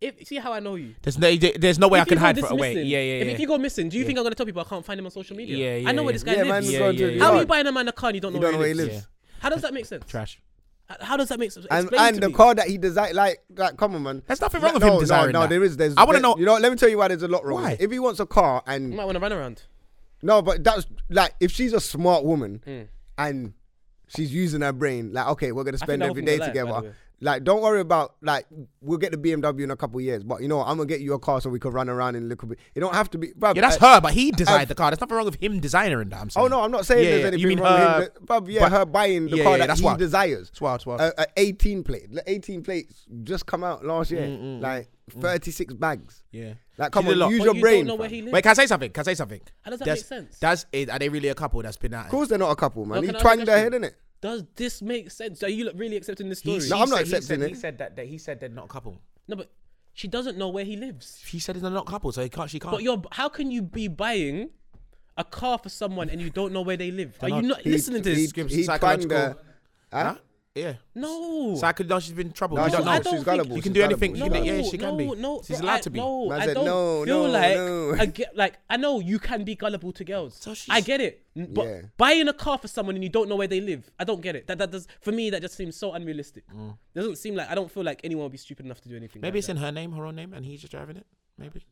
E: If see how I know you.
C: There's no, there's no way I
E: If you
C: can
E: go
C: hide for
E: this
C: it away.
E: missing-
C: Yeah, yeah,
E: If,
C: yeah.
E: if you go missing, do you think I'm gonna tell people I can't find him on social media?
C: Yeah, yeah,
E: I know where
C: yeah.
E: this guy
D: Yeah,
E: lives.
D: man's
C: Yeah,
D: going
C: yeah,
D: to the
C: yeah.
E: How are you
D: yard.
E: buying a man a car and you don't know
D: You
E: where
D: don't know where he
E: lives?
D: lives.
C: Yeah.
E: How does that make sense?
C: Trash.
E: How does that make sense?
D: and
E: Explain
D: and
E: to
D: the
E: me.
D: car that he desired, like, like, come on, man.
C: There's nothing wrong with him
D: no,
C: desiring
D: No, no,
C: that.
D: there is. There's.
C: I wanna
D: there-
C: know-
D: You know, what, let me tell you why there's a lot wrong. with
C: Why?
D: it. If he wants a car
E: You
D: and
E: might want to run around.
C: Hmm.
D: no, but that's like if she's a smart woman and She's using her brain. Like, okay, we're gonna
E: think
D: spend
E: the whole
D: every
E: thing was
D: day
E: like, by the way.
D: together. Like, don't worry about like we'll get the BMW in a couple years, but you know what? I'm gonna get you a car so we can run around in a little bit. It don't have to be. bruv,
C: Yeah, that's
D: I-
C: her, but he designed the car. There's nothing wrong with him designing that. I'm saying.
D: Uh, Oh no, I'm not saying
C: Yeah,
D: there's
C: yeah,
D: anything
C: you mean
D: wrong
C: her-
D: with him. But yeah,
C: but-
D: her buying the
C: Yeah,
D: car
C: yeah,
D: that
C: that's
D: he
C: wild.
D: desires.
C: It's wild, it's wild.
E: Uh,
D: A, a 18 plate. The 18 plates just come out last year.
E: Mm,
D: like 36 bags.
C: Yeah.
D: Like,
C: She
D: come
C: did a lot.
D: on, use
C: But
D: your
E: you
D: brain.
E: don't know where
D: fam.
E: he lives.
C: Wait, can I say something? Can I say something?
E: How does that
C: That's-
E: make sense?
C: That's it. Are they really a couple that's been out?
D: Of course, they're not a couple, man.
E: No,
D: he
E: can I ask a
D: twanged their head,
E: question?
D: innit?
E: Does this make sense? Are you look, really accepting this story?
D: No, I'm not
C: said- he said-
D: accepting
C: He
D: it.
C: said that, that he said they're not a couple.
E: No, but she doesn't know where he lives.
C: He said they're not a couple, so he can't. She can't.
E: But you're how can you be buying a car for someone and you don't know where they live? Are you not
D: He-
E: listening to this?
D: He,
C: Gives
D: he twanged
C: psychological-
D: their.
C: Huh? Yeah.
E: No.
C: So I could know she's been in trouble.
D: No,
C: you
D: she's
C: don't
E: I
C: know.
D: gullible. She's
E: don't think-
D: gullible.
C: You
D: she's
C: can do anything.
D: gullible,
C: You can
D: she's
C: make,
D: gullible.
C: yeah, she
E: no,
C: can be.
E: No,
C: She's
E: bro,
C: allowed
E: I,
C: to be.
E: No,
D: Man
E: I
D: said,
E: don't
D: no,
E: feel
D: no,
E: like
D: no.
E: I get like I know you can be gullible to girls.
C: So she's-
E: I get it, N- but
D: Yeah.
E: buying a car for someone and you don't know where they live, I don't get it. That that does for me that just seems so unrealistic. Doesn't seem like I don't feel like anyone would be stupid enough to do
C: Mm.
E: anything.
C: Maybe
E: like
C: it's in
E: that.
C: her name, her own name, and he's just driving it. Maybe.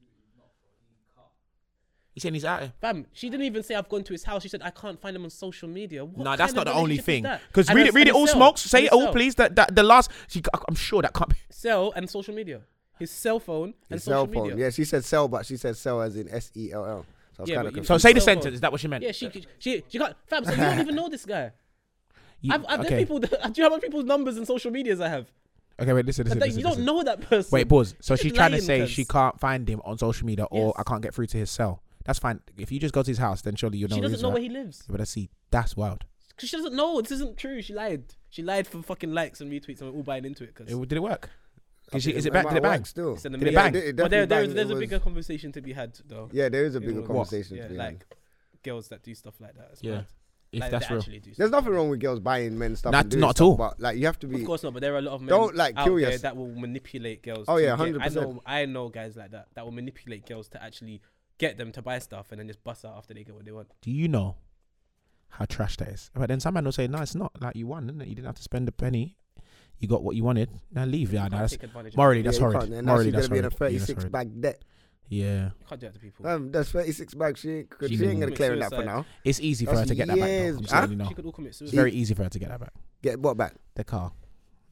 C: He's saying he's out here.
E: Fam, she didn't even say I've gone to his house. She said I can't find him on social media. What
C: No, that's
E: kind
C: not the
E: of
C: only
E: relationship is
C: thing.
E: that?
C: Because
E: And
C: read
E: a-
C: it, read
E: and
C: it
E: a
C: all,
E: cell.
C: smokes. Say
E: And
C: it
E: a
C: all,
E: cell.
C: please. That, that the last. She, I'm sure that can't be.
E: Cell and social media. His cell phone and
D: His
E: social
D: cell phone.
E: media.
D: Yeah, she said cell, but she said cell as in S E L L. So I was kind
E: Yeah, but
D: of
E: you-
D: confused.
C: So say the
E: Cell phone.
C: sentence. Is that what she meant?
E: Yeah, she, she, she can't. Fam, so you don't even know this guy.
C: You-
E: I've, I've there's
C: okay.
E: people. Do you know how many people's numbers and social medias I have?
C: Okay, wait. Listen, listen.
E: That
C: listen,
E: you don't
C: listen.
E: know that person.
C: Wait, pause. So
E: You're
C: she's trying to
E: lying,
C: say
E: cuz.
C: she can't find him on social media, or
E: Yes.
C: I can't get through to his cell. That's fine. If you just go to his house, then surely you know.
E: She doesn't
C: who's
E: know
C: right.
E: where he lives
C: But I see. That's wild.
E: because she doesn't know. This isn't true. She lied. She lied for fucking likes and retweets, and we're all buying into it because
C: It, did it work? Is, she, is it
D: It
C: back?
D: might
C: Did it
D: work
C: bang?
D: Still.
E: it's an
C: Did it
E: amazing.
C: bang?
D: It- it
E: But
D: definitely
E: there, there,
D: banged.
E: there's
D: It
E: a
D: was-
E: bigger conversation to be had though.
D: Yeah, there is a bigger
E: What?
D: conversation
E: Yeah,
D: to be had.
E: like girls that do stuff like that. It's
C: Yeah.
E: mad.
C: If
E: Like,
C: that's
E: they
C: real.
E: actually do
D: There's
E: stuff.
D: nothing wrong with girls buying men stuff.
C: Not-
D: and doing
C: not at
D: stuff,
C: all.
D: But like, you have to
E: Of
D: be.
E: course not, but there are a lot of men
D: Don't, like,
E: out
D: kill
E: there
D: yours-
E: that will manipulate girls.
D: Oh,
E: to
D: yeah,
E: get-
D: 100%.
E: I know, I know guys like that that will manipulate girls to actually get them to buy stuff and then just bust out after they get what they want.
C: Do you know how trash that is? But then some man will say, "No, it's not. Like you won, didn't it? You didn't have to spend a penny. You got what you wanted. Now leave. Yeah, no,
E: You can't
C: that's
E: take advantage of
C: morally
E: people.
C: that's
D: yeah, you
C: horrid.
D: can't. And now
C: morally
D: she's
C: that's
D: gonna be in
C: horrid.
D: a
C: Yeah, that's
D: 36
C: horrid.
D: bag debt.
C: Yeah,
E: You can't do that to people.
D: Um, that's 36 bags. She ain't,
C: She
D: she ain't gonna
C: commit
D: clear that for
E: suicide.
D: now.
C: it's easy for
D: That's
C: her to get that back.
D: years,
C: Though. I'm
D: huh?
C: telling you now,
E: She could all commit
C: it's
E: suicide.
C: very easy for her to get that back.
D: Get what back?
C: The car,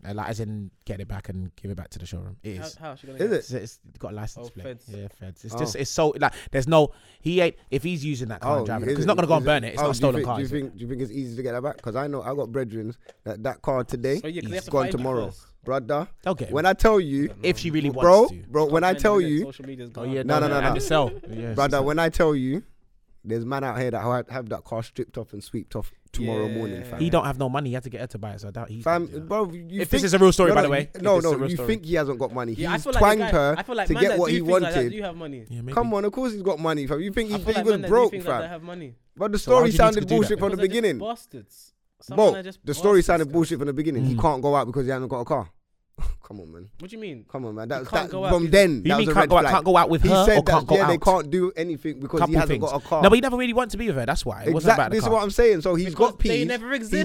C: Uh, like as in get it back and give it back to the showroom. It
E: How,
C: is.
E: how is she gonna
D: Is
E: get
D: it?
C: It's, it's got a license
E: Oh,
C: plate.
E: feds.
C: Yeah, feds. It's
D: Oh.
C: just it's so like there's no he ain't if he's using that car and driving it,
D: is
C: 'cause he's
D: it-
C: not gonna go
D: is
C: and burn it. It's
D: oh,
C: not a
D: do you
C: stolen
D: think-
C: car.
D: Do you
C: is it?
D: think? Do you think it's easy to get that back? Because I know I got brethren that that car today
E: Oh, yeah, 'cause
C: He's
E: they have to
D: gone
E: find it
D: tomorrow,
E: first.
D: brother.
C: They'll get it
D: When I tell you,
C: if she really
D: bro,
C: wants to.
D: bro, when I
E: Find them
D: tell
E: and then
D: you,
E: social media's
C: Oh
E: gone.
C: yeah,
D: No,
C: no,
D: no, no,
C: And
D: no.
C: the cell. Yeah,
D: brother, when I tell you, there's man out here that have have that car stripped off and sweeped off tomorrow morning,
E: Yeah.
D: fam.
C: he don't have no money, he had to get her to buy it. So I doubt he's. gonna
D: Fam,
C: do that.
D: bro, you
C: If
D: think,
C: this is a real story,
D: no,
C: by
D: no,
C: the way,
D: you- No,
C: if this is a
D: no,
C: real
D: you
C: story.
D: think he hasn't got money?
E: Yeah, I
D: he's
E: feel
D: twanged
E: like the guy-
D: her
E: I feel like
D: to
E: man that
D: get what
E: do
D: he
E: things like that
D: wanted.
E: do have money.
C: Yeah, maybe.
D: Come on, of course he's got money, fam. You think he,
E: I feel
D: he
E: like
D: was
E: men that do
D: broke,
E: things like that
D: fam?
E: have money.
D: But the
C: So why do
D: story
C: you need to
D: sounded
C: do that,
D: bullshit
C: then?
D: from the
E: Because they're just
D: beginning.
E: Bastards. Some men
D: Bro,
E: are just
D: the story
E: bastards,
D: sounded
E: guys.
D: bullshit from the beginning. He
C: Mm.
D: can't go out because he hasn't got a car. come on, man.
E: What do you mean?
D: Come on, man. That,
E: He
D: was
E: can't
D: that
E: go out
D: from
E: because-
D: then.
C: You
D: that
C: mean
D: was a
C: can't
D: red
C: go out?
D: flag.
C: Can't go out with
D: He
C: her
D: said
C: or
D: that
C: can't go
D: yeah, they
C: out.
D: can't do anything because
C: Couple
D: he hasn't
C: things.
D: got a car.
C: No, but he never really wanted to be with her. That's why. It wasn't
D: exactly.
C: about the
D: This is
C: car.
D: what I'm saying. So he's
E: Because
D: got
E: they
D: peas.
E: never
D: He needed the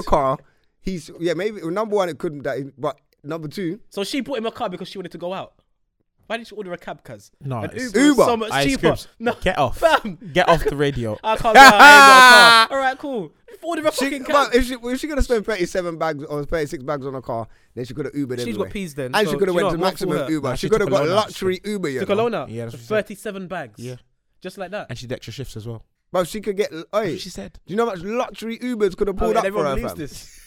E: existed.
D: car. He's yeah. Maybe number one, it couldn't. That, but number two,
E: So she bought him a car because she wanted to go out. Why did she order a cab, cuz?
C: No,
E: An
C: it's-
E: Uber, is
D: Uber.
E: so much
C: Ice
E: cheaper.
C: Cubes,
E: No,
C: get off.
E: fam.
C: Get off the radio.
E: I can't go out. I ain't got a car. All right, cool. Order a
D: she,
E: fucking
D: but
E: cab.
D: if she if she gonna spend thirty seven bags or thirty six bags on a car, then she could have Ubered.
E: She's
D: everywhere.
E: got peas then,
D: and
E: so
D: she could
E: do
D: have
E: you
D: went
E: know what?
D: to
E: More for
D: maximum
E: her.
D: Uber.
C: Nah,
D: she
C: she
D: could have
C: took
D: got
C: a loan out.
D: luxury Uber. You
E: To
D: know?
E: Kelowna.
C: Yeah, that's what she said.
E: 37 bags.
C: Yeah.
E: Just like that.
C: And she did extra shifts as well.
D: But she could get.
C: That's
D: Oi,
C: what she said.
D: do you know how much luxury Ubers could have
E: Oh,
D: pulled
E: yeah,
D: up for
E: everyone
D: her?
E: believes
D: fam?
E: this.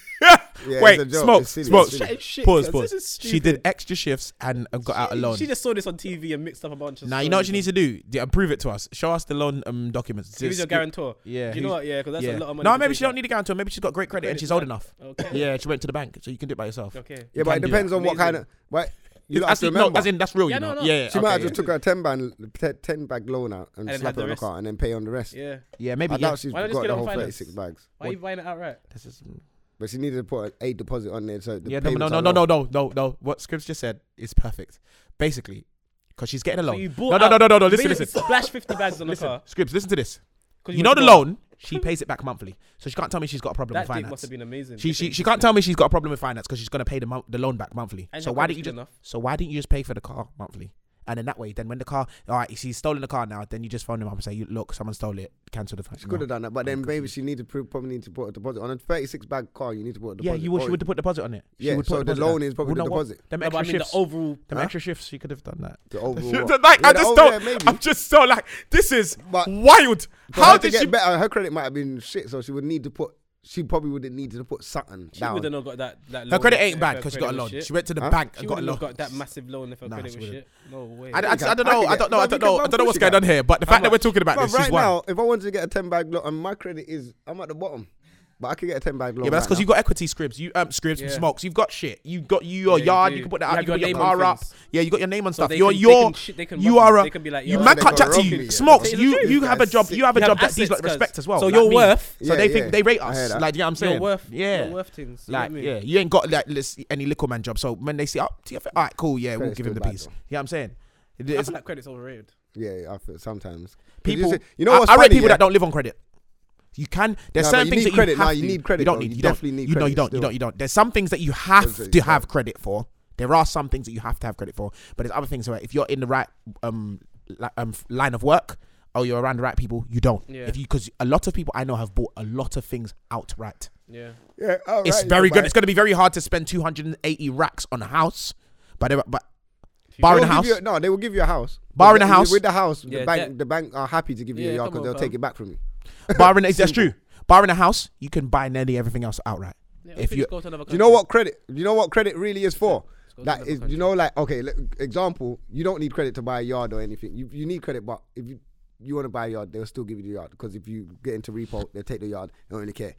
D: Yeah,
C: Wait,
D: it's a joke.
C: smoke,
D: It's silly,
C: smoke.
D: it's silly.
E: Shit, shit,
C: pause,
E: cuz
C: pause.
E: this is
C: She did extra shifts and uh, got out a loan.
E: She just saw this on TV and mixed up a bunch of
C: Now you know what
E: stories
C: she needs to do. Yeah, prove it to us. Show us the loan um, documents.
E: Who's your
C: Just-
E: guarantor?
C: Yeah,
E: Do you know
C: who's-
E: what? Yeah, because that's
C: yeah.
E: a lot of money.
C: No,
E: to
C: maybe
E: do
C: she don't
E: that.
C: need a guator. Maybe she's got great credit and
E: Credit's
C: she's old
E: bad.
C: enough.
E: Okay.
C: Yeah, she went to the bank, so you can do it by yourself.
E: Okay.
D: Yeah, but
C: can
D: it
C: do
D: depends
C: that.
D: on what kind of. But you have
C: As
D: to
C: in, no,
D: remember.
C: as in that's real,
E: Yeah,
C: you know.
E: no, no.
C: Yeah, yeah,
D: She might
C: okay,
D: have just
C: yeah.
D: took her ten bag, te- ten bag loan out and,
E: then
D: slap it
E: had the
D: on the
E: rest.
D: car and then pay on the rest.
E: Yeah.
C: Yeah, maybe.
D: I
C: yeah.
D: doubt she's
E: Why not
D: got
E: just
D: the
E: get it on
D: whole thirty
E: finance?
D: six bags,
E: Why are you buying it outright?
C: This is-
D: but she needed to put a deposit on there. So the
C: yeah, no, no,
D: payments
C: no,
D: are
C: no,
D: low.
C: no, no, no, no. What Scribs just said is perfect. Basically, because she's getting a
E: So
C: loan.
E: you
C: no,
E: bought
C: no, no,
E: out-
C: no, no, no.
E: made
C: Listen,
E: it
C: listen.
E: Splash 50 bags on the
C: Listen,
E: car.
C: Scribs, listen to this.
E: 'cause
C: You know
E: went
C: the
E: to bar.
C: loan, she pays it back monthly, so she can't tell me she's got a problem
E: That
C: with
E: dick must
C: finance.
E: have been amazing.
C: She, she, she can't tell me she's got a problem with finance because she's gonna pay the, mon- the loan back monthly.
E: And
C: so
E: her
C: why didn't
E: credit's
C: you
E: good
C: just
E: enough.
C: so why didn't you just pay for the car monthly And then that way, then when the car, all right, he's stolen the car now, then you just phone him up and say, "You- look, someone stole it, cancel the phone.
D: She could have done that, but then maybe she needed to probably need to put a deposit on a 36 bag car. You need to put a
C: Yeah,
D: deposit.
C: you would,
D: or
C: she would have put deposit on it. She
D: Yeah,
C: would
D: so
C: put
D: the
C: deposit on
D: loan
C: it.
D: is probably
C: Well,
D: the
C: what-
D: deposit.
C: Them
E: No, but
C: extra
E: I mean the
C: shifts.
E: overall.
C: them
D: Huh?
C: extra shifts, she could have done that.
D: the overall.
C: like,
D: Yeah,
C: I
D: the
C: just
D: overall,
C: don't.
D: maybe.
C: I'm just so like, this is
D: But-
C: wild.
D: For her
C: How
D: to
C: did
D: get
C: she?
D: better? Her credit might have been shit, so she would need to put. She probably would have needed to put something
E: She
D: down.
E: would have not got that. that
C: Her
E: loan
C: credit
E: if-
C: ain't
E: if
C: bad
E: her
C: because she
E: credit
C: got a
E: was
C: loan.
E: shit.
C: She went to the
D: Huh?
C: bank
E: She
C: and got a
E: wouldn't have
C: loan.
E: got that massive loan if her
C: Nah,
E: credit
C: she
E: was
C: wouldn't.
E: shit. No
C: I, I,
E: way.
D: think
C: I
D: I-
C: don't
D: I
C: know.
D: could
C: I
D: get-
C: don't know. I
D: no, you
C: don't
D: could
C: know.
D: go
C: I don't know what's
D: push it
C: going on here. But the fact that we're talking about
D: But
C: this
D: right
C: is wild.
D: now, if I wanted to get a 10 bag loan, and my credit is, I'm at the bottom, but I could get a 10 bag loan.
C: Yeah, but that's because
D: right
C: you've got equity scribs, you um scribs
E: Yeah.
C: from smokes. You've got shit. You've got you, your
E: Yeah, you
C: yard.
E: do.
C: You can put
E: You
C: that out.
E: have
C: You can
E: your
C: put your
E: name on
C: car up.
E: things.
C: Yeah, you got your name on stuff.
E: they
C: You're
E: can- they
C: your.
E: can shit- they can
C: You
E: rob you.
C: are a.
E: They can be like,
C: You
E: yo,
C: man
D: they
C: can't
D: got
C: chat to
D: robbed
C: you.
D: me.
C: Smokes.
E: They
C: You
E: legit-
C: you have a
D: That's
C: job.
D: sick.
C: You have a
E: You
C: job
E: have
C: that these
E: assets,
C: like respect
E: cuz.
C: as well.
E: So
C: like
E: you're
C: me.
E: worth-
C: So they
D: Yeah,
C: think
D: yeah.
C: they rate
D: I hear
C: us.
D: that.
C: Like you know what I'm
E: You're
C: saying.
E: worth.
C: Yeah.
E: You're worth things. you know what I
C: Like,
E: mean?
C: yeah, you ain't got like lis- any little man job. So when they see "Oh, up, TFL, all right, cool, yeah, we'll
D: Credit's
C: give him
D: still
C: the
D: bad
C: piece.
D: though.
C: Yeah, I'm saying. It-
E: I
C: it's-
E: feel like credit's overrated.
D: now. Yeah, I feel sometimes 'Cause
C: people,
D: You, say- you know what's
C: I, I rate
D: funny,
C: people
D: yeah?
C: that don't live on credit. You can. There's
D: No, but
C: certain
D: you
C: things
D: need
C: that
D: credit.
C: you have
D: No, you
C: to-
D: need credit,
C: You don't
D: though.
C: need.
D: You
C: You, don't-
D: definitely need
C: You know, you
D: credit
C: don't. You
D: still.
C: don't. You don't. There's some things that you have
D: Obviously,
C: to
D: yeah.
C: have credit for. There are some things that you have to have credit for, but there's other things where if you're in the right um, li- um f- line of work. or you're around the right people. You don't,
E: Yeah.
C: if you because a lot of people I know have bought a lot of things outright.
E: Yeah.
D: Yeah, all
C: It's
D: right, you
C: very
D: can
C: good.
D: buy
C: It's
D: it.
C: going to be very hard to spend 280 racks on a house, but there- but
E: you-
C: barring a
D: They'll
C: house,
D: give you- No, they will give you a house.
C: Bar
D: With
C: in a
D: the-
C: house.
D: With the house,
E: Yeah,
D: the bank,
E: that-
D: the bank are happy to give you
E: Yeah,
D: a yard
E: come
D: because they'll
E: on,
D: take
E: fam.
D: it back from you.
C: barring that's true. Barring a house, you can buy nearly everything else outright.
E: Yeah, I
C: If
E: think
C: you-
E: just go to another
D: Do you know
E: country.
D: what credit? Do you know what credit really is for?
E: go to
D: That
E: another
D: is,
E: country.
D: you know, like okay, le- example, you don't need credit to buy a yard or anything. You you need credit, but if you you want to buy a yard, they'll still give you the yard because if you get into repo, they'll take the yard. They don't really care,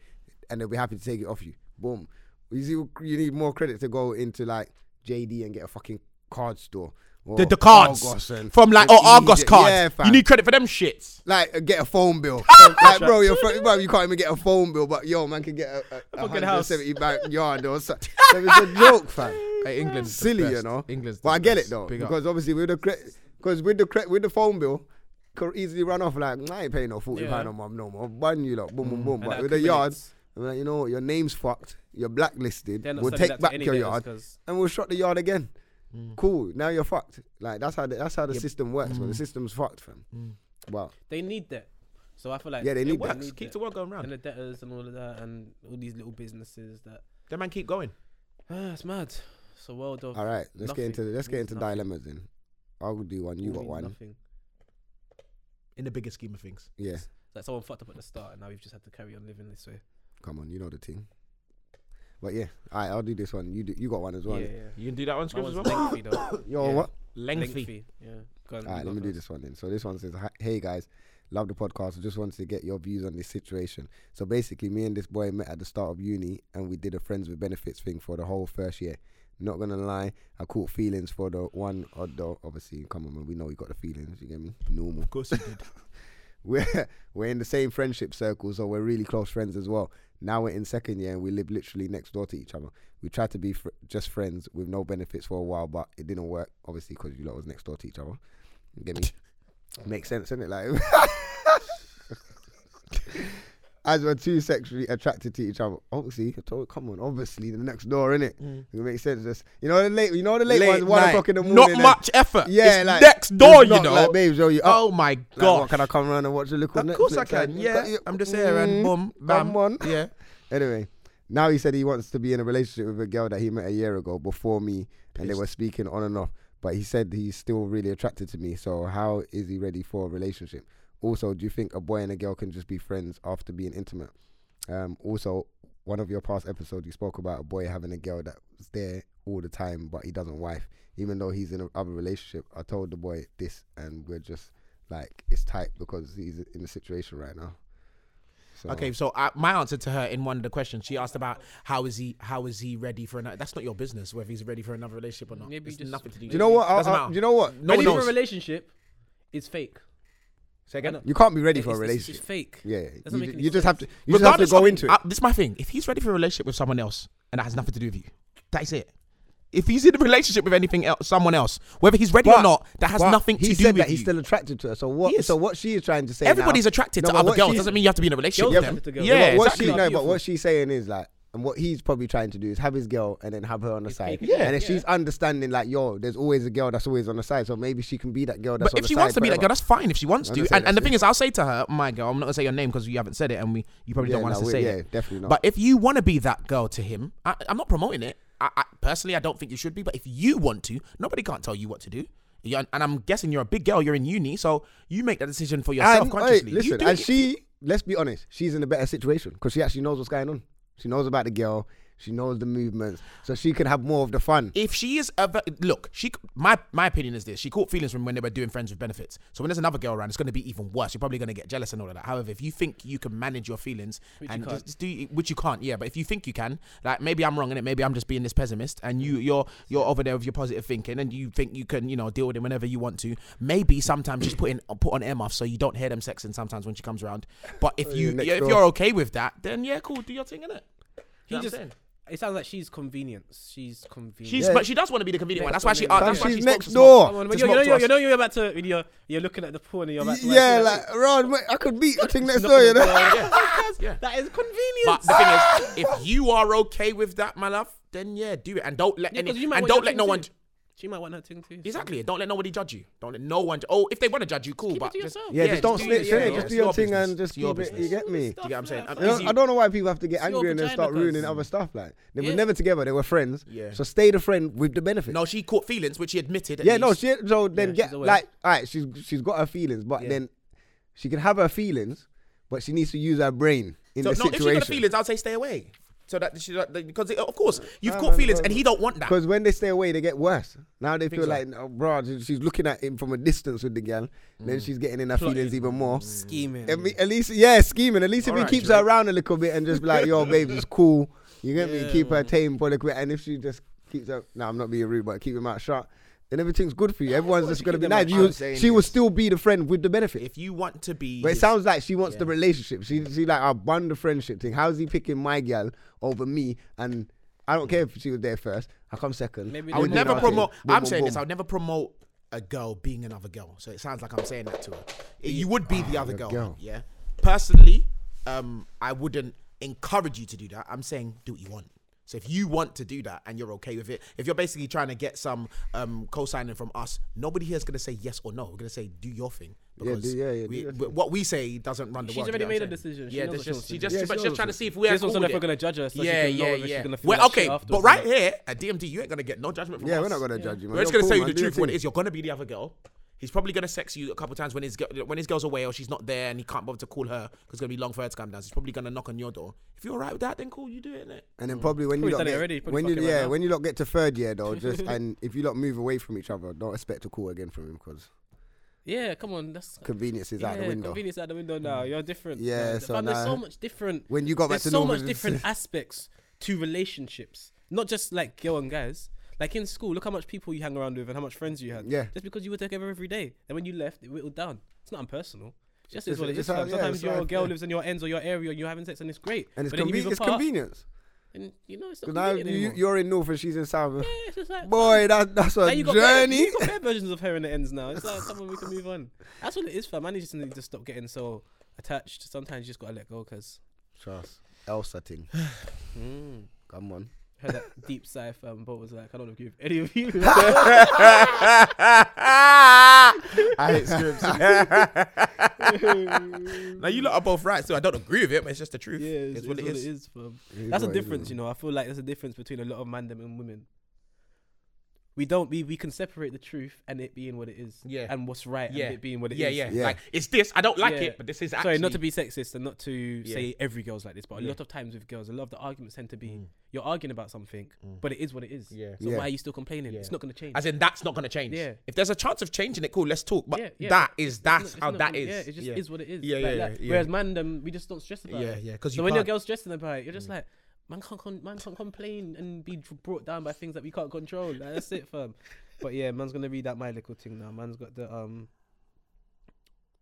D: and they'll be happy to take it off you. Boom. You see, you need more credit to go into like JD and get a fucking card store. or
C: The, the cards
D: Argos and-
C: from like
D: and
C: oh Argos
D: Egypt.
C: cards.
D: Yeah, fam.
C: you need credit for them shits.
D: like uh, get a phone bill. like bro, your phone, bro, you can't even get a phone bill, but yo, man can get a, a, a
E: Fucking
D: hundred
E: house.
D: seventy back yard or something. it's a joke, fam.
C: England's
D: Silly, you know. but I get it though, because obviously with the because with the cre- with the phone bill. Could easily run off like "Nah, I ain't paying no forty
E: Yeah.
D: pound on mum no more. Bun you lot, boom boom boom. But
E: that
D: with the yard,
E: accumulates.
D: I'm like, you know what, your name's fucked. You're blacklisted.
E: They're not
D: We'll
E: selling that
D: take
E: to
D: back
E: any
D: your
E: debtors
D: yard
E: 'cause-
D: and we'll shut the yard again. Cool. Now you're fucked. Like that's how the, that's how the system works. man. The system's fucked, fam. Well,
E: They need that. So I feel like
D: Yeah, they need that.
C: Keep the world going
E: and
C: round.
E: the debtors and all of that and all these little businesses that
C: Them man keep going.
E: ah, it's mad. It's a world of
D: All right, let's get into
E: nothing.
D: the, let's get
E: Means
D: into
E: nothing.
D: dilemmas then. I'll do one. You
E: all
D: got
E: means
D: one.
E: Nothing.
C: In the bigger scheme of things,
D: Yeah,
E: Like someone fucked up at the start and now we've just had to carry on living this way.
D: come on, you know the thing. But yeah, all right, I'll do this one. You do, you got one as well.
E: yeah,
D: innit?
E: yeah.
C: you can do that on
E: Mine
C: scripts
E: was
C: as well.
E: lengthy though.
D: You on
E: Yeah.
D: what?
C: Lengthy.
E: Yeah. Go on,
D: All
E: you
D: right,
E: go
D: let me do
E: first.
D: this one then. So this one says, "Hi- "Hey guys, love the podcast. I just wanted to get your views on this situation. So basically, me and this boy met at the start of uni, and we did a friends with benefits thing for the whole first year. Not gonna lie, I caught feelings for the one or the obviously. Come on, man, we know you got the feelings. You get me? Normal.
C: Of course you did.
D: we're we're in the same friendship circle, so we're really close friends as well. Now we're in second year and we live literally next door to each other. We tried to be fr- just friends with no benefits for a while, but it didn't work, obviously, because you lot was next door to each other. You get me? Makes sense, doesn't it? Like, as we're too sexually attracted to each other, obviously. I told, come on, obviously, the next door, innit? It makes sense. That's- you know the late, you know the late, ones, one
C: Mm. night.
D: o'clock in the morning.
C: Not
D: and-
C: much effort.
D: Yeah,
C: It's
D: like
C: next door,
D: it's
C: you
D: not
C: know.
D: Like, babes, yo, you up?
C: oh my
D: Like, what,
C: god.
D: can I come around and watch a little?
C: of course I can. Yeah, I'm just here
D: Mm,
C: and boom, bam.
D: Come on.
C: Yeah.
D: Anyway, now he said he wants to be in a relationship with a girl that he met a year ago before me, and they were speaking on and off. But he said he's still really attracted to me. So how is he ready for a relationship? Also, do you think a boy and a girl can just be friends after being intimate? Um, also, one of your past episodes, you spoke about a boy having a girl that was there all the time, but he doesn't wife, even though he's in a other relationship. I told the boy this, and we're just like it's tight because he's in a situation right now. So,
C: Okay, so I, my answer to her in one of the questions, she asked about how is he how is he ready for another. That's not your business whether he's ready for another relationship or not.
E: Maybe
C: Maybe it's
E: just-
C: nothing to do.
E: Do
D: Do you know what? I,
C: Doesn't
D: I,
C: matter.
D: do you know what?
C: No one
E: Ready for a
C: knows.
E: relationship is fake.
C: Say
E: I know.
D: You can't be ready
E: It's-
D: for a
E: it's-
D: relationship.
E: It's fake.
D: yeah, yeah. you,
E: Doesn't make
D: ju-
E: any
D: you just have to.
E: sense.
D: You just have to
C: Regardless
D: go
C: of-
D: into it.
C: I- this is my thing. If he's ready for a relationship with someone else, and that has nothing to do with you, that's it. If he's in a relationship with anything else, someone else, whether he's ready or
D: But-
C: not, that has
D: but
C: nothing to
D: he
C: do
D: said
C: with
D: that
C: you.
D: he's still attracted to her. So
C: He
D: what?
C: is.
D: So what she is trying to say? now-
C: Everybody's attracted
D: No,
C: to
D: but
C: other
D: what
C: girls.
D: she-
C: doesn't mean you have to be in a relationship
E: Girls
C: with
E: have
C: them.
E: to go.
C: Yeah,
D: but what
C: exactly.
D: she, no, but what she's saying is like, And what he's probably trying to do is have his girl and then have her on the side.
E: taking- Yeah.
D: And if
E: Yeah.
D: she's understanding, like, yo, there's always a girl that's always on the side, so maybe she can be that girl that's
C: But
D: on
C: if
D: the
C: she
D: side
C: wants to be that girl,
D: forever.
C: that's fine. If she wants
D: I'm
C: to,
D: gonna say
C: and, and the
D: that's
C: thing
D: it.
C: is, I'll say to her, "My girl, I'm not gonna say your name because you haven't said it, and we you probably
D: Yeah,
C: don't want
D: no,
C: us to
D: we-
C: say
D: yeah,
C: it.
D: definitely not.
C: But if you want to be that girl to him, I, I'm not promoting it. I, I personally, I don't think you should be. But if you want to, nobody can't tell you what to do. You're, and I'm guessing you're a big girl. You're in uni, so you make that decision for yourself
D: And, oi,
C: consciously. You
D: listen,
C: do
D: and
C: it.
D: she, let's be honest, she's in a better situation because she actually knows what's going on. She knows about the girl. She knows the movements, so she can have more of the fun.
C: if she is a ve- look, she my my opinion is this: she caught feelings from when they were doing friends with benefits. So when there's another girl around, it's going to be even worse. You're probably going to get jealous and all of that. However, if you think you can manage your feelings and
E: can't.
C: just, just do which you can't, yeah. But if you think you can, like maybe I'm wrong in it. Maybe I'm just being this pessimist, and you you're you're over there with your positive thinking, and you think you can you know deal with it whenever you want to. Maybe sometimes just put in put on earmuffs so you don't hear them sexing sometimes when she comes around. But if you
D: Oh, next
C: if
D: door.
C: you're okay with that, then yeah, cool, do your thing in it.
E: He just. It sounds like she's convenience. She's convenient.
C: She's,
D: Yeah.
C: but she does want to be the convenient one. That's why she. uh,
E: But
C: that's why
D: she's
C: she
D: next
C: smokes-
D: door.
E: Come on,
C: to
E: when you're, you
C: smoke
E: know,
C: to
E: you're,
C: us.
E: you know you're about to when you're you're looking at the porn and you're about to,
D: yeah,
E: you're
D: like, Ron, mate, I could beat a thing next door, you know.
C: yeah.
E: that is
C: But
E: convenience.
C: the thing is, if you are okay with that, my love, then yeah, do it, and don't let
E: Yeah, 'cause
C: any,
E: you might
C: and
E: want your
C: don't let
E: thing
C: no
E: too.
C: one.
E: she might want her thing too. so-
C: Exactly, don't let nobody judge you. Don't let no one. Oh, if they want to judge you, cool,
E: Keep it
C: but
E: to
C: just,
E: yourself.
D: Yeah, just don't
C: do
D: snitch,
C: it, yeah,
D: innit?
C: yeah,
D: Just
C: it's
D: do
C: your
D: your thing
C: business.
D: and just
C: It's your
D: keep it. You
C: business.
D: get me?
C: Do you get what I'm saying?
E: Stuff
D: I don't, I don't know why people have to get
E: It's your
D: angry and then start
E: vagina,
D: ruining
E: cuz.
D: other stuff. Like they
E: Yeah.
D: were never together; they were friends.
C: Yeah.
D: So stay the friend with the benefit.
C: No, she caught feelings, which she admitted. at
D: yeah, no.
C: least.
D: She, so then
E: Yeah, she's
D: get
E: aware.
D: like, all right, she's she's got her feelings, but then she can have her feelings, but she needs to use her brain in
C: So,
D: the
C: no, if she
D: situation.
C: got the feelings, I'll say stay away. So that she, that- because it- of course you've
D: Nah,
C: caught
D: man,
C: feelings,
D: bro.
C: and he don't want that.
D: Because when they stay away, they get worse. Now they feel
C: so?
D: like, oh, bro, she's looking at him from a distance with the gal.
C: Mm.
D: Then she's getting in her feelings even more.
E: scheming.
D: At, me- at least, yeah, scheming. At least if
C: Alright,
D: he keeps
C: Drake.
D: her around a little bit and just be like, yo, babes, it's cool. You get me? Keep her tame for the quick. And if she just keeps her, no, I'm not being rude, but keep him out shut. Then everything's good for you. Everyone's just going to be nice. You, she will still be the friend with the benefit.
C: If you want to be,
D: But it
C: his-
D: sounds like she wants the relationship. She, she like, I bond the friendship thing. How's he picking my gal over me? And I don't care if she was there first. I come second.
E: Maybe
C: I
E: they
C: would
E: might
C: never
E: not.
C: promote.
D: Boom,
C: I'm
D: boom,
C: saying this. I
D: boom.
C: would never promote a girl being another girl. So it sounds like I'm saying that to her. You would be the other girl.
D: girl.
C: Yeah. Personally, um, I wouldn't encourage you to do that. I'm saying do what you want. So if you want to do that and you're okay with it, if you're basically trying to get some um, co-signing from us, nobody here is going to say yes or no. We're going to say do your thing
D: do-
C: because
D: yeah, yeah, do
C: we,
D: your
C: but what we say doesn't run the
E: She's
C: world. you
E: already
C: know what
E: made
C: I'm
E: a
C: saying?
E: decision. She
C: Yeah,
E: knows
C: this-
E: what she wants
C: she,
E: to do.
C: just
D: Yeah,
C: but
D: she
C: she's
D: knows
C: trying to
D: what
C: see
D: she
C: if we're
E: This
C: cool
E: wasn't
C: with
E: if we're
C: it.
E: gonna judge her. So
C: Yeah,
E: she can know
C: yeah,
E: whether she's
C: yeah.
E: gonna feel
C: Well,
E: that
C: okay,
E: shit
C: but
E: afterwards.
C: right here at DMD, you ain't gonna get no judgment from
D: Yeah,
C: us.
D: we're not going to judge you, man.
C: We're just gonna
D: You're cool,
C: tell you
D: man.
C: the
D: Do your
C: truth. What
D: thing.
C: it is, you're gonna be the other girl. He's probably gonna sex you a couple times when his girl- when his girl's away or she's not there and he can't bother to call her because it's gonna be long for her to come down. So he's probably gonna knock on your door. If you're alright with that, then cool, you do it, innit?
D: And then probably when
E: Probably
D: you lot
E: done it
D: get,
E: already, probably
D: when you
E: fuck it right
D: yeah
E: now.
D: when you lot get to third year though, just and if you lot move away from each other, don't expect a call again from him because
E: Yeah, come on. That's
D: convenience is out the
E: Yeah,
D: window.
E: Convenience out the window now. You're different.
D: Yeah,
E: man.
D: so
E: Fam, there's
D: now-
E: so much different.
D: When you got back
E: there's
D: to
E: so
D: normal,
E: much
D: it's-
E: different aspects to relationships, not just like girl and guys. Like in school, look how much people you hang around with and how much friends you had.
D: Yeah.
E: Just because you were together every day, then when you left, it whittled down. It's not impersonal. It's just is
D: It's-
E: what it
D: it's
E: is.
D: how-
E: fam.
D: yeah,
E: Sometimes
D: it's
E: your
D: life,
E: girl
D: yeah.
E: lives in your ends or your area, and you're having sex, and it's great.
D: And it's,
E: but then you
D: conven-
E: move
D: it's
E: apart,
D: convenience.
E: And you know it's not
D: 'Cause now
E: convenient
D: you,
E: anymore.
D: you're in north and she's in south.
E: Yeah, it's just like,
D: Boy, that, that's a
E: Now you got better,
D: journey.
E: you got better versions of her in the ends now. It's like someone we can move on. That's what it is, fam. I need just need to stop getting so attached. Sometimes you just gotta let go, cause
D: Trust Elsa thing.
E: mm,
D: Come on.
E: heard that deep sigh, fam. But was like, I don't agree with any of you.
D: I hate scripts.
C: Now you lot are both right, so I don't agree with it, but it's just the truth.
E: yeah, it's,
C: it's what it is.
E: fam. That's a difference, you know. I feel like there's a difference between a lot of mandem and women. We don't we we can separate the truth and it being what it is.
C: Yeah.
E: And what's right
C: Yeah.
E: and it being what it is.
C: Yeah, yeah,
D: Yeah.
C: Like it's this. I don't like
E: Yeah.
C: it, but this is actually.
E: Sorry, not to be sexist and not to say every girl's like this, but a
C: Yeah. Mm.
E: lot of times with girls, a lot of the arguments tend to be you're arguing about something, but it is what it is.
C: Yeah.
E: So
D: Yeah.
E: why are you still complaining?
C: Yeah.
E: It's not going to change.
C: As in, that's not gonna change.
E: Yeah.
C: If there's a chance of changing it, cool. Let's talk. But
E: Yeah, yeah.
C: that is
E: It's not-
C: that's
E: it's
C: how
E: not
C: that
E: gonna-
C: is.
E: Yeah, it just
C: Yeah.
E: is what it is.
C: Yeah,
E: like
C: yeah,
E: that.
C: yeah.
E: Whereas man, them, we just don't stress about
C: Yeah, Mm.
E: it.
C: yeah, 'cause
E: so
C: you
E: when your
C: can't-
E: girl's stressing about it, you're just like, man can't con- man can't complain and be dr- brought down by things that we can't control. Like, that's it, fam. But yeah, man's gonna read that my little thing now. Man's got the um.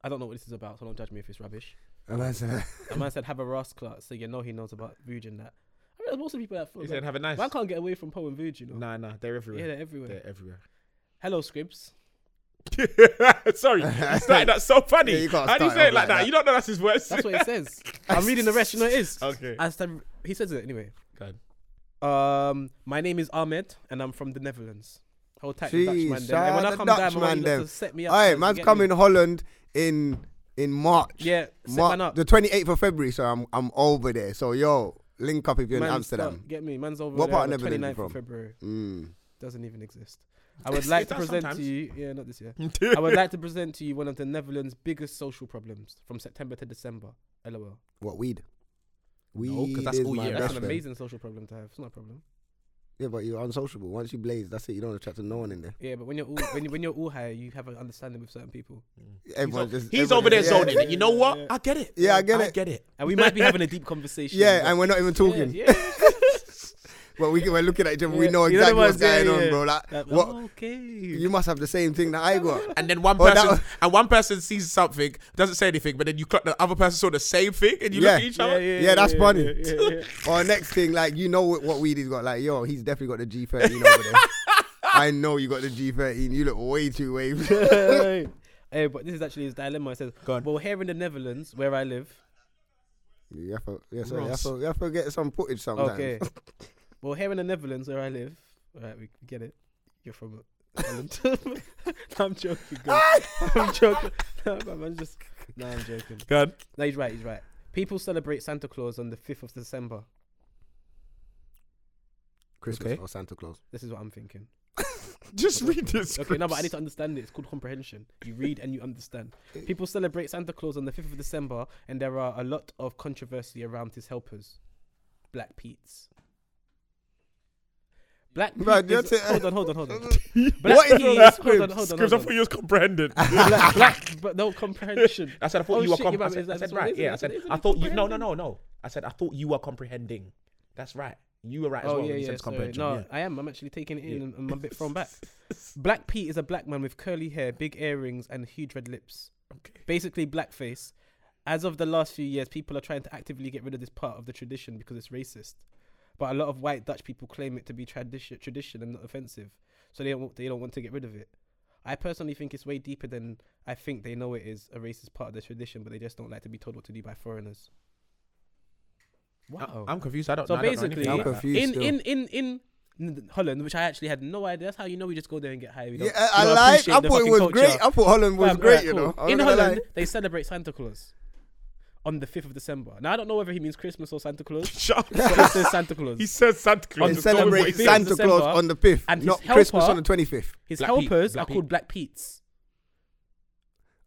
E: I don't know what this is about, so don't judge me if it's rubbish. A man said, "Have a Ross clerk," so you know he knows about Vuj and that. I mean, there's most of people that
C: He
E: feel
C: said,
E: that.
C: "Have a nice."
E: Man can't get away from Poe and Vuj, you know.
C: Nah, nah, they're everywhere.
E: yeah, they're everywhere.
C: They're everywhere.
E: Hello, Scribs.
C: Sorry, you started that so funny.
D: Yeah, you can't
C: How do you say
D: start it off
C: it like
D: like
C: that?
D: that.
C: You don't know that's his words.
E: That's what it says. I'm reading the rest. You know it is.
C: okay.
E: As the, he says it anyway.
F: Go ahead.
E: Um, my name is Ahmed, and I'm from the Netherlands. Hold tight, the
D: Jeez,
E: Dutchman. Them.
D: shout
E: And when
D: out
E: I
D: the
E: come down,
D: Dutchman
E: man,
D: them.
E: to set me up.
D: All
E: so
D: right,
E: you
D: man's
E: get
D: coming
E: me?
D: Holland in in March.
E: Yeah, set
D: Mar-
E: man up.
D: the 28th of February. So I'm I'm over there. So yo, link up if you're in
E: Man's-
D: Amsterdam.
E: Get me, man's over
D: What
E: there
D: part
E: on
D: of
E: the
D: Netherlands you from?
E: 29th of February.
D: Mm.
E: doesn't even exist. I would
G: It
E: like to
G: does
E: present to
G: sometimes.
E: you, yeah, not this year. I would like to present to you one of the Netherlands' biggest social problems from September to December. LOL.
D: What weed? Weed
G: 'cause that's
D: is
G: all
D: my
G: year
E: That's
D: best
E: an
D: friend.
E: amazing social problem to have. It's not a problem.
D: Yeah, but you're unsociable. Once you blaze, that's it. You don't attract no one in there.
E: Yeah, but when you're all when, you, when you're all high, you have an understanding with certain people,
D: Everyone
G: He's,
D: just
G: over
D: everyone
G: there
D: just- yeah,
G: zoning it. You know what? I get it.
D: Yeah, I get
G: I
D: it.
G: get it.
E: and we might be having a deep conversation.
D: Yeah,
E: but-
D: and we're not even talking.
E: Yeah, yeah.
D: But we, we're looking at each other. We
E: Yeah,
D: know
E: you know
D: exactly
E: the
D: what's
E: ones, yeah,
D: going
E: yeah.
D: on, bro. Like,
E: Like, oh,
D: what?
E: Okay.
D: You must have the same thing that I got.
G: And then one
D: Oh, that
G: person
D: was-
G: and one person sees something, doesn't say anything, but then you clock the other person saw the same thing and you
D: Yeah.
G: look at each other.
D: Yeah, that's funny.
E: yeah, yeah, yeah.
D: Or next thing, like you know what, what Weedy's got. Like, yo, he's definitely got the G thirteen over there. I know you got the G thirteen. You look way too wavy.
E: hey, but this is actually his dilemma. It says,
G: Go on.
E: well, here in the Netherlands, where I live,
D: You have to, yeah, sorry, you, have
G: Ross.
D: to, you have to get some footage sometimes.
E: okay. well, here in the Netherlands, where I live, all right, we get it. You're from Holland. No, I'm joking. Girl. I'm joking. No, man, I'm just. No, I'm joking.
G: Go on.
E: No, he's right. He's right. People celebrate Santa Claus on the fifth of December.
D: Christmas
G: Okay.
D: or Santa Claus.
E: This is what I'm thinking.
G: Just read this.
E: Okay, no, but I need to understand it. It's called comprehension. You read and you understand. People celebrate Santa Claus on the 5th of December, and there are a lot of controversy around his helpers, Black Pete's. Black Pete.
D: Man, you're
E: is-
D: t-
E: hold on, hold on, hold on. Black
D: What is
E: Pete-
D: wrong with
E: Hold on,
D: scripts?
E: hold on,
G: Because I
E: hold
G: thought
E: on.
G: you was comprehending.
E: Black, black, but no comprehension.
G: I said I thought
E: Oh,
G: you were
E: shit, you're
G: comprehending.
E: right,
G: I said,
E: is that-
G: I said,
E: that's what it
G: right,
E: is,
G: yeah. I
E: isn't
G: said
E: it? Isn't
G: I
E: it
G: thought you. No, no,
E: comprehending?
G: no, no. I said I thought you were comprehending. That's right. You were right as
E: Oh
G: well.
E: yeah,
G: when you
E: yeah.
G: said it's
E: Sorry.
G: comprehension.
E: No,
G: yeah.
E: I am. I'm actually taking it in,
G: Yeah.
E: and, and I'm a bit thrown back. Black Pete is a black man with curly hair, big earrings, and huge red lips.
G: Okay.
E: basically blackface. As of the last few years, people are trying to actively get rid of this part of the tradition because it's racist. But a lot of white Dutch people claim it to be tradition, tradition and not offensive, so they don't want, they don't want to get rid of it. I personally think it's way deeper than I think they know it is a racist part of the tradition, but they just don't like to be told what to do by foreigners. Wow.
G: I- I'm confused. I don't.
E: so
G: no, I don't know
E: basically,
G: anything
D: I'm
G: about that.
D: confused
E: in,
D: still.
E: in in in n- Holland, which I actually had no idea. That's how you know we just go there and get high. We don't,
D: Yeah, I, I
E: we don't
D: like.
E: appreciate
D: I
E: the
D: thought it
E: fucking
D: was
E: culture.
D: great. I thought Holland was
E: Fam,
D: great.
E: alright,
D: You
E: cool.
D: know, I'm
E: In
D: not gonna
E: Holland,
D: lie.
E: they celebrate Santa Claus on the 5th of December. Now, I don't know whether he means Christmas or Santa Claus.
G: Shut
E: but
G: up.
E: it says Santa Claus.
G: He says Santa Claus.
D: they
G: It's always what he
D: celebrate
E: says.
G: thinks.
D: Santa Claus
E: December,
D: on the fifth,
E: and his
D: not Christmas
E: helper-
D: on the twenty fifth.
E: His
G: Black Pete,
E: helpers
G: Black
E: are called Black Pete's.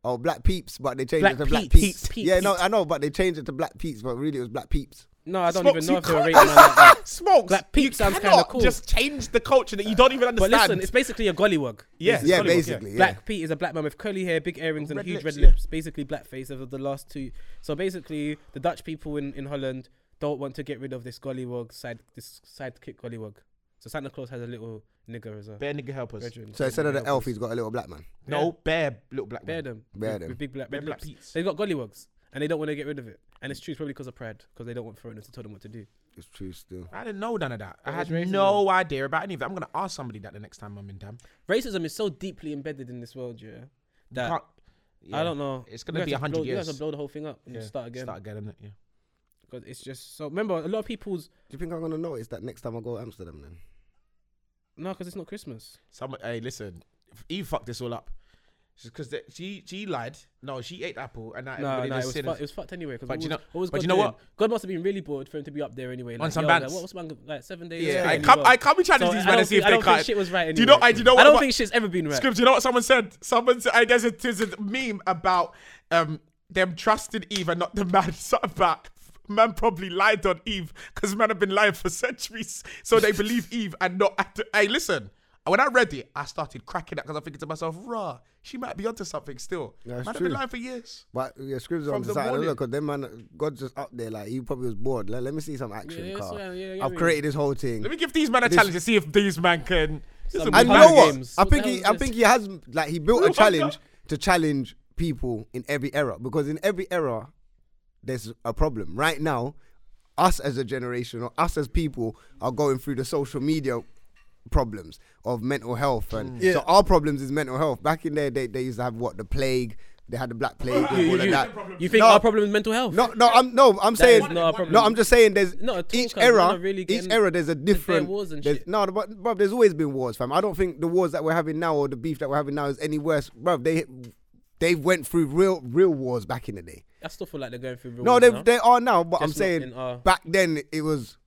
D: Oh, Black Peeps, but they changed
E: Black
D: it to Black
E: Peeps,
D: Peeps.
E: Peeps.
D: Yeah, no, I know, but they changed it to Black Peeps, but really it was Black Peeps.
E: No, I don't
G: Smokes,
E: even know
G: you
E: if they're
G: can't-
E: rating on that.
G: Smokes.
E: Black Pete
G: you
E: sounds kinda
G: cannot
E: cool.
G: Just change the culture that you don't even
E: But
G: understand.
E: listen, it's basically a gollywog.
G: yeah,
D: yeah,
G: Hollywood,
D: basically, yeah.
E: Black Pete is a black man with curly hair, big earrings, and
G: Red
E: huge red
G: lips, yeah.
E: lips. Basically, blackface of the last two. So basically, the Dutch people in, in Holland don't want to get rid of this gollywog side this sidekick gollywog. So Santa Claus has a little nigger as well.
G: Bear nigga help us.
E: Brethren.
D: So instead of the elf,
E: Helpers.
D: he's got a little black man.
G: No, bear little black
E: Bear
G: man.
E: them.
D: Bear
E: with,
D: them.
E: With big black,
G: Bear
E: red
G: black
E: lips.
G: Pete's.
E: They've got gollywogs and they don't want to get rid of it. And it's true, it's probably because of pride, because they don't want foreigners to tell them what to do.
D: It's true still.
G: I didn't know none of that. I
E: That
G: had
E: was racism.
G: no idea about any of that. I'm gonna ask somebody that the next time I'm in town.
E: Racism is so deeply embedded in this world, yeah. That
G: Can't- yeah.
E: I don't know.
G: It's gonna
E: We're
G: be
E: gonna have to blow-
G: 100
E: We're gonna have
G: years.
E: to blow the whole thing up and
G: Yeah,
E: start again.
G: Start again, innit? Yeah.
E: Because it's just so. Remember, a lot of people's
D: Do you think I'm gonna notice that next time I go to Amsterdam then?
E: no, because it's not Christmas.
G: Some, hey, listen, Eve fucked this all up. Because she she lied. No, she ate apple, and now
E: No,
G: everybody
E: no, it
G: just
E: was,
G: sin.
E: fu- it was fucked anyway. Because
G: But
E: what was,
G: you know-
E: what was
G: but
E: God
G: you know
E: doing?
G: what?
E: God must have been really bored for him to be up there anyway. Like,
G: On some
E: yo, like,
G: bands.
E: what was man go- like seven days? away
G: Yeah, I
E: anyway.
G: come I come and
E: So
G: challenge these
E: I
G: men
E: don't
G: and see if
E: think- I
G: they
E: don't think
G: can't.
E: shit was right.
G: Do you know?
E: anyway.
G: I do you know.
E: I
G: what
E: don't
G: about-
E: think shit's ever been right.
G: Scribs, you know what someone said? Someone said, I there's a, there's a meme about um them trusting Eve and not the man. Something about man probably lied on Eve because man have been lying for centuries. So they believe Eve and not. act- Hey, listen. When I read it, I started cracking up because I'm thinking to myself, "Rah, she might be onto something still."
D: That's
G: man have
D: true.
G: been lying for years.
D: But yeah, Scribs
G: From
D: on
G: the
D: the side of
G: morning.
D: look, cause them man, God's just up there. Like he probably was bored. Let, let me see some action.
E: Yeah,
D: car.
E: yeah, yeah, yeah,
D: I've
E: yeah.
D: created this whole thing.
G: Let me give these men a
D: This-
G: challenge to see if these man can. This is a
E: Some
D: And
G: mad
D: you
E: Hunger
D: know what?
E: Games.
D: I
E: What the
D: think
E: hell
D: he,
E: is
D: I
E: this?
D: think he has like he built
G: Hunger.
D: a challenge to challenge people in every era because in every era there's a problem. Right now, us as a generation or us as people are going through the social media
E: Mm.
D: problems of mental health, and so our problems is mental health. Back in their day, they used to have what the plague. They had the black plague and
E: You,
D: all
E: you-
D: of
E: you-
D: that.
E: you think
D: No,
E: our problem is mental health?
D: No, no, I'm no, I'm
E: That is
D: saying
E: not our problem.
D: no, I'm just saying there's
E: No, talk
D: each
E: us, we're
D: era,
E: not really
D: each
E: getting-
D: era there's a different
E: wars and
D: there's-
E: shit.
D: No, but bro, there's always been wars, fam. I don't think the wars that we're having now or the beef that we're having now is any worse, bro. They they went through real real wars back in the day.
E: I still feel like they're going through. real
D: No,
E: ones
D: they
E: now.
D: they are now, but I'm
E: Just not
D: saying
E: in our-
D: back then it was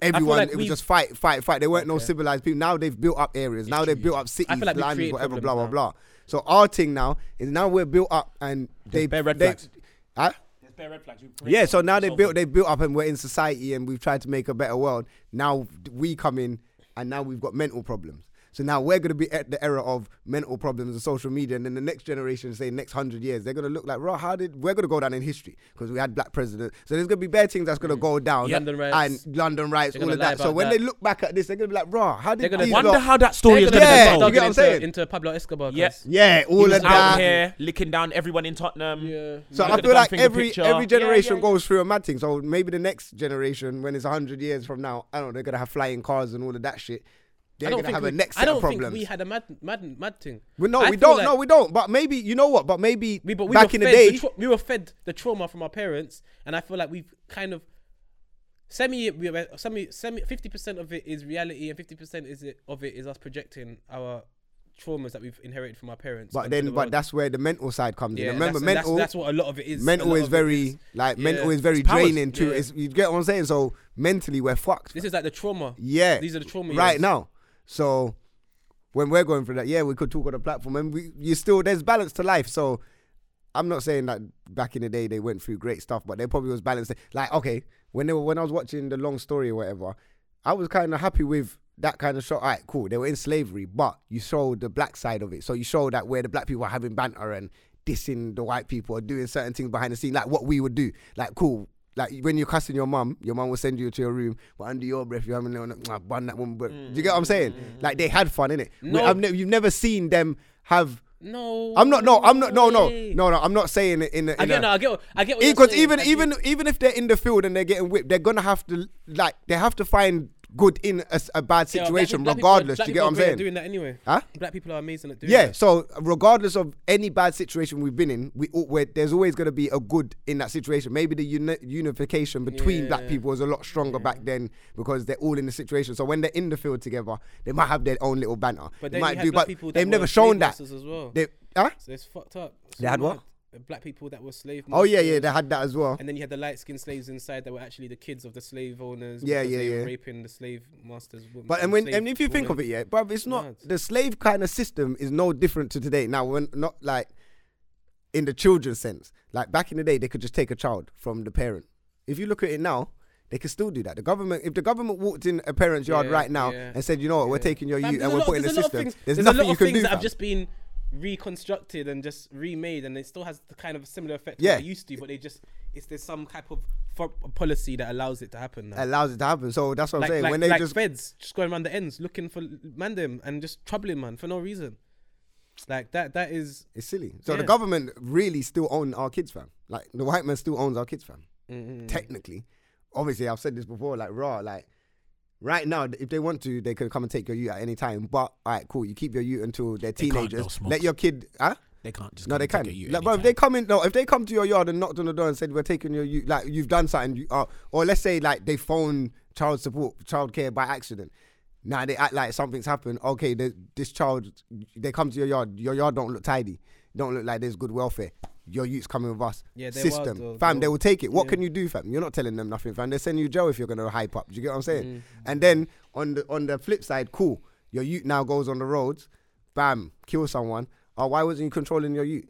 D: everyone.
E: like
D: it was
E: we've-
D: just fight, fight, fight. There weren't no
E: Okay.
D: civilized people. Now they've built up areas. Now they've built up cities,
E: like we
D: lands,
E: create
D: whatever, blah
E: problems
D: blah
E: now.
D: blah. So our thing now is now we're built up and they
C: bare red
D: they,
C: flags.
D: Huh?
B: Bare red flags.
D: Yeah, so now they built they built up and we're in society and we've tried to make a better world. Now we come in and now we've got mental problems. So now we're going to be at the era of mental problems and social media, and then the next generation, say next hundred years, they're going to look like, "Raw, how did we're going to go down in history because we had black presidents." So there's going to be bad things that's going to go down,
E: Mm. London riots.
D: and London riots,
E: They're
D: all
E: gonna
D: of
E: lie
D: that. So
E: about
D: when
E: that.
D: they look back at this, they're going to be like, "Raw, how did
E: They're gonna
D: these
E: wonder
C: Wonder
D: lot-
C: how that story is going
E: They're
C: to
E: gonna
D: Yeah,
C: be
E: start
C: told.
D: you get
E: getting
D: what I'm
E: into,
D: saying?
E: Into Pablo Escobar.
C: Yeah.
E: cuz-
D: yeah, all
C: He was
D: of
C: out
D: that."
C: here licking down everyone in Tottenham.
E: Yeah.
D: So
C: Look
D: I
C: at the
D: feel
C: damn
D: like
C: finger
D: every
C: picture.
D: every
C: Yeah, yeah,
D: generation
C: yeah.
D: goes through a mad thing. So maybe the next generation, when it's hundred years from now, I don't know, they're gonna have flying cars and all of that shit. They're gonna have
E: we,
D: a next
E: I
D: set
E: don't
D: of
E: think
D: problems.
E: we had a mad, mad, mad thing.
D: Well, no,
E: I
D: we
E: feel
D: don't.
E: like
D: no, we don't. But maybe you know what? But maybe
E: We, but we
D: back
E: were
D: in the
E: fed
D: day,
E: tra- we were fed the trauma from our parents, and I feel like we've kind of semi, we were- semi, semi, fifty percent of it is reality, and fifty percent is it of it is us projecting our traumas that we've inherited from our parents.
D: but
E: onto
D: then,
E: the
D: but
E: world.
D: that's where the mental side comes in. Remember,
E: that's,
D: mental.
E: That's, that's what a lot of it is. A
D: mental
E: lot
D: is
E: of it
D: very like
E: yeah.
D: mental is very
C: It's powers.
D: draining too.
E: Yeah.
D: It's, you get what I'm saying? So mentally, we're fucked.
E: This is like the trauma.
D: Yeah.
E: These are the trauma
D: right
E: years.
D: now. So when we're going through that, yeah, we could talk on the platform, and we you still there's balance to life. So I'm not saying that back in the day they went through great stuff, but there probably was balance. Like okay, when they were when I was watching the long story or whatever, I was kind of happy with. That kind of show, all right, cool. They were in slavery, but you showed the black side of it. So you show that where the black people are having banter and dissing the white people or doing certain things behind the scene, like what we would do. Like, cool, like when you're cussing your mum, your mum will send you to your room, but under your breath, you're having a little, "Ah, bun that woman. But do you get what I'm saying? Like they had fun, innit? We-
E: No.
D: I've ne- you've never seen them have.
E: No.
D: I'm not. No, I'm not. No, no,
E: way.
D: no, no. I'm not saying it in. A, in
E: I get,
D: a-
E: no, I get, what- I get what you're
D: because
E: saying,
D: even
E: like,
D: even even if they're in the field and they're getting whipped, they're gonna have to like they have to find good in a, s- a bad
E: yeah, black
D: situation,
E: people- black people are-
D: regardless.
E: black
D: Do you get what
E: people are
D: I'm
E: great at
D: saying?
E: Doing that anyway.
D: Huh?
E: Black people are amazing at doing
D: Yeah.
E: that.
D: So regardless of any bad situation we've been in, we all- where there's always going to be a good in that situation. Maybe the uni- unification between black
E: Yeah.
D: people was a lot stronger back then because they're all in the situation. So when they're in the field together, they might have their own little banter.
E: But
D: they
E: then
D: might
E: you had
D: do,
E: black
D: but
E: people that
D: they've
E: were
D: never shown
E: slave
D: that.
E: masters as well.
D: They, huh?
E: So it's fucked up. It's
D: They had what?
E: mad. The Black people that were slave.
D: Oh yeah,
E: masters.
D: yeah, they had that as well.
E: And then you had the light skinned slaves inside that were actually the kids of the slave owners.
D: Yeah,
E: because
D: yeah,
E: they were
D: yeah.
E: Raping the slave masters. wom-
D: But and when
E: slave
D: and if you think of
E: women.
D: it, yeah, bruv, it's not
E: Mad.
D: the slave kind of system is no different to today. Now, when not like in the children's sense, like back in the day, they could just take a child from the parent. If you look at it now, they can still do that. The government, if the government walked in a parent's yard
E: Yeah,
D: right now
E: yeah.
D: and said, you know what, we're
E: Yeah.
D: taking your
E: Fam,
D: youth
E: there's
D: and
E: a
D: we're
E: lot-
D: putting in the
E: there's a lot of
D: system,
E: things-
D: there's
E: a
D: nothing
E: lot
D: you
E: of
D: can
E: things
D: do.
E: that have
D: fam.
E: just been reconstructed and just remade, and it still has the kind of similar effect
D: Yeah.
E: yeah. they used to, but they just it's there's some type of fo- policy that allows it to happen now.
D: Allows it to happen. So that's what
E: like,
D: I'm saying.
E: like,
D: when they
E: like
D: just
E: feds just going around the ends looking for man them and just troubling man for no reason. Like that that is
D: It's silly. So the
E: Yeah.
D: government really still own our kids, fam. Like the white man still owns our kids, fam. Technically, obviously, I've said this before. Like raw, like right now, if they want to, they can come and take your youth at any time. But all right, cool. You keep your youth until they're
C: can't, they'll
D: teenagers.
C: smoke.
D: Let your kid, huh?
C: They can't just
D: No,
C: come
D: they
C: and take
D: can.
C: a you
D: Like, bro, if
C: anytime.
D: they come in, no, if they come to your yard and knocked on the door and said we're taking your, you, like you've done something, you are, or let's say like they phone child support, childcare by accident. Now they act like something's happened. Okay, the, this child, they come to your yard. Your yard don't look tidy. Don't look like there's good welfare. Your youth's coming with us.
E: Yeah, they're wild
D: System,
E: though,
D: fam. They
E: though.
D: will take it. What
E: Yeah.
D: can you do, fam? You're not telling them nothing, fam. They send you jail if you're gonna hype up. Do you get what I'm saying?
E: Mm.
D: And then on the on the flip side, cool. Your youth now goes on the roads, bam, kill someone. Oh, why wasn't you controlling your youth?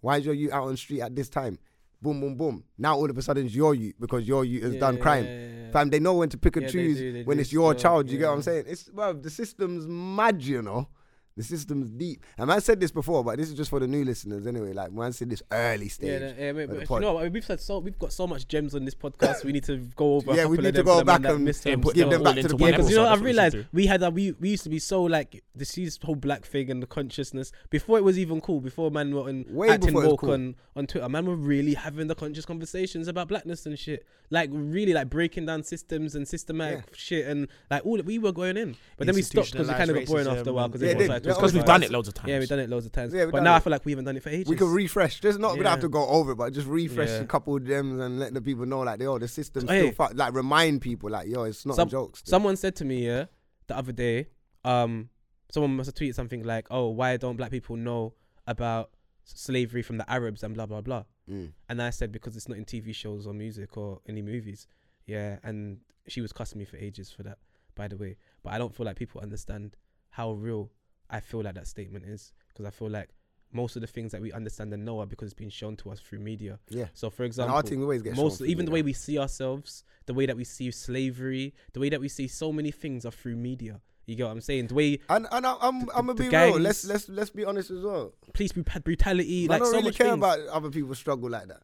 D: Why is your youth out on the street at this time? Boom, boom, boom. Now all of a sudden it's your youth because your youth has done crime. Fam, they know when to pick and
E: Yeah, they
D: choose
E: do, they
D: when
E: do
D: it's your
E: still,
D: child. You get what I'm
E: yeah.
D: saying? It's well, the system's mad, you know. The system's deep. And I said this before, but this is just for the new listeners anyway. Like when I said this early stage.
E: Yeah, no, yeah, mate,
D: of the
E: but you
D: pod.
E: know what, we've said so we've got so much gems on this podcast. we need to go over. a
D: Yeah, we
E: couple
D: need
E: of
D: to
E: them
D: go
E: for the
D: back
E: man that
D: and
E: missed
D: give
E: them.
C: put
D: them
C: them
D: back
C: all
D: to the
C: into
D: people.
E: Yeah,
C: one
E: because you
C: episode,
E: know,
C: that's
E: I've
C: what we should
E: realized
C: do.
E: we had that we we used to be so like this is whole black thing and the consciousness before it was even cool. Before man were on
D: Way
E: acting
D: before it was
E: woke
D: cool.
E: on on Twitter, man were really having the conscious conversations about blackness and shit. Like really like breaking down systems and systematic shit and like all that we were going in. But then we stopped because it kind of got boring
C: Institutionalized
E: after a while because
C: racism
D: Yeah,
E: everyone
D: they,
E: started
D: Yeah,
G: because we've
D: obviously.
G: done it loads of times.
E: Yeah, we've done it loads of times.
D: Yeah, we've
E: but
D: done
E: now I
D: it.
E: feel like we haven't done it for ages.
D: We can refresh. Just not. We don't have to
E: Yeah.
D: go over, it, but just refresh
E: Yeah.
D: a couple of them and let the people know, like, yo, the system still
E: Hey.
D: fuck. Like, remind people, like, yo, it's not
E: Some-
D: a joke. still.
E: Someone said to me yeah, the other day, um, someone must have tweeted something like, "Oh, why don't black people know about s- slavery from the Arabs and blah blah blah?"
D: Mm.
E: And I said because it's not in TV shows or music or any movies. Yeah, and she was cussing me for ages for that, by the way. But I don't feel like people understand how real I feel like that statement is because I feel like most of the things that we understand and know are because it's been shown to us through media.
D: Yeah.
E: So, for
D: And
E: example,
D: our team always gets
E: most even the way we see ourselves, the way that we see slavery, the way that we see so many things are through media. You get what I'm saying? The way
D: And and I, I'm
E: the-
D: I'm gonna
E: the
D: be real. Let's
E: gangs-
D: let's let's be honest as well.
E: police bru- brutality,
D: I
E: like
D: don't
E: so
D: really
E: much
D: care
E: things.
D: about other people's struggle like that.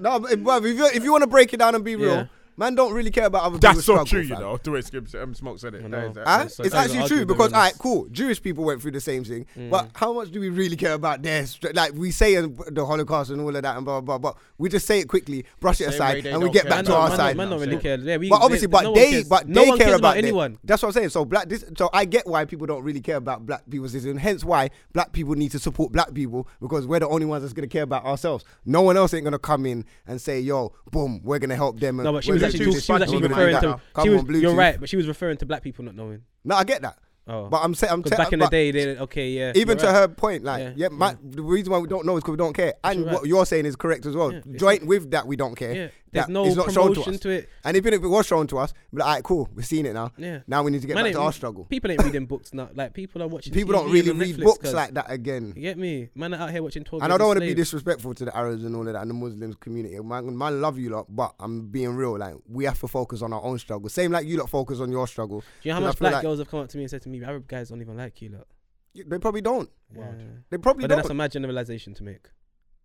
D: no, but, but if you if you want to break it down and be real,
E: Yeah.
D: man, don't really care about other
G: That's
D: people's
G: so
D: struggle.
G: true, you
D: fam.
G: know. The way Skip um, Smoke said it.
E: I
G: That
E: know.
G: is-
D: Huh?
G: that's-
E: so
D: Ah, it's
E: I
D: actually
E: argue
D: true
E: with
D: because,
E: them on
D: all right,
E: this.
D: cool. Jewish people went through the same thing,
E: Mm.
D: but how much do we really care about their str- like we say uh, the Holocaust and all of that and blah blah blah? But we just say it quickly, brush it
G: Same way
D: aside,
G: they
D: and we
G: don't
D: get
G: care
D: back
E: Man
D: to
E: don't-
D: our
E: man
D: side.
E: don't- Man don't really care. Yeah, we,
D: But obviously,
E: they-
D: but
E: no one
D: they,
E: cares.
D: but
E: no
D: they
E: one
D: care
E: cares
D: about, their-
E: anyone.
D: That's what I'm saying. So black, this, so I get why people don't really care about black people's issues, and hence why black people need to support black people because we're the only ones that's gonna care about ourselves. No one else ain't gonna come in and say, "Yo, boom, we're gonna help them." and
E: No, but she
D: we're
E: was
D: gonna
E: actually
D: do
E: talk-
D: this,
E: she was
D: we're
E: actually
D: gonna do
E: referring
D: that."
E: to.
D: Come
E: She was,
D: on,
E: you're
D: Bluetooth.
E: right, but she was referring to black people not knowing.
D: No, I get that,
E: Oh,
D: but I'm saying, I'm
E: because back in
D: but-
E: the day, they okay, yeah.
D: even
E: you're
D: to
E: right.
D: her point, like,
E: Yeah,
D: yeah, my, the reason why we don't know is because we don't care. And
E: right.
D: what you're saying is correct as well.
E: Yeah, it's
D: Joint with that, we don't care.
E: yeah, there's
D: that
E: no
D: it's not shown to
E: promotion
D: us.
E: to it.
D: And even if it was shown to us, we're like, all right, cool, we've seen it now.
E: Yeah.
D: Now we need to get
E: Man
D: back
E: ain't
D: to our
E: read-
D: struggle.
E: People ain't reading books now. Like people are watching.
D: People
E: TV
D: don't really
E: and
D: read
E: Netflix,
D: books
E: cuz.
D: like that
E: You
D: again.
E: get me? Man are out here watching 12
D: And I don't
E: want to
D: be disrespectful to the Arabs and all of that and the Muslims community. Man, man, love you lot, but I'm being real. Like, we have to focus on our own struggle. Same like you lot focus on your struggle.
E: Do you know how
D: 'Cause I
E: much
D: feel
E: black
D: like-
E: girls have come up to me and said to me, Arab guys don't even like you, lot.
D: You- They probably don't.
E: Yeah.
D: They probably
E: But then that's a
D: don't.
E: mad generalization to make.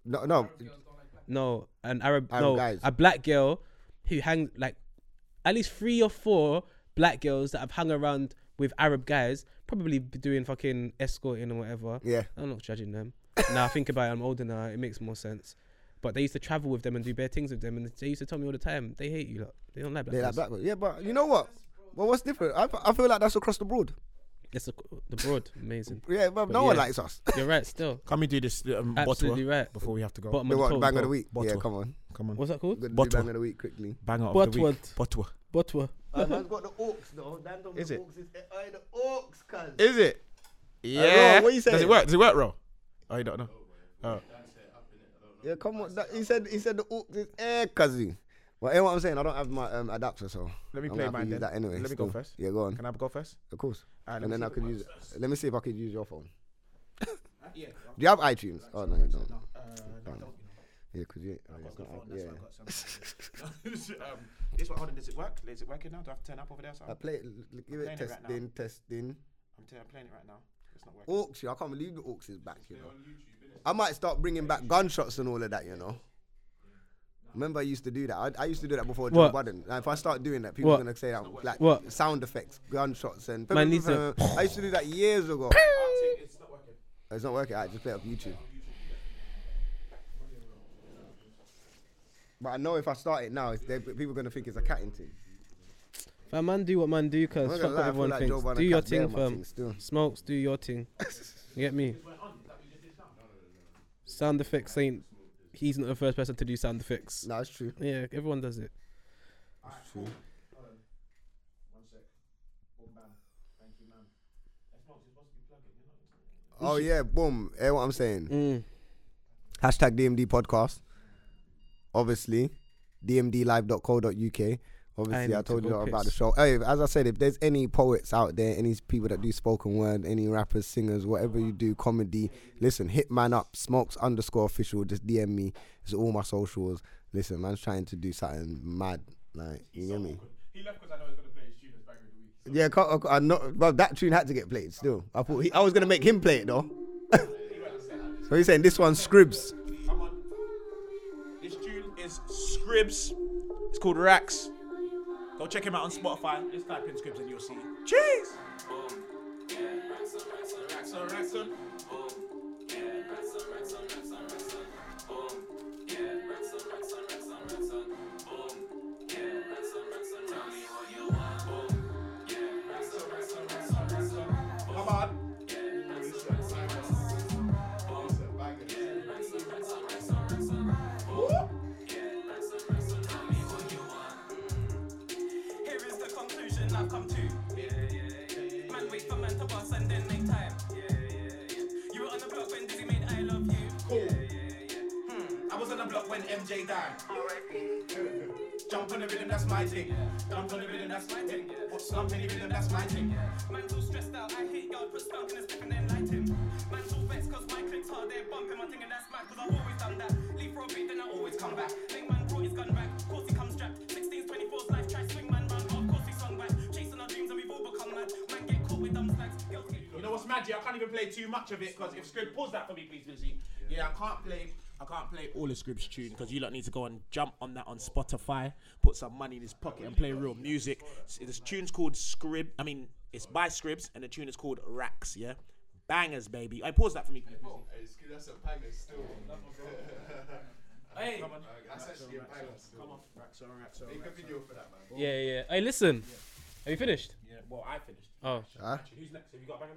D: No, no.
E: No, an Arab,
D: Arab
E: no,
D: guys.
E: a black girl who hangs like at least three or four black girls that have hung around with Arab guys, probably be doing fucking escorting or whatever.
D: Yeah.
E: I'm not judging them. now I think about it, I'm older now, it makes more sense. But they used to travel with them and do bare things with them, and they used to tell me all the time, they hate you, lot. They don't like black
D: They like
E: girls.
D: black people. Yeah, but you know what? Well, what's different? I, I feel like that's across the board.
E: It's a, the broad, amazing.
D: Yeah, but
E: But
D: no one
E: yeah.
D: likes us.
E: You're right, still.
C: Can we do this um,
E: Absolutely
C: bottle
E: right.
C: before we have to go?
E: Bottom
D: The
E: of the
D: what,
E: totem
D: bang of the
E: pole.
D: week.
C: Bottle.
D: Yeah, come on.
C: Come on.
E: What's that called?
D: Good to do
C: Bottle.
D: bang of the week quickly.
C: Banger of the week.
E: Botworth.
C: Botwa.
E: Botwa.
D: man's got the orcs though. Dan
G: Is the it?
D: Is, the orcs, cuz.
G: Is it?
D: Yeah. what you
G: Does it
D: saying?
G: work? Does it work, Ro? Oh, you don't know. Oh.
D: Yeah, come on. That- he said he said the orcs is air, cuz. Well, you know what I'm saying? I don't have my um, adapter, so
G: Let
D: I'm
G: me play
D: gonna have
G: mine
D: to use
G: then.
D: that anyway.
G: Let me go
D: still.
G: first.
D: Yeah, go on.
G: Can I have a go first?
D: Of course.
G: Alright, let
D: and
G: me
D: then I
G: see
D: could
G: what
D: use. Let me see if I could use your phone. Do you have iTunes? Oh no, you don't. Oh. Yeah, cause you. oh, it's not up- Yeah.
G: This one, hold on, does it work? Is it working now? Do I have to turn up over there?
D: I play. it- l- l- Give it
G: Playing it right now.
D: testing, testing.
G: I'm, playing it right now. It's not working.
D: Orcs, yeah, I can't believe the Orcs is back, you know. I might start bringing back gunshots and all of that, you know. Remember, I used to do that. I, I used to do that before Joe
E: What?
D: Budden. Like, if I start doing that, people are
E: What?
D: gonna say that, like
E: What?
D: sound effects, gunshots, and.
E: Man needs to-
D: I used to do that years ago. Oh,
G: It's not working.
D: it's not working. I just play it off YouTube. But I know if I start it now, it's, they, people are gonna think it's a catting thing.
E: Fam, man, do what man do,
D: I'm
E: cause
D: not
E: fuck
D: gonna
E: what
D: lie, I feel
E: everyone
D: like Joe
E: thinks.
D: Biden
E: do your
D: can't bear
E: thing,
D: my
E: fam.
D: thing still.
E: Smokes, do your thing. You get me? Sound effects ain't. He's not the first person to do sound effects.
D: No, it's true.
E: Yeah, everyone does it.
D: It's true. Oh yeah, boom. Hear what I'm saying?
E: Mm.
D: Hashtag DMD podcast. Obviously, dmdlive.co.uk. Obviously, I,
E: need to
D: told you
E: go
D: lot about
E: piss.
D: the show. Hey, as I said, if there's any poets out there, any people that do spoken word, any rappers, singers, whatever you do, comedy, listen, hit man up, smokes underscore official. Just DM me. It's all my socials. Listen, man's trying to do something mad. Like, you know me?
G: He left because I know he's going to play his students back in the week.
D: Yeah, I I not, but that tune had to get played still. I thought he, I was going to make him play it though. so he's saying this one's Scribs.
G: Come on. This tune is Scribs. It's called Racks. Go check him out on Spotify. Just type in Scribs and you'll see. Cheers! Come on.
H: Hmm. and MJ down. Jump on the rhythm, that's my thing. Jump on the rhythm, that's my thing. Put slump in the rhythm, that's my thing. Man's all stressed out, I hate y'all, put skunk in his neck and then light him. Man's all vexed cause my clicks hard, they're bumping my thing and that's mad cause I've always done that. Leave for a bit, then I always come back. Link man brought his gun back, course he comes strapped. 16's 24's life, try swing man round, but of course he sung back. Chasing our dreams and we've all become mad. Man get caught with dumb slags, girls get
I: You know what's magic? I can't even play too much of it because if Scrib pause that for me, please, Busy. Yeah. I can't play. I can't play all of Scrib's tune because you lot need to go and jump on that on Spotify, put some money in his pocket, and play real music. S- This tune's called Scrib. I mean, it's by Scribs, and the tune is called Racks. Yeah, bangers, baby. I pause that for me, please. Busy.
J: That's a banger still.
I: Hey,
J: That's actually a banger still.
I: come on, Racks, all right. So,
J: Make a video for that, man.
E: Yeah, yeah. Hey, listen. Have you finished?
I: yeah. Well, I finished.
E: Oh,
D: Huh?
I: Who's next? Have you got a banger?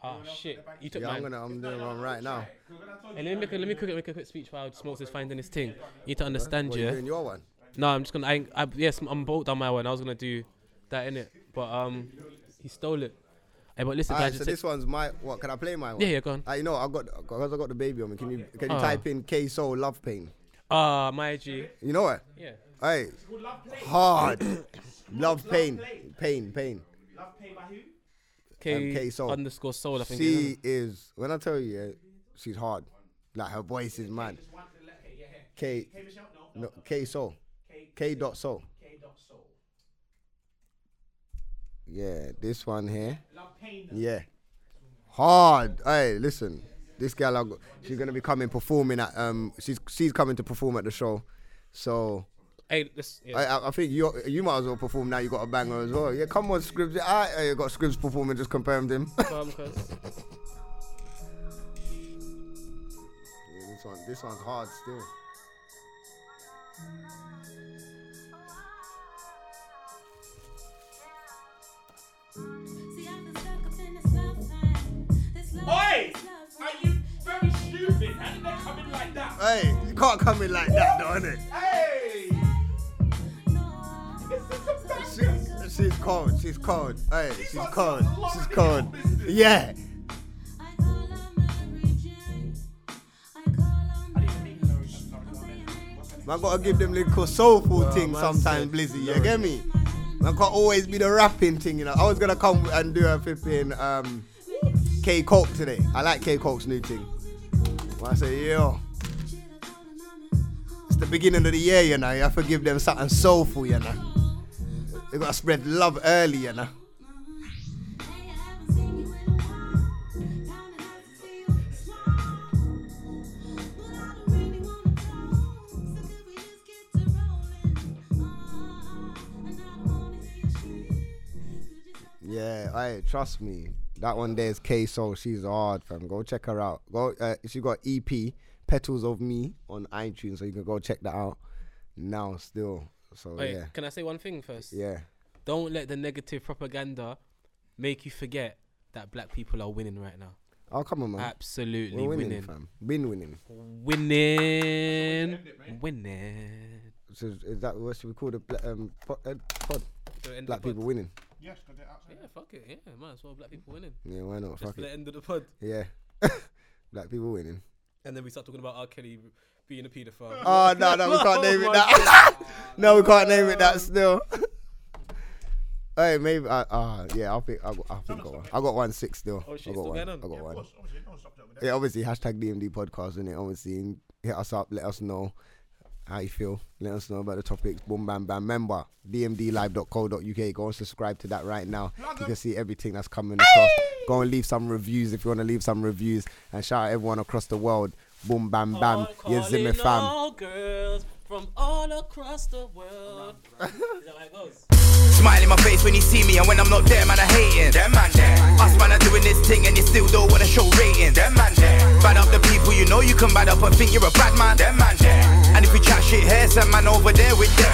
E: oh shit. You took
D: Yeah, I'm
E: mine.
D: gonna, I'm doing one right now.
E: Hey, let me make a, let me quick, make a quick speech while Smokes is finding his thing. You need to understand,
D: What, you
E: yeah.
D: doing your one?
E: No, I'm just gonna. I, I, yes, I'm both down my one. I was gonna do that in it, but um, he stole it. Hey, but listen,
D: Alright,
E: guys,
D: so
E: it's-
D: this one's my. What can I play my one?
E: Yeah, yeah, go on.
D: I know I got because I got the baby on me. Can you can you
E: Ah.
D: type in K Soul Love Pain?
E: Ah, my G.
D: You know what?
E: Yeah.
D: Hey, hard love pain, pain, pain.
I: Love Pay by who?
E: K,
D: Um, K Soul.
E: underscore soul. I think.
D: She is when I tell you, yeah, she's hard. Like her voice is mad.
I: Just one to let K. Yeah, yeah.
D: K,
I: K Michelle? No.
D: no, K Soul,
I: K.
D: K dot Soul.
I: K. Dot Soul.
D: Yeah, this one here.
I: Love Pain.
D: Yeah, hard. Hey, listen, this girl, I got, she's gonna be coming performing at um, she's she's coming to perform at the show, so.
E: Hey, this. Yeah.
D: I, I- I think you you might as well perform now. You got a banger as well. Yeah, come on, Scribs. Yeah, I, I got Scribs performing. Just confirmed him. yeah,
E: Um, 'cause-
D: this one, this one's hard still.
I: Oi! Are you very stupid? How did they come in like that?
D: Hey, you can't come in like that, though, innit?
I: Hey!
D: She's, she's cold. She's cold. Hey, she's cold. She's cold. Yeah. Man, gotta give them little soulful thing sometimes, Blizzy. You get me? Man, can't always be the rapping thing, you know. I was gonna come and do a flipping um, K Coke today. I like K Coke's new thing. Well, I say, yo. It's the beginning of the year, you know. You have to give them something soulful, you know. You gotta spread love early, you know. Yeah, I trust me. That one there is K Soul. She's hard, fam. Go check her out. Go. Uh, she got EP Petals of Me on iTunes, so you can go check that out now. Still, so
E: Wait,
D: Oh, yeah,
E: can I say one thing first?
D: yeah.
E: Don't let the negative propaganda make you forget that black people are winning right now.
D: Oh come on, man.
E: Absolutely
D: We're winning,
E: winning.
D: fam. Been winning.
E: Winning. Winning.
D: So is- is that what should we call the bla- um, pod? Uh, pod?
E: So end
D: Black
E: the pod.
D: people winning.
I: Yes, because they're outside.
E: Yeah, fuck it. Yeah, might as well black people winning.
D: Yeah, why not?
E: That's
D: Fuck
E: the
D: it.
E: end of the pod.
D: Yeah, black people winning.
E: And then we start talking about R. Kelly being a paedophile.
D: Oh no, no, we can't name it that. no, we can't name it that still. hey, maybe I uh, yeah, I think I got, I think I got one. I got one six still.
E: Oh, shit,
D: I
E: still
D: got one.
E: going on?
D: I got one.
I: Obviously, no one stopped up with that.
D: Yeah, obviously hashtag DMD podcast and it obviously and hit us up, let us know how you feel. Let us know about the topics. Boom bam bam. Remember, dmdlive.co.uk. Go and subscribe to that right now. You can see everything that's coming across. Go and leave some reviews if you want to leave some reviews. And shout out everyone across the world. Boom bam bam.
E: All
D: You Zimmy
E: calling
D: fam.
E: All girls from all across the world. Is that how it goes?
A: Smile in my face when you see me, and when I'm not there, man, I hating. Them man there. Us man are doing this thing, and you still don't wanna show ratings. Them man there. Bad up the people you know you can bad up and think you're a bad man. Them man there. And if you chat shit here, some man over there with them